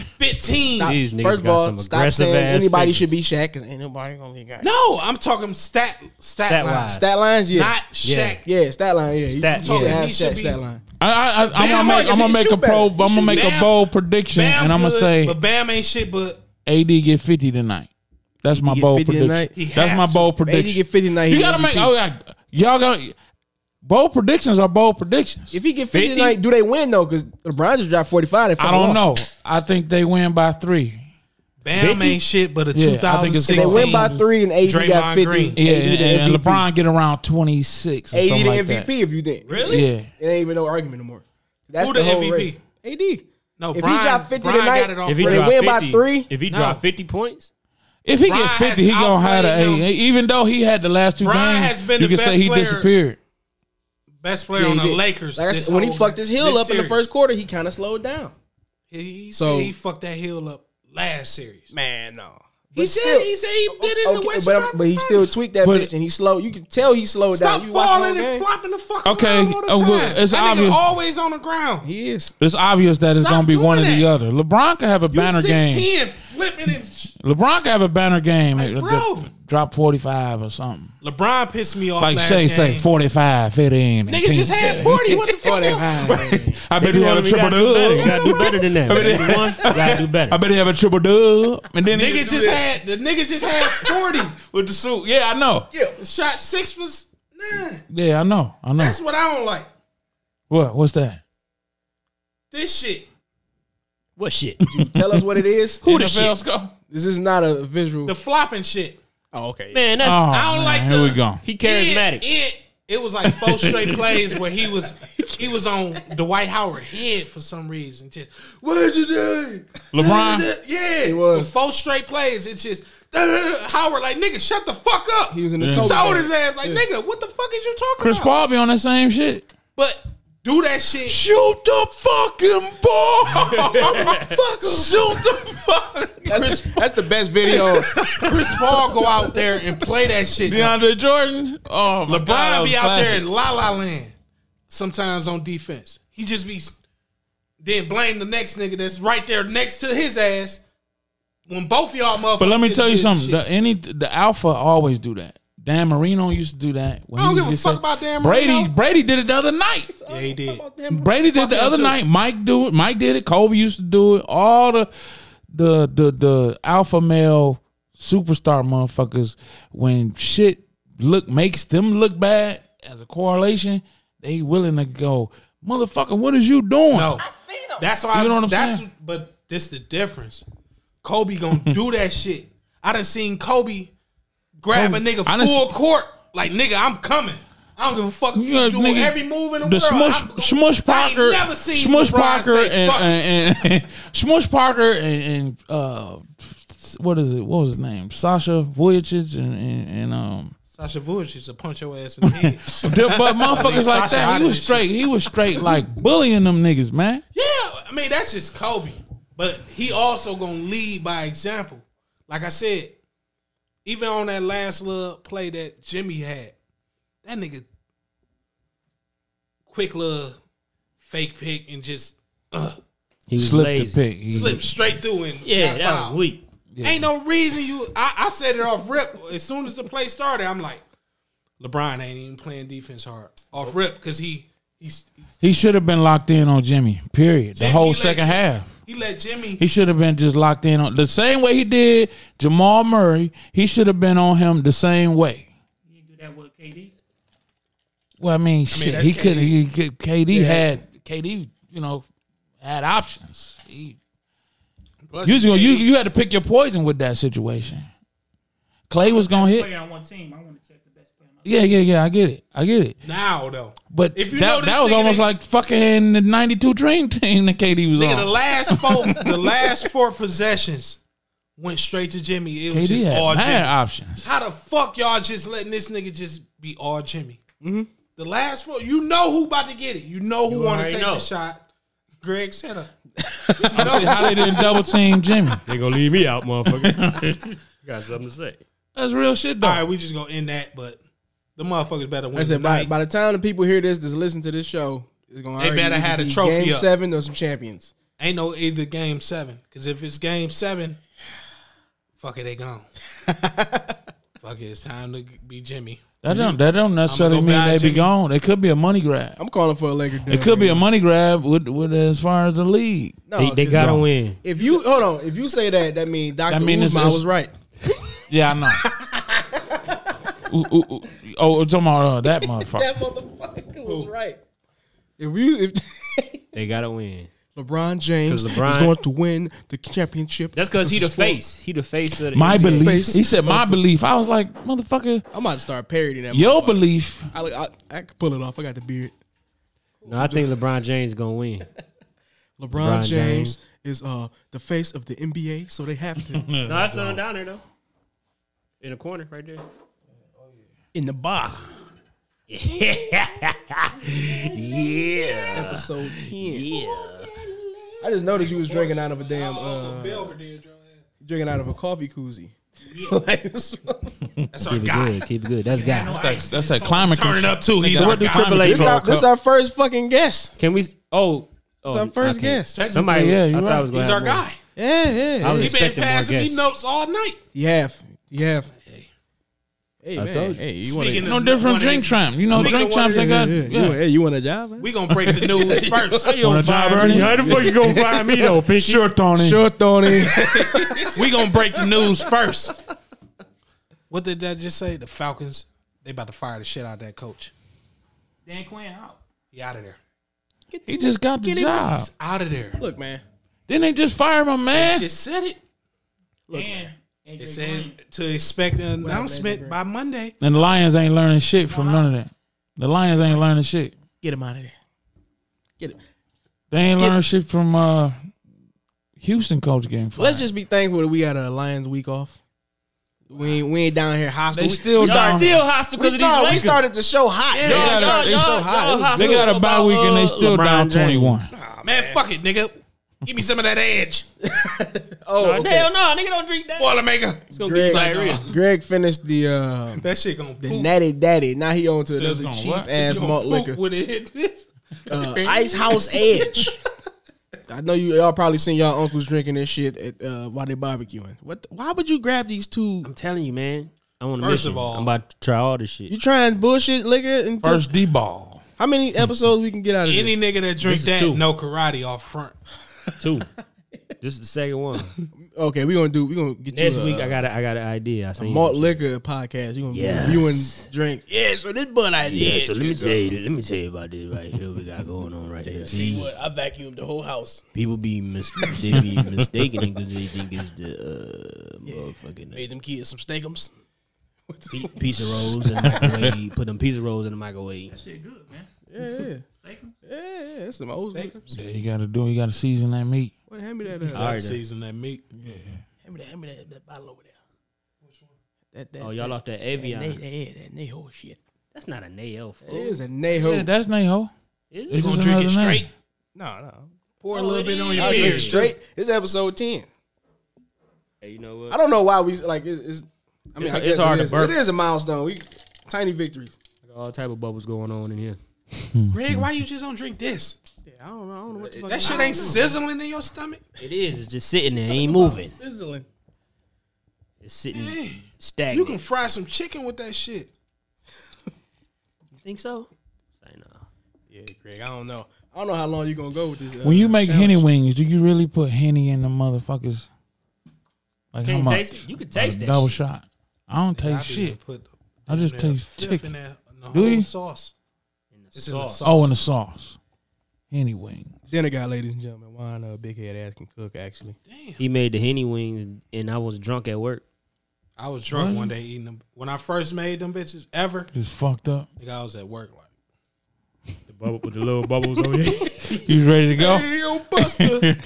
15.
These niggas
First of
got
all,
some
stop
aggressive
saying
ass
anybody
figures.
should be Shaq because ain't nobody gonna be Shaq.
No, I'm talking stat stat,
Stat
lines.
wise.
Stat lines, yeah,
Not Shaq.
yeah, stat line, yeah. You
Stat-
should
yeah.
have
He should
Shaq
be-
stat line.
I, I, I, am
Bam
gonna make,
Marcus,
I'm
he
gonna make
shoot
a pro.
better.
I'm
He
gonna
shoot
make
better.
a bold prediction,
Bam
and I'm gonna
good,
say
but Bam ain't shit. But
AD get 50 tonight. That's my
get
bold
50
prediction.
tonight?
He
That's
has
my
to.
bold
AD get
prediction.
fifty tonight.
You
he
gotta make.
MVP.
Oh, yeah, y'all got bold predictions are bold predictions.
If he get 50,
50?
tonight, do they win though? Because LeBron just dropped 45.
I don't know. I think they win by three.
Bam
50?
ain't shit. But a
Yeah, I think it's
2016.
They win by
Damn.
three and AD got
Draymond
50.
Green.
Yeah,
AD
and,
the
and
MVP.
LeBron get around 26. Or
AD
something
the
like
MVP
That.
if you think.
really?
Yeah.
It ain't even no argument no more. That's
Who
the,
the
whole
MVP?
Race. AD.
No,
If he
Brian,
drop 50
Brian
tonight,
got it off.
If he
When they
drop
win by
50
three?
if he
No.
drop fifty points,
If he
Brian
get fifty,
has
he gonna have
outplayed
a.
him.
Even though he had the last two
Brian
games,
has been
you
the
can say
best
he
player.
disappeared.
best player
Yeah, he
on the
did.
Lakers.
Like I
this
said, when he
whole-
fucked his heel
this
up in the
series.
first quarter, he kind of slowed down.
He, he
So-
said he fucked that heel up last series.
Man, no.
He
But
said
still-
he said he did it in the
Okay,
West
but, I'm-
Conference
but he still
Finals.
tweaked that
But-
bitch, and he slow. You can tell he slowed
Stop
down. You watch the
falling
whole
and
game.
flopping the fuck okay.
Okay,
around all the
uh, well,
time.
it's
that
obvious.
nigga always on the ground.
He is.
It's obvious that it's
Stop
gonna be
doing
one or
that.
the other. LeBron could have a
You
banner game.
6'10", flipping and sh-
LeBron could have a banner game.
Like,
It'll
bro.
dip- Drop 45 or something.
LeBron pissed me off
Like
last
say,
game.
say 45, 15.
Niggas just
18.
had 40. What the fuck? else?
45.
I bet he
You
had a
gotta
triple
do better. You
dub.
gotta do better than that.
mean,
You won, you gotta do better.
I bet he have a triple dub. And then he
Niggas just had the niggas just had 40.
with the suit. Yeah, I know.
Shot six was nine.
Yeah, I know. I know.
That's what I don't like.
What? What's that?
This shit.
What shit?
Tell us what it is.
Who the shit? Go?
This is not a visual.
The flopping shit.
Oh, okay.
Man, that's
Oh,
I
man,
don't like
Here
the-
we go.
he charismatic.
It, it, it was like four straight plays where he was he was on Dwight Howard head for some reason. Just what you doing?
LeBron.
Yeah, it
was.
four straight plays. It's just Howard like nigga, shut the fuck up.
he was in the
Yeah.
Kobe
told his
bubble.
ass like nigga, what the fuck is you talking
Chris
about?
Paul be on that same shit.
But do that shit.
Shoot the fucking ball. Shoot the fuck.
That's, that's the best video.
Chris Paul go out there and play that shit.
DeAndre Jordan. Oh, my
LeBron
God,
be out there in la la land sometimes on defense. He just be then blame the next nigga that's right there next to his ass when both y'all motherfuckers.
But let me
just
tell you
did the
something.
shit.
The, any the alpha always do that. Dan Marino used to do that. When
I don't
he
give a
used
fuck
to get
about Dan
Brady.
Marino.
Brady did it the other night.
yeah, he did.
Brady did the
him
other
too.
night. Mike do it. Mike did it. Kobe used to do it. All the the the the alpha male superstar motherfuckers when shit look makes them look bad as a correlation, they willing to go, motherfucker, what is you doing?
No, that's why.
You know what I'm
that's,
saying?
But this the difference. Kobe gonna do that shit. I done seen Kobe grab
Kobe-
a nigga
I done
full
se-
court like nigga, I'm coming. I don't give a fuck.
You know,
doing
nigga,
every move in the,
the
world.
Smush,
I'm gonna-
Smush
I ain't
Parker,
never seen
Smush
LeBron
Parker,
say
and,
fuck.
and, and Smush Parker and, and uh, what is it? What was his name? Sasha Vujicic and, and, and um,
Sasha Vujic is a punch your ass in the head.
but but motherfuckers like
Sasha
that.
outta
He was
this
straight. He was straight like bullying them niggas, man.
yeah, I mean that's just Kobe, but he also gonna lead by example. Like I said, even on that last little play that Jimmy had, that nigga quick little fake pick and just uh,
He was
Slipped
lazy.
the pick. He-
slipped straight through and
Yeah,
got
that
fouled.
was weak.
Ain't no reason you. I, I said it off rip. As soon as the play started, I'm like, LeBron ain't even playing defense hard off rip because he he's
He should have been locked in on Jimmy. Period. The
Jimmy
whole
let
second
you-
half.
he let Jimmy.
He should have been just locked in on the same way he did Jamal Murray. He should have been on him the same way. Well, I mean, shit,
that's
he could.
KD.
He could. KD had KD. You know, had options. He, usually, you you had to pick your poison with that situation. Clay was gonna hit.
player on one team. I want to check the best player. On the
Yeah, yeah, yeah. I get it. I get it.
now though,
But
If you know
that,
this
that was
nigga,
almost
they-
like fucking the '92 Dream Team that KD was
nigga, the
on.
last four the last four possessions went straight to Jimmy. It was
KD
just all
had mad
Jimmy.
options.
How the fuck y'all just letting this nigga just be all Jimmy? The last four, you know who about to get it. You know who want to
already
take
know.
the shot. Greg Center.
See how they didn't double team Jimmy.
They gonna leave me out, motherfucker. you got something to say?
That's real shit, though.
All right, we just gonna end that, but the motherfuckers better win.
I said by,
tonight.
by the time the people hear this, that's listen to this show, it's gonna
They
already
better
either
have the
be
trophy
Game
up.
seven or some champions.
Ain't no either game seven. Cause if it's game seven, fuck it, they gone. fuck it, it's time to be Jimmy.
That don't that don't necessarily
go
mean
buy
they be
Jimmy.
gone. It could be a money grab.
I'm calling for a Laker.
It could be a money grab with, with as far as the league.
No,
They, they
'cause
gotta win.
If you hold on, if you say that, that means Doctor
That mean
Uzma
it's- it's-
was right.
Yeah, I know. Ooh, ooh, ooh. Oh, we're talking about uh, that motherfucker.
motherfucker was right. If you if
They gotta win.
LeBron James
'Cause LeBron-
is going to win the championship,
That's because he
This
the
is for-
face. He the face of the
My
NBA.
belief.
Face.
He said my belief. I was like, motherfucker,
I'm about to start parodying that.
your
motherfucker.
belief.
I, I, I can pull it off. I got the beard.
No, I think LeBron James gonna win.
LeBron,
LeBron
James,
James.
is uh the face of the NBA, so they have to
no, that's someone down there though. In the corner, right there.
In the bar.
yeah.
Episode 10.
Yeah.
I just noticed you was drinking out of a damn, uh,
Belvedere, Joe.
drinking out of a coffee koozie.
That's our
Keep it
guy.
good. Keep it good. That's God.
That's that's that climate.
Turn it up too. He's
What
our
do
guy.
Triple H
This our,
Gold
this
Cup.
our first fucking guest.
Can we? Oh, oh
This our first
I can't-
guest.
Somebody, uh,
Yeah,
yeah,
you're
I thought I
right.
was going
He's
to
our guy.
Yeah, yeah,
I
yeah.
was
He been
expecting more
passing me
guests.
notes all night.
You have, you have. Hey,
I
man.
told you.
Hey, you want
Speaking
a,
of
No different
one
from
of
drink
these-
tramp. You know,
Speaking
drink
of one
tramps.
of
They
these-
got
yeah, You,
yeah.
hey, you want a job? Man?
We gonna break the news first.
Want a job, Ernie?
How the fuck you gonna find me though, Pinky?
Sure, Tony.
Sure, Tony.
We gonna break the news first. What did I just say? The Falcons. They about to fire the shit out that coach.
Dan Quinn out.
He out of there.
He just got the job.
He's out of there.
Look, man.
Didn't they just fire my man?
Just said it.
and AJ
It
Green.
said to expect an announcement by Monday.
And the Lions ain't learning shit from none of that. The Lions ain't learning shit.
Get him out of there.
They ain't learning shit from uh Houston coach getting fired.
Let's just be thankful that we had a Lions week off. We ain't, we ain't down here hostile.
they
we,
still down.
Y'all still
we,
hostile because of these
started, we
Lakers.
started to show hot.
they got,
Y'all-
a, they,
y'all-
so
y'all
high.
hostile
they got a bye
about,
week and they
uh,
still
LeBron
down
James.
twenty one.
Ah, man, fuck it, nigga. Give me some of that edge,
Oh, okay.
Hell no, nigga, don't drink that.
Boilermaker.
Gonna get
Like,
diarrhea.
nah,
Greg finished the uh,
that shit gonna poop.
the natty daddy. Now he on to
it's
another
gonna
cheap
what?
It's
ass
gonna
malt
poop
liquor.
When it hit this.
Uh, Ice House Edge. I know you y'all probably seen y'all uncles drinking this shit at, uh, while they barbecuing. What? The, why would you grab these two?
I'm telling you, man. I want to
First
mission.
of all-
I'm about to try all this shit.
You trying bullshit liquor and two-
First D ball.
how many episodes we can get out of
Any
this?
nigga that drink
is
that
two.
no karate off front.
Two. this is the second one.
Okay, we gonna do. We gonna get
Next
you a,
week, I got a, I got an idea. I seen
malt liquor podcast. You gonna
Yes.
be reviewing drink? Yeah. So this bud I
Yeah,
did.
so let me tell you, let me tell you about this right here. We got going on right here. See,
What? I vacuumed the whole house.
people be mis- they be mistaken because they think it's the uh, motherfucking
Made them kids some steakums.
p- pizza rolls in the microwave. Put them pizza rolls in the microwave.
Shit good, man.
Yeah, yeah, yeah. yeah, That's some old.
Yeah, you gotta do. it. You gotta season that meat.
What? Hand me that. Uh,
All right, then.
Season that meat.
Hand me that, hand me that, that bottle over there. That, that,
Oh, y'all off that Avion.
that, that, that, that whole shit.
That's not a nail.
it
fool.
is a neho.
Yeah, that's Neho.
Is
It's
it?
You gonna
just
drink it
another name.
straight?
no, no.
Pour
Oh,
a little
it
bit on
is.
your
I drink
beer.
it
Straight. This episode ten.
Hey, you know what?
I don't know why we like. It's. it's I mean,
It's-
I
it's
guess
hard
it
to
is,
burp.
It is a milestone. We tiny victories.
All type of bubbles going on in here.
Greg, why you just don't drink this?
Yeah, I don't know. I don't know what the fuck.
That shit ain't sizzling in your stomach.
It is. It's just sitting there, ain't moving.
sizzling.
It's sitting
Hey,
stagnant.
you can fry some chicken with that shit.
think so?
Yeah, Greg. I don't know. I don't know how long you gonna go with this. Uh,
When you make
challenge.
henny wings, do you really put henny in the motherfuckers? Like
Can you
how
taste
much?
it? You can
Like
taste
a
that
double
shit.
shot. I don't
I
taste
be
shit.
done Put
I just
damn near
taste
fifth
chicken.
In that, in the
Do
whole
you?
sauce. It's in the sauce.
Oh, and the sauce. Henny wing.
Dinner guy, ladies and gentlemen. Wine, uh, big head ass can cook. Actually,
He made the henny wings, and I was drunk at work.
I was drunk one day eating them. When I first made them bitches ever,
Just fucked up.
nigga, I was at work like,
The bubble with the little bubbles on it.
You was ready to go?
hey, yo, Buster, they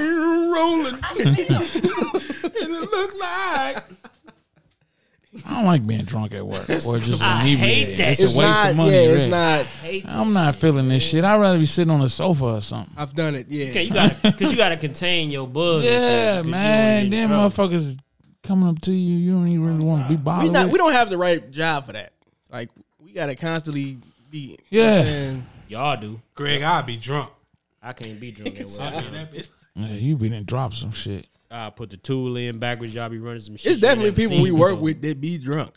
rolling. and it looked like
I don't like being drunk at work. Or just I
hate that.
It's, a waste of money.
yeah, it's
really.
not.
I'm not feeling this shit. I'd rather be sitting on the sofa or something.
I've done it. Yeah.
Okay, you gotta, cause you gotta contain your buzz. and shit, 'cause you
Yeah,
don't
man.
wanna get in
Them
trouble.
motherfuckers coming up to you. You don't even really want to be
we
bothered.
not. We
with.
don't have the right job for that. Like we gotta constantly be. you know
Yeah.
what I'm saying?
Y'all do.
Greg, I'd be drunk.
I can't be drunk at
I
work.
mean, that bitch-
Yeah, you been and drop some shit.
I put the tool in backwards. Y'all be running some shit.
It's
you
definitely
never
people
seen
we work
before.
with that be drunk.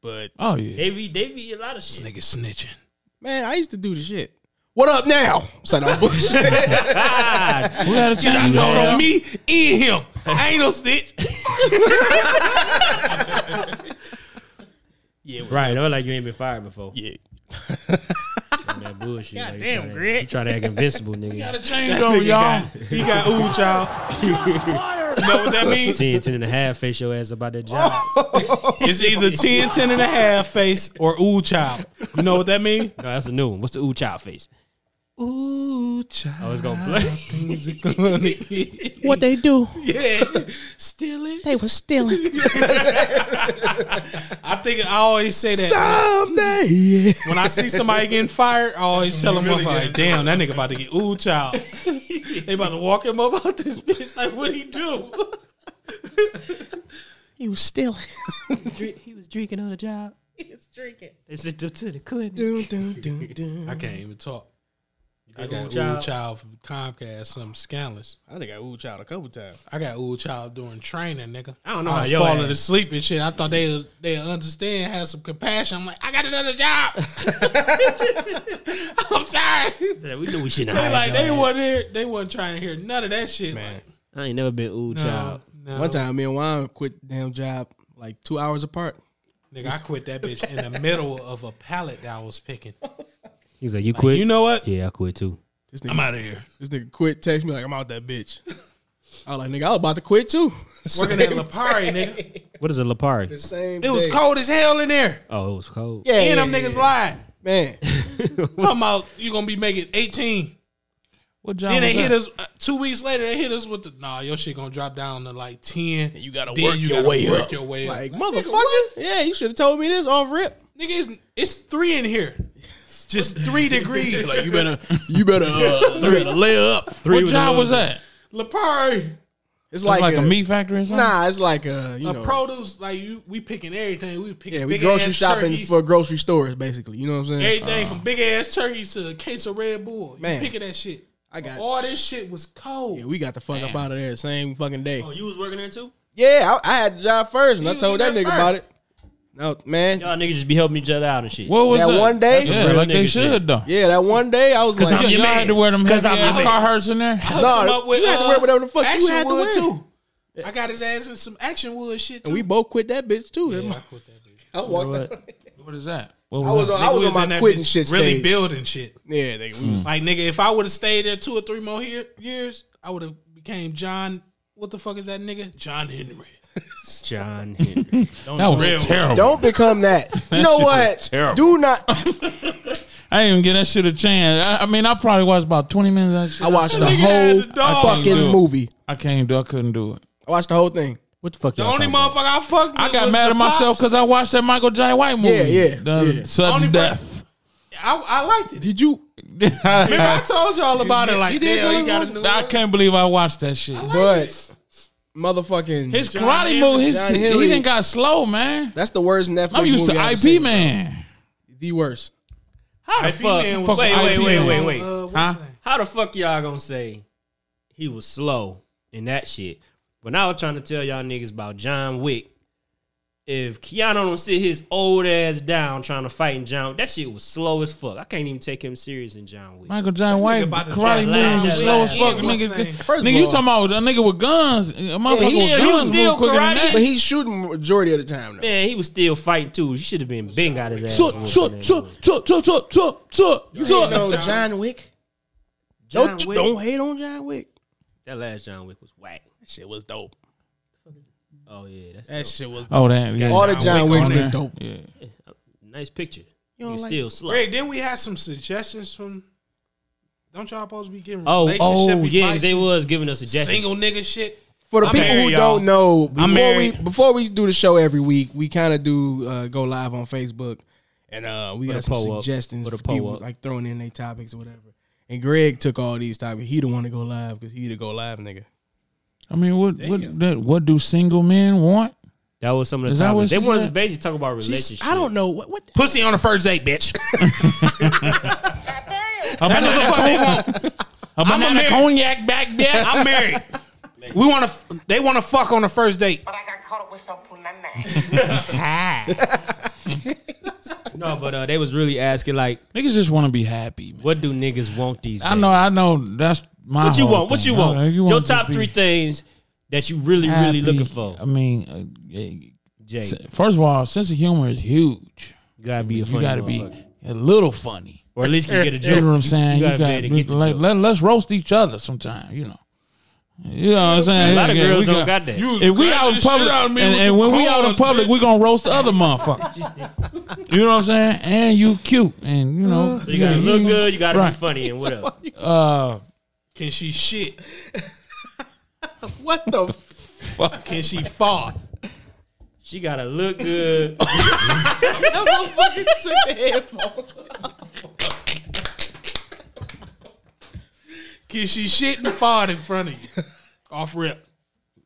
But
Oh yeah.
They be, they be a lot of shit.
Nigga snitching.
man, I used to do the shit. What up now? So no bullshit.
We gotta change
Told
that.
on me and him. I ain't no snitch.
Right, I'm like you ain't been fired before.
Yeah.
On that bullshit. God damn, Greg. You try to act invincible, nigga.
Change over, y'all.
He got ooh, y'all. you know what that means?
10, 10 and a half, face your ass about that job.
It's either 10, 10 and a half face or ooh child. You know what that mean?
No, that's a new one. What's the ooh child face?
Ooh, child.
I was gonna play.
Things are gonna get-
What they do?
yeah, still it.
They was stealing.
I think I always say that
Someday. Yeah.
when I see somebody getting fired. I always tell them, like, damn, that nigga about to get ooh, child. they about to walk him up out this bitch. Like, what he do?
He was stealing.
Drink- he was drinking on the job. He was drinking. They sent him to the clinic.
Dun, dun, dun, dun.
I can't even talk. I
big
got
ooh,
ooh,
child.
child. from Comcast, something scandalous.
I think I ooh child a couple times.
I got ooh child during training, nigga.
I don't know
I
how
was
your
falling
ass-
asleep and shit. I thought they they understand, have some compassion. I'm like, I got another job. I'm sorry.
Yeah, we knew we shouldn't
They
have.
like they wasn't here, they wasn't trying to hear none of that shit. Like, um,
I ain't never been ooh
no,
child.
no.
One time, me and Juan quit the damn job like two hours apart.
nigga, I quit that bitch in the middle of a pallet that I was picking.
He's like, you quit?
You know what?
yeah, I quit too.
This nigga,
I'm out of here.
this nigga quit, text me like I'm out that bitch. I was like, nigga, I was about to quit too.
Working at Lapari, nigga.
What is a Lapari?
The same.
It was
day.
cold as hell in there.
Oh, it was cold.
Yeah,
and
yeah,
them
yeah,
niggas
yeah.
lied.
Man,
Talking about you gonna be making 18.
What job?
Then they
was
hit
that?
us uh, two weeks later. They hit us with the nah. Your shit gonna drop down to like ten.
You gotta
Then
work
you
your
gotta
way
work
up.
your way up.
like motherfucker. Yeah, you should have told me this off rip.
Nigga, it's, it's three in here. Just three degrees.
Like you better, you better, uh, you better lay up.
Three what job was that?
Lapari,
It's
Like,
like,
like a, meat factory or something?
Nah, it's like a you
a
know.
produce. Like you, we picking everything. We picking
yeah, we
big
grocery
ass
shopping
turkeys,
for grocery stores basically. You know what I'm saying?
everything from big ass turkeys to a case of Red Bull. You
Man.
picking that shit.
I got-
all this shit was cold.
Yeah, we got the fuck up out of there the same fucking day.
you was working there too?
Yeah, I, I had the job first, and I
Oh, You
told that
did
nigga
that
about it. No, man.
Y'all niggas just be helping each other out and shit.
What was
That
that?
one day- That's
some
Yeah,
real
like they
nigga shit.
should though.
Yeah, that one day I was
Y'all
like,
I'm your
y'all had to
mans.
wear them
'Cause
heavy
I'm
ass
your
Carhartts in there.
Hooked
Nah,
him up with,
you had to
uh,
wear whatever the fuck you had to
Actionwood,
wear.
too. I got his ass in some action wood shit too.
and we both quit that bitch too.
Yeah, I quit that bitch.
I walked. out.
What is that? What
I was on, I
Nigga
was on
in
my
that
quitting
bitch
shit
Really
stage.
building shit.
yeah, nigga, we was-
Like nigga, if I would have stayed there two or three more here, years, I would have became John. What the fuck is that nigga? John Henry.
John Henry.
that was
Real.
terrible.
Don't become that. You know what?
terrible.
Do not.
I didn't even give that shit a chance. I, I mean, I probably watched about twenty minutes. Of that shit.
I watched the
nigga had
whole
the dog.
fucking
Dude.
movie.
I can't do. I couldn't do it.
I watched the whole thing.
What the fuck?
The only motherfucker I fucked. With
I got
was
mad
the
at myself
pops.
because I watched that Michael J. White movie.
Yeah, yeah,
The
yeah.
Sudden
Only per-
death.
I, I liked it.
Did you?
Remember, I told y'all about it. Like,
You did
damn,
tell
he
me
got a
about
new.
I can't believe I watched that shit.
But motherfucking.
His
John
karate
Henry-
move, his,
John
he
Henry.
didn't got slow, man.
that's the worst Netflix
I'm used
movie I've
to
seen.
IP man.
The worst.
How the
If he man
fuck?
was
Wait,
like
wait,
that,
wait,
uh,
wait, wait.
uh, what's
Huh?
his name?
How the fuck y'all gonna say he was slow in that shit? When I was trying to tell y'all niggas about John Wick, if Keanu don't sit his old ass down trying to fight in John, that shit was slow as fuck. I can't even take him serious in John Wick.
Michael John White
about to
karate
drop
moves
that
was slow
last
as fuck.
shit. What's his
Nigga,
name?
First
nigga
of
you
all-
talking about a nigga with guns? A motherfucker
he
with
still- he
guns
still
move quicker than
karate.
But
that.
he's shooting majority of the time though.
Man, he was still fighting too. You should have been bing out his ass.
Tut,
with
tut,
that
tut,
nigga.
tut, tut, tut, tut, tut,
You
tut.
know John Wick.
John
don't
Wick,
don't hate on John Wick.
that last John Wick was whack.
That shit was dope.
Oh yeah, that's
That shit was.
Oh, that. Yeah.
All the John Wicks
on
been
there.
dope.
Yeah.
nice picture.
You
He's
don't like-
still slow.
Greg, didn't we have some suggestions from? Don't y'all supposed to be giving?
Oh,
relationship
oh yeah,
advice
they
and
was giving us suggestions.
single nigga shit.
For the
I'm
people
married,
who
y'all.
don't know,
I'm
before we
married.
before we do the show every week, we kind of do uh, go live on Facebook, and uh, we
Put a
got some
poll up.
suggestions
Put a
for
poll
people
up.
like throwing in their topics or whatever. And Greg took all these topics. He the one to go live because he the go live nigga.
I mean, what what that- what do single men want?
That was some of the
Is that what
topics. They
she
wanted
said?
to basically talk about relationships.
I don't know what what. The,
Pussy on the first date, bitch.
A banana,
That's what they want.
a banana
married-
cognac back there.
I'm married. We want to. They want to fuck on the first date.
but I got caught up with some punana.
No, but uh, they was really asking like,
Niggas just want to be happy. Man.
what do niggas want these?
I
days?
know, I know. That's my.
What you
whole
want? What
thing.
you
I-
want?
you
Your
to
top
be
three things that you really, really
happy.
looking for.
I mean, uh, yeah,
Jay,
s- first of all, sense of humor is huge.
you gotta be a funny
You got to be
motherfucker.
a little funny.
or at least you get a
You know what
joke.
I'm saying?
You
You,
gotta be
got
able to get the
let,
joke.
let, us roast each other sometime. You know, You know what I'm saying?
A lot of
Yeah,
girls
we
don't
got-
got that.
You was
if we
grabbing
out
the
in
shit
public,
out of
and,
me with
and
the
when we out in
cords,
public, we gonna roast the other motherfuckers. you know what I'm saying? And you cute, and you know
So you gotta look good, you gotta
Right.
be funny and whatever.
Uh,
Can she shit?
What the?
Can she fart?
She gotta look good.
Can she shit and fart in front of you? Off rip.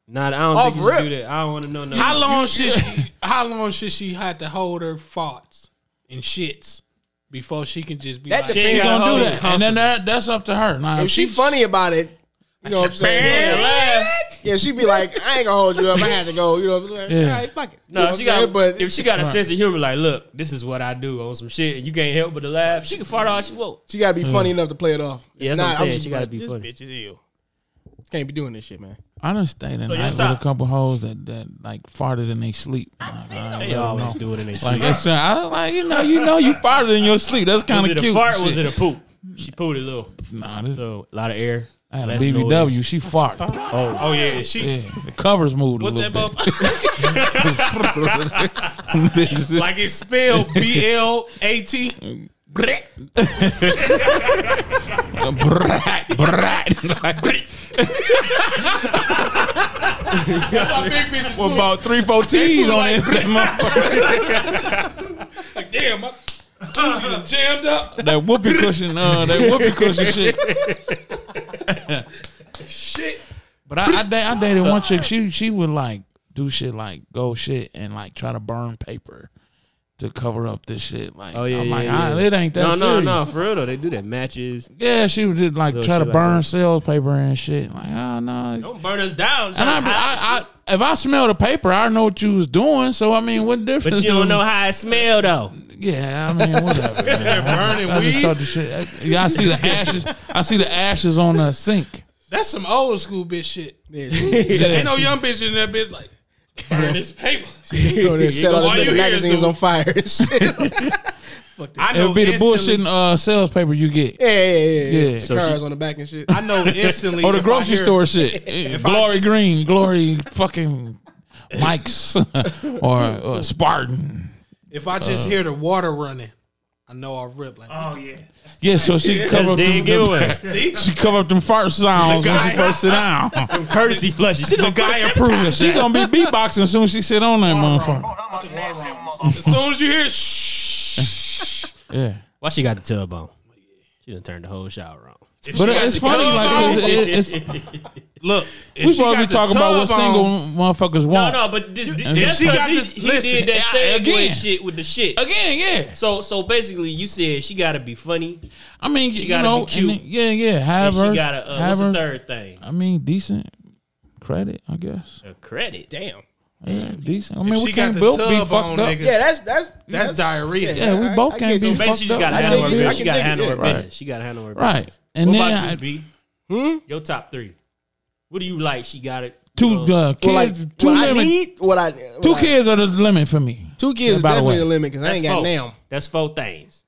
Nah, I don't
Off
think you should
rip.
do that. I don't want to know nothing.
How long should she? How long should she have to hold her farts and shits before she can just be
That
like,
depends.
she
Yeah,
Oh,
gonna
hold
do
it
that, and then that, that's up to her. Now,
If she funny about it, you know what I'm saying? Yeah, she be like, I ain't gonna hold you up. I had to go. You know, what I'm saying?
Yeah.
all right, fuck it.
No,
you know
she
what I'm
got.
saying? But
if
she,
she got a sense of humor, like, look, this is what I do on some shit, and you can't help but to laugh. She can fart all she wants.
gotta be funny enough to play it off.
Mm. Yeah, that's
Nah,
what I'm saying.
just
she gotta
like,
be
this
funny.
bitch is ill. Can't be doing this shit, man.
I done stayed in
So your
night with a
top-
couple hoes that, that like farted in their sleep. Like, I
They
don't
always
know.
do it in their sleep.
Like it's, uh, I was like you know you know you farted in your sleep. That's
Was
kind
it
of
a
cute.
fart?
and
or Was
shit.
it a poop? She pooed a little,
Nah, this,
so a lot of air.
I had a
less
BBW.
noise.
She farted.
Oh,
"Oh yeah, she."
Yeah, the covers moved
What's
a
that
little bit.
motherfucker?
Bitch,
like it's spelled B L A T. Blech.
brat, brat. Like,
That's how big bitches
with about three, four T's on it. That motherfucker-
Like, damn, my pussy done jammed up.
that whoopee cushion, uh, that whoopee cushion shit.
Shit.
But I, I, da- I dated one chick. She she would like do shit like go shit and like try to burn paper to cover up this shit. Like,
oh yeah,
I'm
yeah,
like,
yeah.
ah, it ain't that
No,
serious.
no, no. For real though, they do that. Matches.
Yeah, she would just like
Little
try to
shit like
burn
that.
sales paper and shit. Like, oh no.
Don't burn us down.
And I, I, I, if I smell the paper, I know what you was doing. So I mean, what difference?
but you don't
do-
know how it smell though.
Yeah, I mean, whatever. man.
burning
I just
weed?
thought the shit. Yeah, I see the ashes. I see the ashes on the sink.
That's some old school bitch shit.
Yeah,
Ain't no young bitch in that bitch like burn this paper.
You know, they set all
All
this
you
nigga
hear is
magazines
the-
on fire. and shit. yeah,
I
it
know
would be the
Oh, instantly-
bullshitting uh, sales paper you get.
yeah, yeah. yeah.
Yeah.
The
So
cars on the back and shit.
I know instantly.
Or the
if I
grocery
hear-
store shit. Eh,
I
glory
just-
Green, Glory fucking Mike's, or, or Spartan.
If I just
Uh.
hear the water running, I know I'll rip. Like, oh yeah.
Yeah, so she can cover
That's
up them,
dead
them,
giveaway.
See,
she cover up them fart sounds when she
guy-
first sit down.
Courtesy flushes. She
the
don't
guy approved.
Proving she gonna be beatboxing soon as she sit on that motherfucker.
I'm a nasty
Oh
motherfucker.
As soon as you hear, shh.
Yeah.
Why Oh, she got the tub on? She done turned the whole shower on.
If
But uh,
she got
it's
the
funny,
tub
like
on,
it, it's,
look, if
we
she got
supposed to be
the
talking about what
tub
single
on-
motherfuckers
No,
want.
no, but this, this,
And
that's
she got
because he,
this-
he
listen,
did that
I-
same
again.
shit with the shit.
Again, yeah.
So, so basically, you said she gotta be funny.
I mean, you
gotta
know,
be cute.
and then- yeah, yeah. Have
And
her,
she got a uh,
have
what's the
her.
third thing?
I mean, decent credit, I guess.
A credit. Damn.
Yeah, decent. I mean,
If
we
she got
can't
the
both be
tub
fucked
on,
up.
nigga.
yeah, that's that's
That's diarrhea.
Yeah, we
I-
both
I
can't
get
be
you.
Basically, she
fucked
just
up.
gotta
I
handle
dig it.
her
I
business. She
can dig
gotta
it.
handle her
Right.
business. She gotta handle her
Right,
business.
and
what
then
about
I, Hmm?
you, B? Your top three. What do you like? She got it.
two
you know,
uh, kids,
Well, like,
two
what I
limit,
need, what I what
two
I-
kids are the limit for me.
two kids is
by the
definitely
way.
the limit because I
that's
ain't got
four.
now.
That's four things.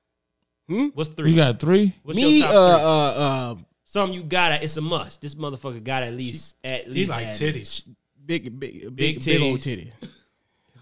Hmm?
What's three?
You got three.
What's
Me,
your
uh,
top three?
uh, uh,
Something you gotta. It's a must. This motherfucker got at least at
He
least
like
at
titties.
big, big,
Big
big, big old
titties.
titty,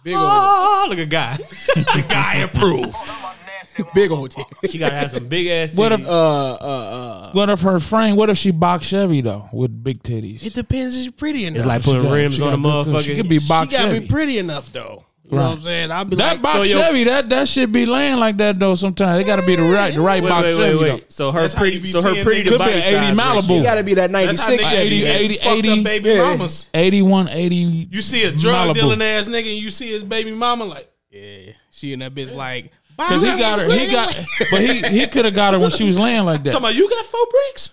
big old,
Oh, look at guy.
The guy approved.
I'm a nasty motherfucker.
big old titty.
she gotta have some big ass.
What if-
titties.
Uh, uh, uh.
What if her frame? What if she box Chevy though with big titties?
It depends if you're pretty enough.
It's like
She
putting
got-
rims
she
on a
got good cushion.
motherfucker.
She could be
she
box
gotta
Chevy.
be pretty enough though. You know what I'm saying? I'll be
that
like,
box
so your-
Chevy, that that shit be laying like that though. Sometimes it got to be the right, the right
wait,
box
wait, wait,
Chevy
wait.
though.
So her
That's how you
pretty,
be
so her
seeing
pretty
niggas.
to
Could be
body
an
size
80 Malibu.
You
ratio.
gotta be that ninety
That's how
six
niggas
shit.
be
80,
fucked up
80.
baby
Yeah.
mamas.
81, 80.
You see a drug
Malibu.
dealing ass nigga, and you see his baby mama like.
Yeah, she and that bitch like.
Cause he got her, he got, but he he could have got her when she was laying like that.
Talking about you got four bricks.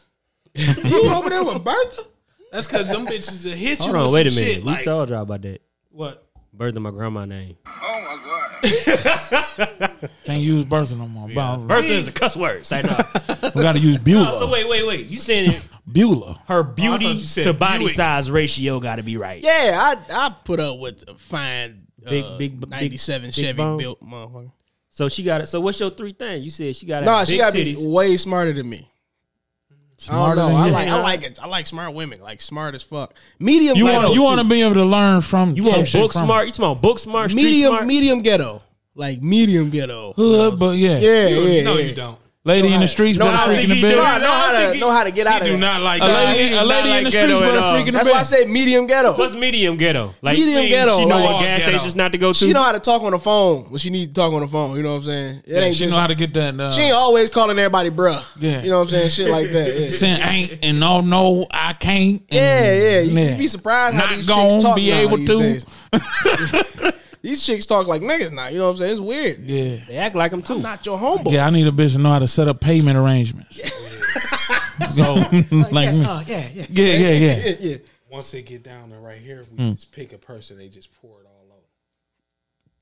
you over there with Bertha? That's because them bitches will hit you.
Hold on,
with
wait a
some
minute.
Shit,
we
like,
told y'all about that.
what?
Birth of my grandma name.
Oh my god.
Can't use Bertha no more. But
Bertha is a cuss word. Say no.
We gotta use Beulah.
so wait, wait, wait. You saying it-
Beulah.
her
Oh, I
beauty
thought you said
to body
Buick.
size ratio got to be right?
Yeah, I I put up with a fine
Big-
uh,
big- big-
ninety seven
big
Chevy
bone.
built motherfucker.
So she got it. So what's your three things? You said she got
No, she
got
gotta be way smarter than me. I don't
Smarter
know.
than
I
you.
like I like it. I like smart women. Like smart as fuck. Medium.
You
ghetto.
want you want to be able to learn from
You
some
want
shit
book
from
smart? You talking about book smart? Street
medium
smart?
medium ghetto. Like medium ghetto.
hood, but yeah,
Yeah, yeah.
no,
yeah.
you don't.
lady in the streets
No, I
better
don't
freak in
think
the
he
bed.
do. I know
I
how
think
to
he-
know how to get out
He
of
do
it.
not like
A
that.
lady, a
not
lady in
like
the
ghetto
streets
at
better
all.
freak in the
That's why I
bed.
said medium ghetto.
What's medium ghetto? Like
Medium
she
ghetto,
know
like-
what gas
Ghetto.
stations not to go to.
She know how to talk on the phone when she need to talk on the phone. You know what I'm saying? It ain't
She
just
know how to get that. Uh,
she ain't always calling everybody bruh.
Yeah.
You know what I'm saying? Shit like that. Yeah.
saying ain't and no, no, I can't. and-
Yeah, yeah. You,
Yeah.
would be surprised how
Not
these
gonna
chicks talk
be
now
able
these
to.
days. these chicks talk like niggas now. You know what I'm saying? It's weird.
yeah.
They act like them too.
Not your homeboy.
Yeah, I need a bitch to know how to set up payment arrangements. so, like, me.
uh, yeah, yeah.
yeah, yeah, yeah.
Yeah, yeah.
Once they get down there right here,
Hmm.
we just pick a person. They just pour it all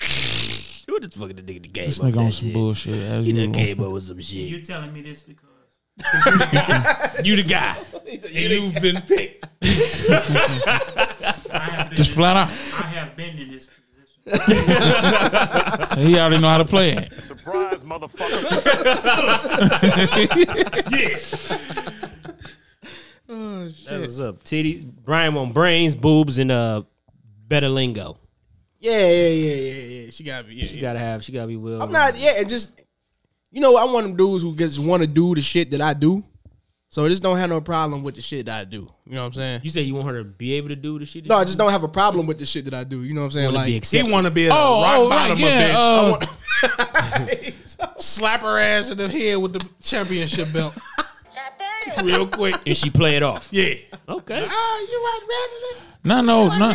over.
What the fuck did nigga the game
This nigga on some bullshit. As usual.
up with some shit.
You telling me this because
You the guy.
And you've been picked.
I have been,
Just flat out,
I have been in this position.
he already know how to play it.
Surprise, motherfucker.
That was up. Titties. Brian on brains, boobs, and uh, better lingo.
Yeah, yeah, yeah, yeah, yeah. She gotta be. Yeah,
She
yeah.
gotta have. She gotta be well.
I'm not. Yeah, and just you know, I'm one of them dudes who just want to do the shit that I do. So I just don't have no problem with the shit that I do. You know what I'm saying?
You say you want her to be able to do the shit. that
No, I
you
just don't have a problem with the shit that I do. You know what I'm saying?
wanna
Like,
be
He
accepted.
want to be a
Oh,
rock
oh, right,
bottom of
yeah.
bitch.
uh,
Slap her ass in the head with the championship belt. Real quick.
and she play it off.
Yeah.
Okay.
no, no, no.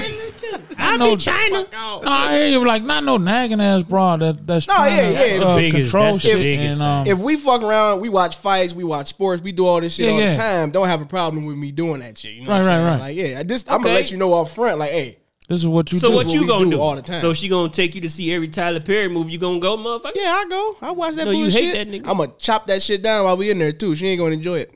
I know China. No, I hear you. Like, not no nagging ass bra. That that's
No,
trying
yeah, yeah.
to,
That's the
uh,
biggest-
control
that's the
shit.
biggest
and, um,
if we fuck around, we watch fights, we watch sports, we do all this shit
Yeah,
all
yeah.
the time. Don't have a problem with me doing that shit. You know
Right,
what I'm
right,
saying? Like,
right.
yeah, I just I'm gonna
Okay.
let you know up front. Like, hey,
this is what you
So
do.
what you
we
gonna
do
do?
all the time.
So she gonna take you to see every Tyler Perry movie. You gonna go, motherfucker?
yeah, I go. I watch that
No, you
bullshit.
hate that nigga.
I'm gonna chop that shit down while we in there too. She ain't gonna enjoy it.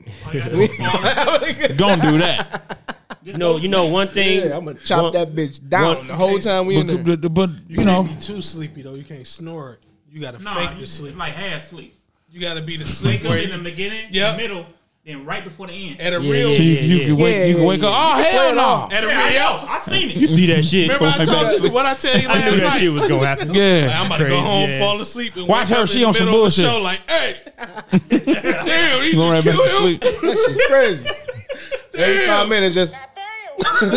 gonna do that.
You know, you know one thing.
Yeah, I'm gonna chop
one-
that bitch down
one-
the whole time we in
But,
there.
but, but
You,
you know,
can't be too sleepy though. You can't snore it. You gotta
Nah,
fake
you
the sleep.
like half sleep.
You gotta be the
Wake
sleep
up
where
in the beginning,
Yep.
the middle, then right before the end.
at a
Yeah,
real
yeah,
so you,
yeah,
you
yeah.
can wake,
Yeah,
you can
yeah,
wake
yeah.
up. Oh
Play
hell
it
no!
off.
at a
Yeah, I
real.
know. I seen it.
You see that shit?
Remember I told you what I tell you
I
last
knew that
night.
shit was gonna happen.
Yeah,
I'm about to
Crazy
go home,
ass.
fall asleep, and
Watch
wake
her,
up
she
in the
on some
middle of the
bullshit.
Show like, hey, damn, he
You going right
just
back to
killed him.
sleep.
That shit crazy. Every five minutes, just
Every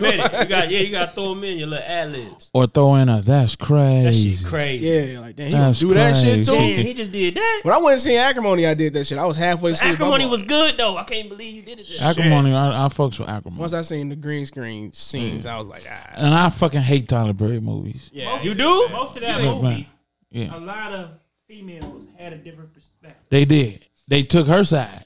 minute. You got yeah, you gotta throw them in your little ad libs.
Or throw in a that's crazy.
That shit crazy.
yeah, like damn, he gonna
That's
do that shit
crazy.
too.
Damn, he just did that.
When I went and seen Acrimony, I did that shit. I was halfway asleep.
Acrimony
I'm
was good though. I can't believe you did it.
Acrimony, I, I fucks with acrimony.
Once I seen the green screen scenes, I was like, ah,
and I fucking hate Tyler Perry movies. Yeah,
You do?
Most of that
man.
movie,
Yeah.
a lot of females had a different perspective.
they did. They took her side.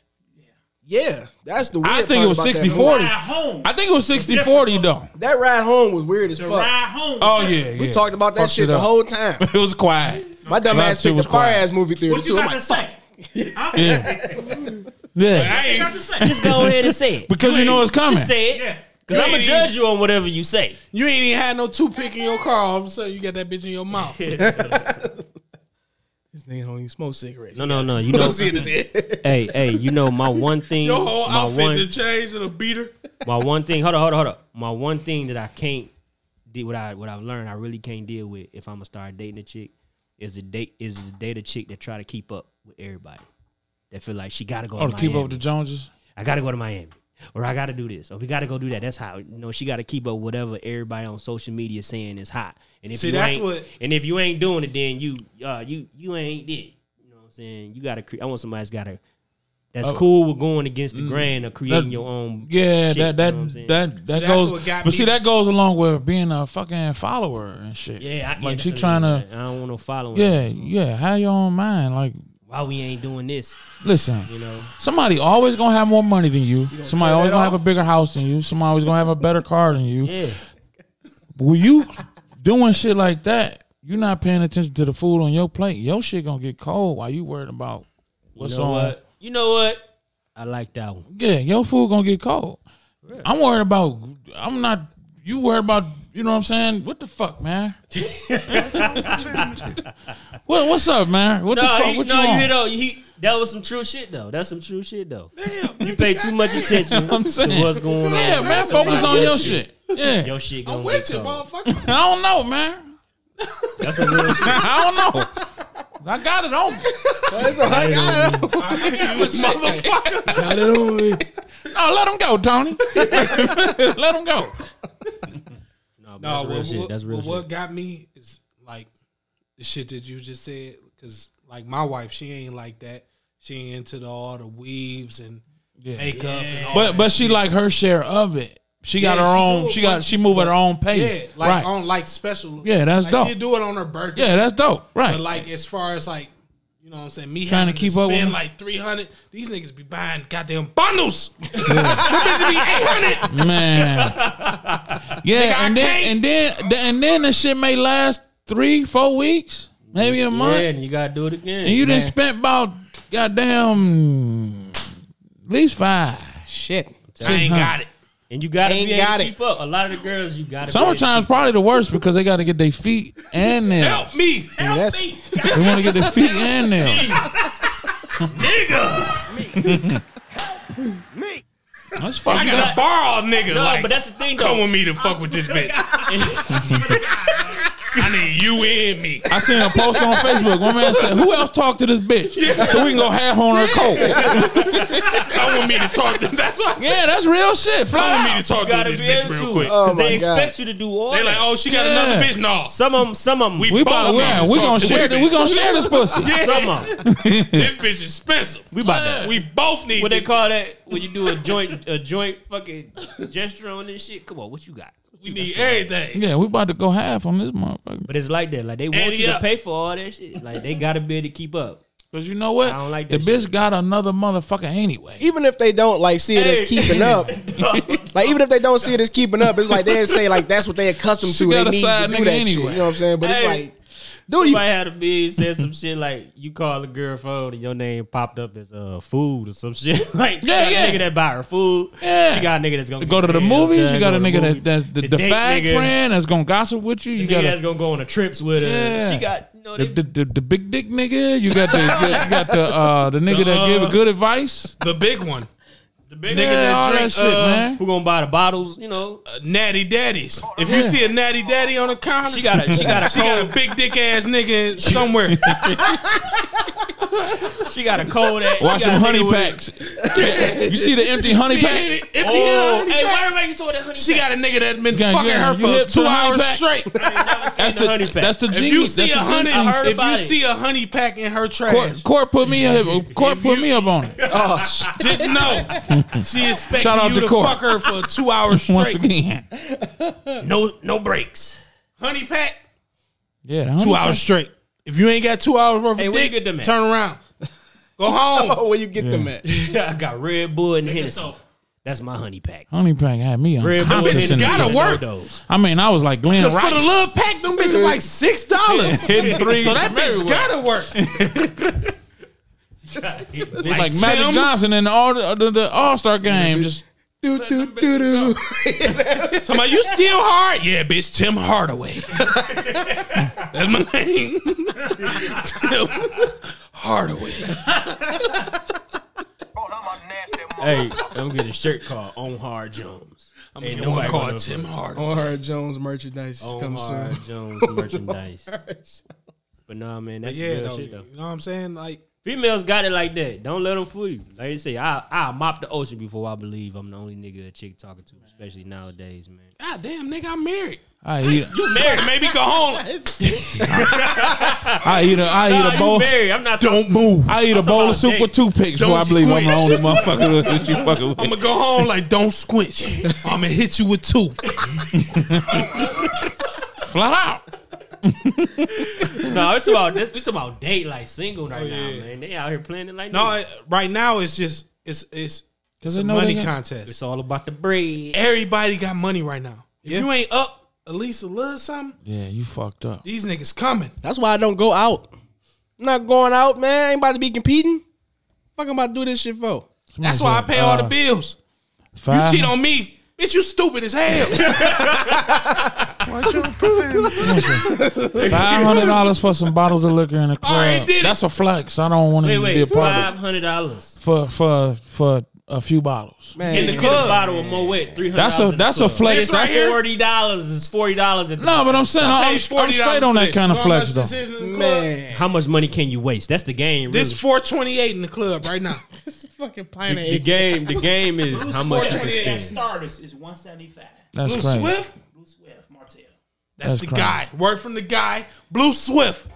yeah, that's the. Weird
I think it
part
was
about that
60
movie.
40.
Ride home,
I think it was 60 40 though.
That ride home was weird as
the
fuck.
ride home.
Oh yeah, yeah.
We talked about that
Fucked
shit
it
the
up.
whole time.
It was quiet.
My dumb
That
ass
shit
took the
was
far
quiet.
ass movie theater
What you
too. I'm
got
like,
to
fuck.
say? Huh?
Yeah. Yeah.
What you got to say?
Just go ahead and say it.
Because you know it's coming.
Just say it.
Yeah.
Because I'm going to judge you on whatever you say.
You ain't even had no toothpick in your car. All of a sudden, you got that bitch in your mouth.
This nigga don't even smoke cigarettes.
No, no, no. You know,
See in his head.
hey, hey, you know, my one thing.
Your whole
my,
outfit
one,
to change and a beater.
my one thing. Hold on, hold on, hold on. My one thing that I can't deal what I what I've learned I really can't deal with if I'm gonna start dating a chick is the date is the date a chick that try to keep up with everybody. That feel like she gotta go
Oh,
to
to keep up
Miami.
with the Joneses.
I gotta go to Miami. Or I gotta do this. Or we gotta go do that. That's how you know she gotta keep up whatever everybody on social media saying is hot. And if
See,
you
that's
ain't,
what-
and if you ain't doing it, then you uh you you ain't did. You know what I'm saying? You gotta create I want somebody that's gotta that's cool with going against the grain or creating
Oh. Mm. That-
your own
Yeah,
shit,
that
you know
that
what I'm saying?
that that
that's
goes.
what got
But
me-
see, that goes along with being a fucking follower and shit.
yeah, I, yeah,
like
that's
she
what I
trying
mean.
to.
I don't want no following.
Yeah, yeah. Have your own mind. Like,
Why we ain't doing this?
listen.
You know,
Somebody always gonna have more money than you. Somebody always gonna have a bigger house than you. Somebody always gonna have a better car than you.
yeah,
When you doing shit like that, you're not paying attention to the food on your plate. Your shit gonna get cold while you worried about what's
you know
on.
what? You know what? I like that one.
Yeah, your food gonna get cold. I'm worried about. I'm not. You worried about. You know what I'm saying? What the fuck, man? what What's up, man? What the
No,
fuck?
he,
what
no,
you
you,
want?
know, he
that was some true shit though. That's some true shit though. you pay too much attention
I'm
to
saying.
what's going on.
Yeah, man, focus
Somebody
on your
with you.
shit. Yeah.
Your shit
I'm
going
with you,
cold.
motherfucker.
I don't know, man.
That's a real shit.
I don't know. I got it on. me.
I got it. I got it on me.
No, let him go, Tony. let him go.
No,
No,
but that's real
what,
shit.
what-
That's real
what-
shit.
What got me is like the shit that you just said. Because like my wife, she ain't like that. She ain't into the, all the weaves and makeup. And all
But
that
but she
shit.
like her share of it. She got
Yeah,
her
she do
own.
it
She got
once,
she move at her own
yeah,
pace.
like
right.
on like special.
Yeah, that's
like,
dope.
She do it on her birthday.
yeah, that's dope. Right.
But like as far as like you know what I'm saying, me
Trying to
having to
keep up
spend
with 'em.
like three hundred. These niggas be buying goddamn bundles. Them bitches be eight hundred.
Man. Yeah,
Nigga, I
and then
can't.
and then th- and then the shit may last three, four weeks, maybe a
Yeah,
month.
and you gotta do it again.
And you done spent about goddamn at least five.
Shit.
I ain't got it.
and you gotta
Ain't
be able
got
to
it.
keep up. A lot of the girls, you gotta. be able to
Summertime's probably the worst because they got to get their feet and nails.
Help me.
And that's,
They want to get their feet and nails. Nigga, that's
I
fucking.
gotta borrow, nigga.
No,
like,
but that's the thing
come
though.
with me to fuck with this bitch. I need you and me.
I seen a post on Facebook. One man said, "Who else talked to this bitch?" So we can go half on her coat.
Come with me to talk to. That's why. I said,
Yeah, that's real shit.
Come with
Fly
me
out.
to talk
You gotta
to
be
this
able
bitch
to,
real quick.
Oh
because they
my God.
expect you to do all.
They like,
that.
oh, she got another
Yeah.
bitch. No,
Some of them, some of them,
we,
We
both
about to
gonna
win. We
talk
gonna
to
share.
this
th- We
bitch.
gonna share this pussy.
some of 'em.
This bitch is special.
We about that.
We both need.
What they
this.
call that when you do a joint, a joint fucking gesture on this shit? Come on, what you got?
We need everything.
Yeah, we about to go half on this motherfucker.
But it's like that. Like they want
Ante
you to
up.
pay for all that shit. Like they gotta be able to keep up.
Cause you know what?
I don't like
the
that
bitch
shit.
got another motherfucker anyway.
even if they don't like see it as keeping up, like even if they don't see it as keeping up, it's like they say like that's what they accustomed
She
to. They
got a
need
side
to do
nigga
that shit.
anyway.
You know what I'm saying? But
Hey.
it's like, dude,
Somebody
you
had a bid said some shit like you call a girl phone and your name popped up as uh food or some shit. like she
Yeah,
got
yeah.
a nigga that buy her food.
Yeah.
She got a nigga that's gonna
Go to the
get
movies.
done,
You got
go
a
to the
nigga
movie.
that, that's the,
The
the
date
fag
nigga.
friend that's gonna gossip with you. You
nigga
got
that's
a,
gonna go on the trips with her.
Yeah.
She got you know
the,
they,
the, the the big dick nigga. You got the you got the uh, the nigga that
Uh-huh.
give good advice.
The big one. The big nigga
Yeah, all
that
that
drink
shit,
uh,
man.
who gonna buy the bottles, you know.
uh, natty daddies. If you see a natty daddy on the counter,
She got a she got a
she got a
cold
big dick ass nigga somewhere.
she got a cold ass. she
Watch
got a
them honey
nigga with a-
packs. you see the empty honey pack?
Oh, hey, why everybody saw that honey
She
pack?
got a nigga that been
Yeah,
fucking
yeah,
her
you hip
for
to
two
the honey
hours
pack.
straight.
That's
the honey pack.
That's the
If you
genius.
see
That's
a
the
honey,
genius.
I heard
if
about
you
it.
see a honey pack in her trash,
Court, court put me up. Court put me up on it
oh shit.
just know she
Shout out
expecting you
to
to
Court.
fuck her for two hours
once
straight.
again.
no no breaks.
Honey pack,
Yeah, the honey
two
pack.
hours straight. If you ain't got two hours worth of
Hey, where you get
dick,
them at?
turn around, go home.
Oh, where you get them at?
I got Red Bull and Hennessy. That's my honey pack.
Honey pack had me
Red Bull and
unconscious.
Hennessy.
in
gotta
there.
and
work.
Sodos.
I mean, I was like Glenn
For
Rice.
the love pack, them bitches like six dollars.
Hitting threes
So that
from
bitch
everywhere.
gotta work.
It's like Magic
Tim.
Johnson in the All the, the All Star game. Just
Do do do do.
Somebody, you still hard? Yeah, bitch, Tim Hardaway. That's my name. Tim Hardaway.
Hold on, I'm a nasty motherfucker.
Hey, I'm getting a shirt called On Hard Jones.
I'm
Ain't
gonna
nobody
call
gonna- Oh,
Tim Hardaway.
On her Jones merchandise is
On
coming soon.
Hard Jones merchandise. But nah, man, that's
Yeah,
real
though,
shit though.
you know what I'm saying? Like,
Females got it like that. Don't let them fool you. Like you say, I I mop the ocean before I believe I'm the only nigga a chick talking to, especially nowadays, man.
God damn, nigga, I'm married.
I eat.
You married?
Maybe go home.
I eat a. I eat a
Nah, you
bowl.
married? I'm not.
Don't move.
I eat a
I'm
bowl
talking
of soup
about
with toothpicks before I
Don't
believe I'm the
squinch.
only motherfucker that you fucking with.
I'm gonna go home like don't squinch. I'm gonna hit you with two.
Flat out.
No, it's about this. It's about date like single right now, man. They out here playing it like
No,
that.
I- right now it's just it's it's it's
they
a
know
money
they got-
contest.
It's all about the bread.
Everybody got money right now. If you ain't up at least a little something,
Yeah, you fucked up.
these niggas coming.
That's why I don't go out. I'm not going out, man. I ain't about to be competing. Fuck, I'm about to do this shit for.
uh,
That's why I pay all the bills. You cheat on me, Bitch, you stupid as hell.
Five hundred dollars for some bottles of liquor in a
already
club.
did it.
That's a flex. I don't want to
Wait,
be a
wait,
part
five hundred dollars
of for for for a few bottles.
Man,
in the club. bottle of Moet, three hundred.
That's a that's a flex.
This right
That's
here?
forty dollars. Is forty dollars at the
no, but I'm saying I'm, I'm straight on that kind of flex though.
Man.
man.
How much money can you waste? That's the game.
This
really.
428 in the club right now.
Fucking pine
the game. The game is how much you can
$4.28?
That
spend.
starters is one seventy five.
That's
Blue
crazy.
Swift?
Blue Swift, Martell.
That's,
That's
the
crazy.
guy. Word from the guy. Blue Swift.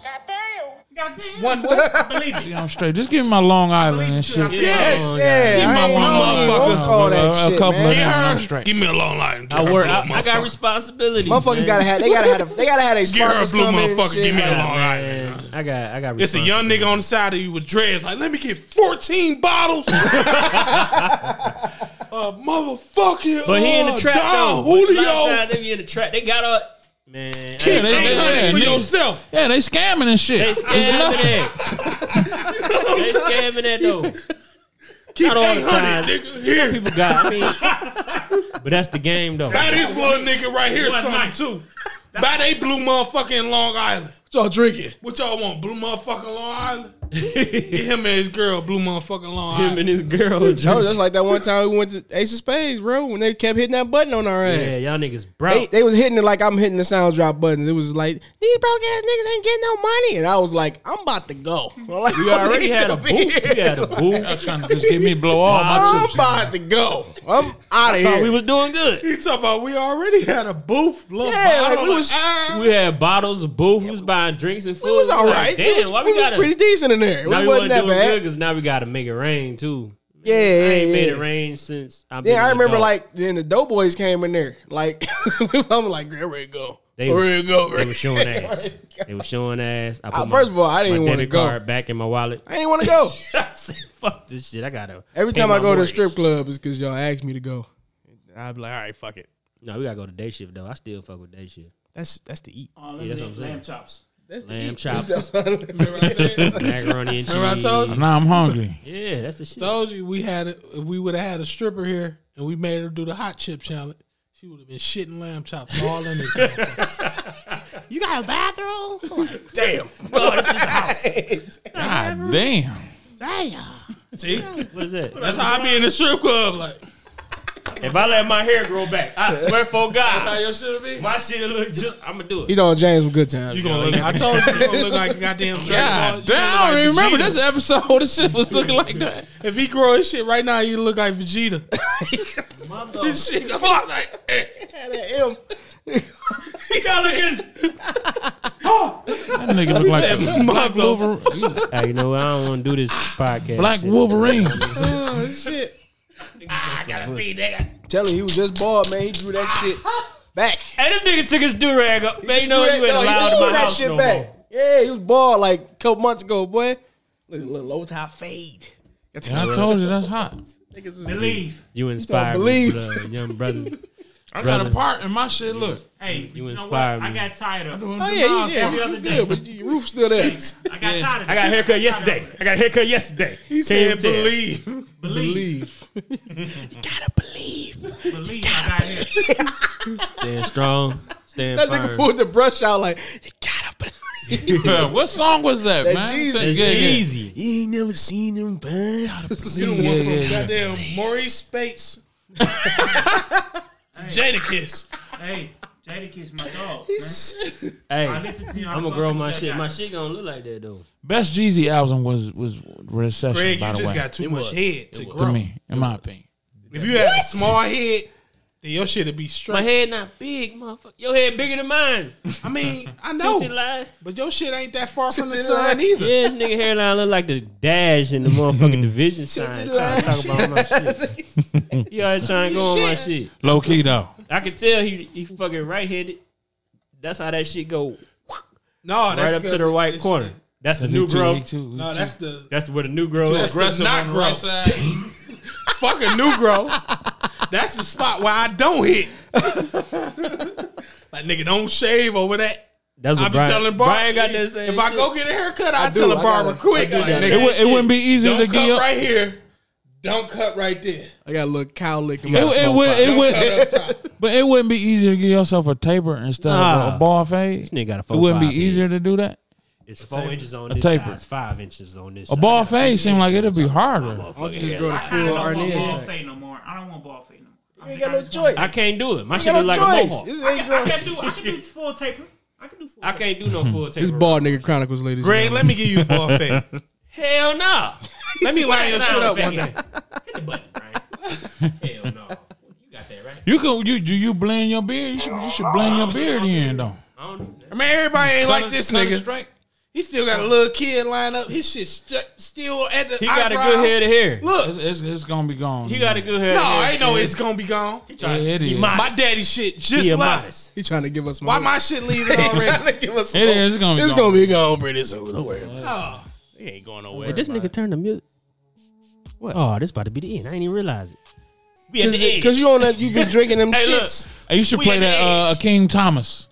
Goddamn.
One what?
I believe it.
Yeah, I'm straight. Just give me my Long Island and shit.
Yes.
Oh,
Yeah,
my
I ain't
one
know
motherfucker.
you. Fuck all
A-
that
a
shit,
couple
man.
of them.
Get
I'm
her.
straight.
Give me a long line. Get
I
her a
work.
blue
I, I got
motherfucker.
responsibilities.
Motherfuckers
man.
gotta have. They gotta have. A, they gotta have a
Get her a blue motherfucker. Give me a
Yeah,
long
man.
line.
I got. I got.
It's a young nigga on the side of you with dreads. Like, let me get 14 bottles. A motherfucking.
But he in the
uh,
trap
Don
though. A lot of
Julio.
times they be in the trap. They got a man.
Kick
I-
they-
eight
yeah,
hundred for
niggas.
yourself.
Yeah, they scamming and shit.
They scamming that. they scamming that though.
Keep
Not all the
eight hundred, nigga. Here,
People got. I mean, but that's the game though.
buy this little nigga right here
One
something
night.
too. Buy they blue motherfucking Long Island.
Y'all drinking?
What y'all want? Blue motherfucking Long Island. Get him and his girl, blue motherfucking Long
Him
Island.
and his girl.
Oh, that's like that one time we went to Ace of Spades, bro. When they kept hitting that button on our ass.
Yeah, y'all niggas
They,
broke.
they was hitting it like I'm hitting the sound drop button. It was like these broke ass niggas ain't getting no money, and I was like, I'm about to go. I'm like,
We already had a booth. We had a booth.
Trying to just get me to blow all my
I'm
chips.
about to go. I'm out of
Thought
here.
we was doing good.
He talking about we already had a booth, little
Yeah, like,
bottle,
we was-
like, ah.
We had bottles, a booth. We was buying drinks and food.
we was all
like,
right.
Damn,
we was,
why
we
we
was
gotta?
pretty decent in there.
now
we
we
wasn't
wasn't
that
doing good
bad.
because now we gotta make it rain too.
Yeah,
I
yeah,
ain't
yeah.
made it rain since. I've been
Then I
an
remember
adult.
like then the Doughboys came in there. Like I'm like, "Get ready to go.
They
Get
was-
ready to go.
They were showing
Oh
ass. They were showing ass. I put
I- Uh, first of all, I didn't
my
wanna
debit
go.
card back in my wallet.
I ain't want to go.
I said, "Fuck this shit. I gotta."
Every
pay
time
my
I go to a
mortgage.
strip club, it's because y'all asked me to go. I'd be like, all right, fuck it.
no, we gotta go to day shift though. I still fuck with day shift.
That's that's the eat.
Uh,
Yeah, that's what I'm saying.
lamb chops.
Lamb chops,
Remember what I said?
macaroni and cheese.
Remember I told you?
Now I'm hungry.
Yeah, that's the shit.
Told you we had a, if we would have had a stripper here and we made her do the hot chip challenge, she would have been shitting lamb chops all in this. motherfucker. you got a bathroom? Damn.
oh, this is house.
God damn.
See,
What is that?
that's how I be in the strip club. Like
If I let my hair grow back, I swear for God,
your shit'll be.
my shit look just. I'm gonna do it.
He's on James with good times.
You gonna look? I told you you gonna look like a goddamn. Dragon
God
Ball. You gonna
damn.
look
I
like
don't remember
Vegeta.
this episode. This shit was looking like that.
If he grow his shit right now, you look like Vegeta. this shit, fuck. Like, eh.
Y'all looking.
That nigga look like a black Wolverine.
Hey, you know what? I don't want to do this podcast.
Black
shit.
Wolverine.
Telling you, he was just bald, man. He drew that shit back.
Hey, this nigga took his do rag up. Man, you know
He
you ain't
drew that-
allowed
no,
in
he
my
drew that
house
shit
no
back.
more.
Yeah, he was bald like a couple months ago, boy. Look, little old top fade.
I told you that's hot.
Believe.
You inspired me,
believe.
brother, young brother.
I
got a
part in my shit. Look.
Hey, you, know what?
inspire
I
me.
got tired of it.
Oh yeah,
Nas
you, yeah,
every other
you
day.
good, but your roof's still there.
I got tired of it.
I got a haircut yesterday. I got a haircut yesterday. He
Can't believe.
Believe. Believe. I got hair.
Stand strong. Stand
That
firm.
nigga pulled the brush out like you gotta believe.
what song was that,
That
man?
Jesus.
It's
Yeah, yeah.
Jeezy.
You ain't never seen him, bud.
You the one
Yeah,
from
yeah, yeah.
goddamn Maurice Spates. Jadakiss.
Hey, Jadakiss my dog. I
Hey,
listen to you.
I'm gonna grow my shit. My shit gonna look like that though.
Best Jeezy album was was Recession,
Greg, you
by the
just
way.
got too much head
to
to grow.
me, in my opinion.
If you had a small head, then your shit'd be
My
straight.
head not big, motherfucker. Your head bigger than mine.
I mean, I
Tootsie
know,
lie.
but your shit ain't that far from the sun either.
Yeah, this nigga hairline look like the dash in the motherfucking division sign. Trying to talk about my shit. He always trying to go on my shit.
Low key though.
I can tell he he fucking right handed. That's how that shit go
No, that's
right up to
'cause
the right
it's-
corner. That's the new grow.
No, that's the
That's where the new grow
that's
is.
the not grow. Fuck a new grow. That's the spot where I don't hit. like nigga, don't shave over that.
That's
I
what
be
Brian,
telling Barbara.
Brian got that same
If I
shit.
go get a haircut, I,
do,
tell a
I
barber
gotta-
quick. Like,
that.
nigga,
It, would, it wouldn't be easier
don't
to
come
get your,
right here. Don't cut right there.
I got a little cow lick. in
It,
my-
it, would,
Don't
it, would,
cut up top.
but it wouldn't be easier to give yourself a taper instead of a-
Nah.
a ball fade.
This nigga got a
It
four
wouldn't be
five
easier to do that.
It's four inches on
A
this
taper.
side. It's five inches on this
A
side.
ball fade seems like it'd be harder.
I'll just grow the
I kinda
full
don't want ball
Arnez. back.
fade no more. I don't want ball fade no more. I
ain't
think
got
I
no
just want-
choice.
I can't do it. My
You
shit
got
look like
no
a
choice.
mohawk.
This
I
ain't
can, I
grown.
can do I can do full taper. I can do full.
I
taper.
can't do no full taper.
This bald nigga chronicles, ladies. and
Greg, let me give you a ball fade.
Hell nah.
Let me line your shit up one day.
the button, right? Hell no. You got that, right?
You can you do you blend your beard? You should you should blend your beard in though.
I don't do that.
I mean, everybody ain't
Cut
like
it-
this
cut it
nigga.
straight.
He still got a little kid lined up. His shit st- still at the.
He got a
eyebrow.
good head of hair.
It's, it's, it's gonna be gone.
He got a good head
No,
of hair.
I ain't know it's gonna be gone.
Yeah, it is.
might-
My daddy shit just
He a
left.
modest.
He trying to give us
Why
money.
my shit leaving already?
give us
It is. It's gonna be.
It's
gone.
gonna be gone, bro. This over. Don't worry. about it.
oh,
He ain't going nowhere.
Did this nigga turn the music? What? Oh, this about to be the end. I ain't even realize it.
We at the edge.
Cause you on that, you been drinking them shits.
Hey, you should
We
play
at the
that uh,
edge.
King Thomas.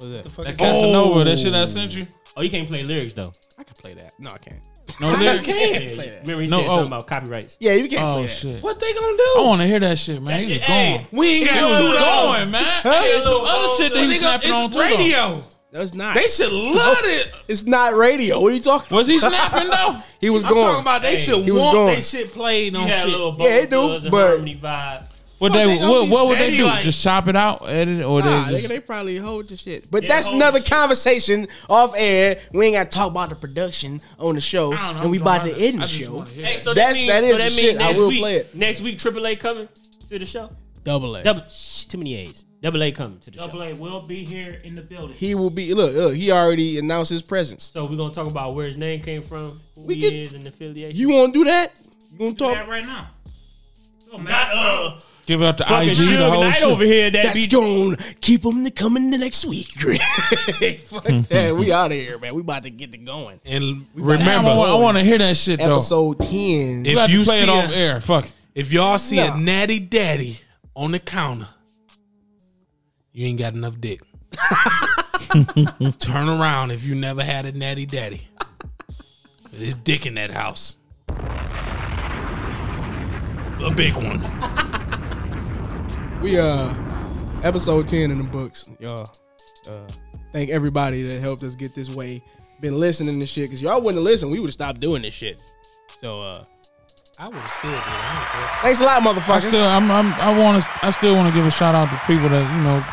That Casanova. That shit I sent you.
Oh, you can't play lyrics though.
I can play that. No, I can't.
No lyrics.
Can't play that.
Remember he
No,
said
oh.
something about copyrights.
Yeah, you can't play
Oh
that.
shit.
what they gonna
I
do?
want to hear that shit, man. He was
shit-
gone.
hey.
We ain't
He
got
was
two dollars.
going, man. Hey, there's some
Little
other shit that he was
Nigga,
snapping on
it's
too. though.
radio.
No, it's not.
They should love it.
it's not radio. What are you talking?
Was he snapping though?
He was
I'm talking
going.
about they should
he was
want
gone.
they shit played on
He had a
Oh,
little
shit.
Yeah, it
yeah,
do,
do,
but-
but harmony vibe.
What
Fuck,
they,
they gonna
what,
be
what would they
petty
do?
like-
just chop it out, edit it, or
Nah,
they just
nigga, they probably hold the shit. But
Yeah,
that's
hold
another
the shit.
conversation off air. We ain't got to talk about the production on the show,
I don't know,
and we
I'm
about
trying
to end the
I just
show.
wanna hear
Hey,
that.
so
That's-
that means,
that is
so
the
that means
shit. I
Next
will
week,
play it.
Next week, AAA coming to the show.
Double A.
Double shh, too many A's. Double A coming to the
Double
show.
A will be here in the building.
He will be look. Look, he already announced his presence.
So we're gonna talk about where his name came from, who
We
he
could-
is, and the affiliation.
You want to do that? You want to
do that
talk?
right now. Oh, man.
not uh
give out the
fucking
IG the
Suge
whole
Knight
shit.
over here. That
That's
be
gonna keep him to coming the next week. Greg. Fuck that. We out of here, man. We about to get it going.
And
Damn,
remember,
I want, I want to hear that shit though.
Episode ten.
You have
if
to
you
play
see
it
a,
off air, fuck. it.
if y'all see
Nah.
a natty daddy on the counter, you ain't got enough dick. Turn around if you never had a natty daddy. There's dick in that house. A big one.
We uh episode 10 in the books. Y'all uh thank everybody that helped us get this way. Been listening to shit cuz y'all wouldn't listen, we would have stopped doing this shit. So uh
I would have still did. I
thanks a lot
I
motherfuckers.
still, I'm, I'm, I want to, I still want to give a shout out to people that you know,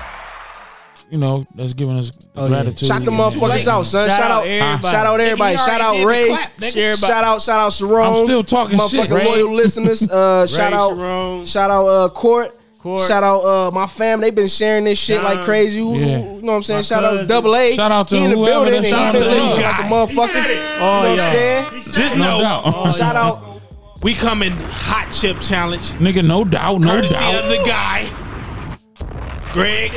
you know, that's giving us gratitude.
Shout the motherfuckers out, son. Shout,
Shout
out,
out everybody.
shout out
Nigga,
everybody.
you
Shout
already
out
did the
Ray.
clap, nigga. Share
shout out, shout out Sharon.
I'm still talking
motherfucking
shit, Ray.
loyal listeners. Uh, shout out,
Sharon.
shout out, uh, Court.
Court.
Shout out, uh, my fam. They've been sharing this shit like
John.
crazy. Who- who-
Yeah.
You know what I'm saying?
My
shout out,
cousin.
Double A.
Shout out to
he in the
whoever
building.
that
And he
shout
been
out
listening like
to.
a
He said
motherfucker.
Oh
You
it.
know what I'm
yeah.
saying?
He said
Just
it.
No
know
doubt,
Shout out.
we coming hot chip challenge.
nigga. No doubt, no
courtesy
doubt.
of the guy. Greg,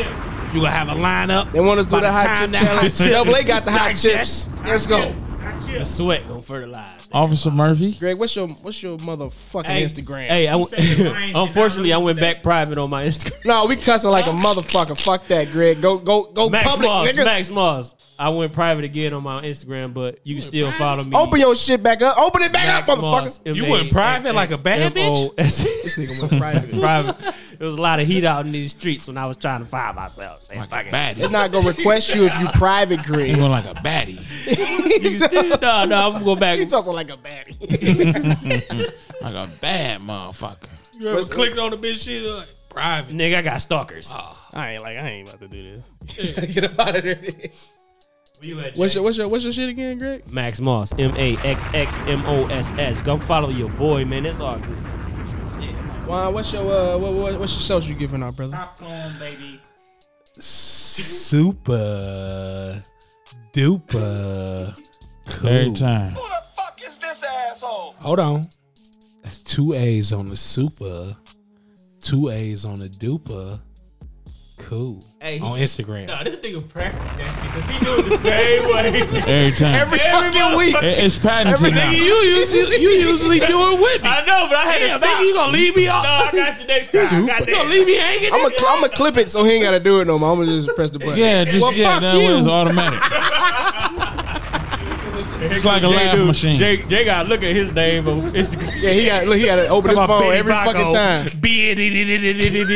you gonna have a lineup.
They want us to do
By
the hot chip
time that hot
challenge.
chip
Double A got the hot
digests.
chips. Let's go.
The sweat gonna fertilize.
Officer Murphy.
Greg, what's your what's your motherfucking Instagram?
Hey, I went,
said it rained,
unfortunately, I
and I
went
lose
back private on my Instagram.
No, we cussing like a motherfucker. Fuck that, Greg. Go go go
Max
public,
Moss,
nigga.
Max Moss. I went private again on my Instagram, but you can still follow me.
Open your shit back up. Open it back up, motherfuckers.
You went private like a bad bitch?
This
bitch.
nigga went private.
private. There was a lot of heat out in these streets when I was trying to find myself. Saying, fuck it.
They're not gonna request you if you private,
He
Greg.
went like a baddie.
You can still, no, no, I'm gonna go back.
He talking like a baddie.
Like a bad motherfucker.
You ever clicked on the bitch shit like private.
Nigga, I got stalkers.
I ain't like I ain't about to do this. Oh. Get up out of there.
Where you at,
What's
Jay?
your what's your what's your shit again, Greg?
Max Moss, M A X X M O S S. Go follow your boy, man. That's all good.
Juan, what's your uh what, what, what's your social you giving out, brother?
Top clone, baby.
Super duper.
Every time.
Who the fuck is this asshole?
Hold on. That's two A's on the super, two A's on the duper. Cool.
Hey, he-
on Instagram.
this nigga practiced that shit because he doing the same way.
Every time.
fucking week.
It- it's patented now.
usually you usually do it with me.
I know, but I had
Yeah,
to stop.
nigga, you gonna leave me off?
No, I got you next time.
Dude,
Goddamn.
you gonna
leave me hanging?
I'm gonna I'm gonna clip it so he ain't gotta do it no more. I'm gonna just press the button.
Yeah, just yeah, that way it's automatic. It's like a laugh machine.
Jay, Jay got look at his name on Instagram.
Yeah, he got look. He got to open his
Come on,
phone
Benny
every
Blanco.
fucking time.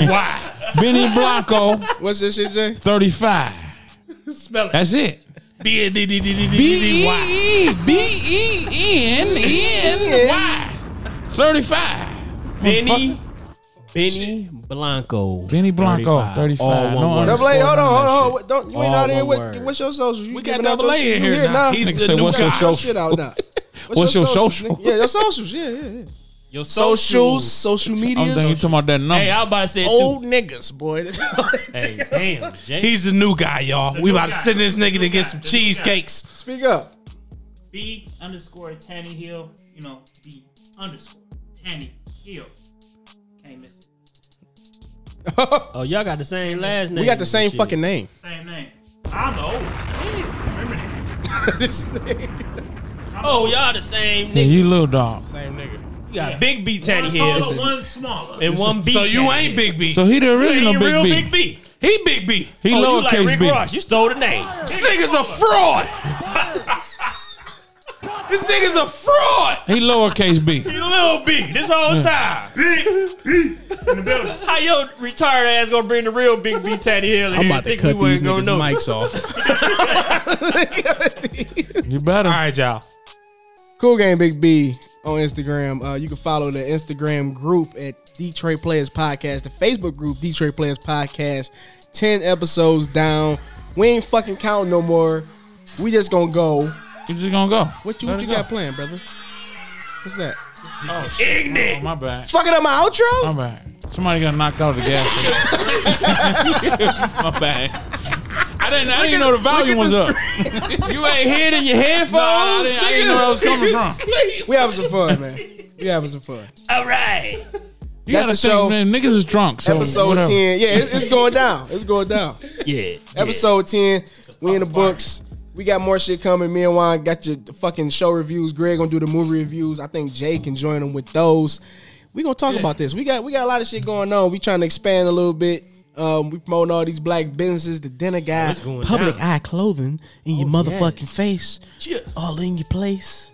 E
Why?
Benny Blanco,
What's this shit, Jay?
thirty-five.
Spell it.
That's it.
B D D D D
B E E B E N N Y. Thirty-five.
Benny, Benny Blanco.
Benny Blanco, 35.
All one
No
word.
under-
Double A, hold on, hold on, hold on. Don't you ain't
All
out here.
one
What,
word.
what's your social? You
We got
giving out
Double
your
A in
shit?
here
You
now.
Nah.
He's
Nigga
the
said,
new
what's
guy.
your social? Shit out now.
What's your
socials,
social?
nigga? Yeah, your socials. Yeah, yeah, yeah.
Your
Socials, social Oh.
I'm thinking you
medias,
talking about that number.
Hey, I was about to say it too.
old niggas, boy.
Hey, damn, Jay.
He's the new guy, y'all. we about to send this nigga to get some
The new guy.
cheesecakes.
Speak up.
B underscore Tanny Hill. You know, B underscore Tanny Hill. Can't miss it.
oh, y'all got the same last name.
We got the
and
same
shit.
fucking name.
Same name. I'm the oldest. Remember that.
This nigga.
Oh, y'all the same
yeah,
nigga.
you little dog.
You got Big B Teddy
One
here
smaller, one smaller.
and one B.
So you
Teddy
ain't
Hill.
Big B.
So he the
You
original
ain't real
Big
Big
B.
B.
he Big B.
He
Oh, you like
lowercase
Rick
B.
Ross. You stole the name.
This nigga's a fraud. this nigga's a fraud.
He lowercase B.
You little B this whole time. How your retired ass gonna bring the real Big B Teddy Hill in
I'm
here?
about to
Think
cut
we
these
wasn't gonna
niggas'
know.
mics off.
You better.
All right, y'all.
Cool game, Big B on Instagram. Uh, you can follow the Instagram group at Detroit Players Podcast, the Facebook group Detroit Players Podcast. Ten episodes down. We ain't fucking counting no more. We just gonna go.
You just gonna go.
What you
Let
what
it
you
go.
got planned, brother? What's that?
Oh, my bad.
Fucking up my outro?
My bad. Somebody got knocked out of the gas station. my bad. I didn't. I didn't know the volume was up.
You ain't hearing in your headphones.
No, I didn't, I didn't know where I was coming from.
we having some fun, man. We having some fun.
All right.
You
That's
gotta
the show.
think, man. Niggas is drunk. So
Episode
whatever.
ten. Yeah, it's, it's going down. It's going down.
Yeah.
Episode ten. We in the books. We got more shit coming. Me and Juan got your fucking show reviews. Greg gonna do the movie reviews. I think Jay can join them with those. We gonna talk about this. We got we got a lot of shit going on. We trying to expand a little bit. Um, we promoting all these black businesses. The dinner guy,
it's going
public
down.
eye clothing in your motherfucking face,
Yeah.
all in your place.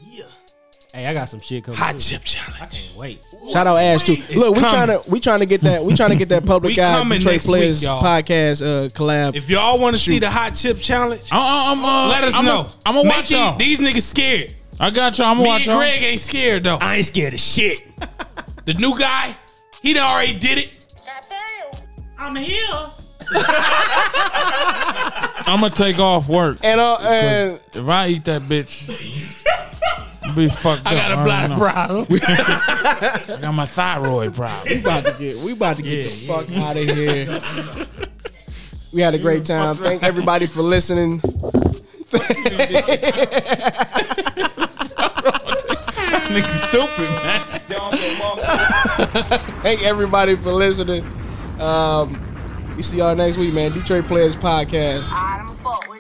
Hey, I got some shit coming.
Hot
too.
chip
I
challenge.
can't wait.
Shout out Ash too. Look, we trying
coming.
to we trying to get that we trying to get that public
We
guy
coming
Detroit
next week,
Players
y'all.
podcast uh, collab.
If y'all want to see the hot chip challenge,
I'm, I'm, uh,
let us
I'm
know.
I'm gonna
Make
watch
these-
y'all.
These niggas scared.
I got y'all. I'm gonna
Me
watch
and
y'all.
Greg ain't scared though.
I ain't scared of shit.
The new guy, he done already did it.
I'm here.
I'm gonna take off work.
and uh, and
If I eat that bitch, I'll be fucked
I
up.
got a
already
bladder
know.
problem.
I got my thyroid
we
problem.
about to get we about to get the fuck out of here. we had a great time. Thank everybody for listening.
Nigga, stupid man.
Thank everybody for listening. Um, we see y'all next week, man. Detroit Players Podcast.
I don't fuck with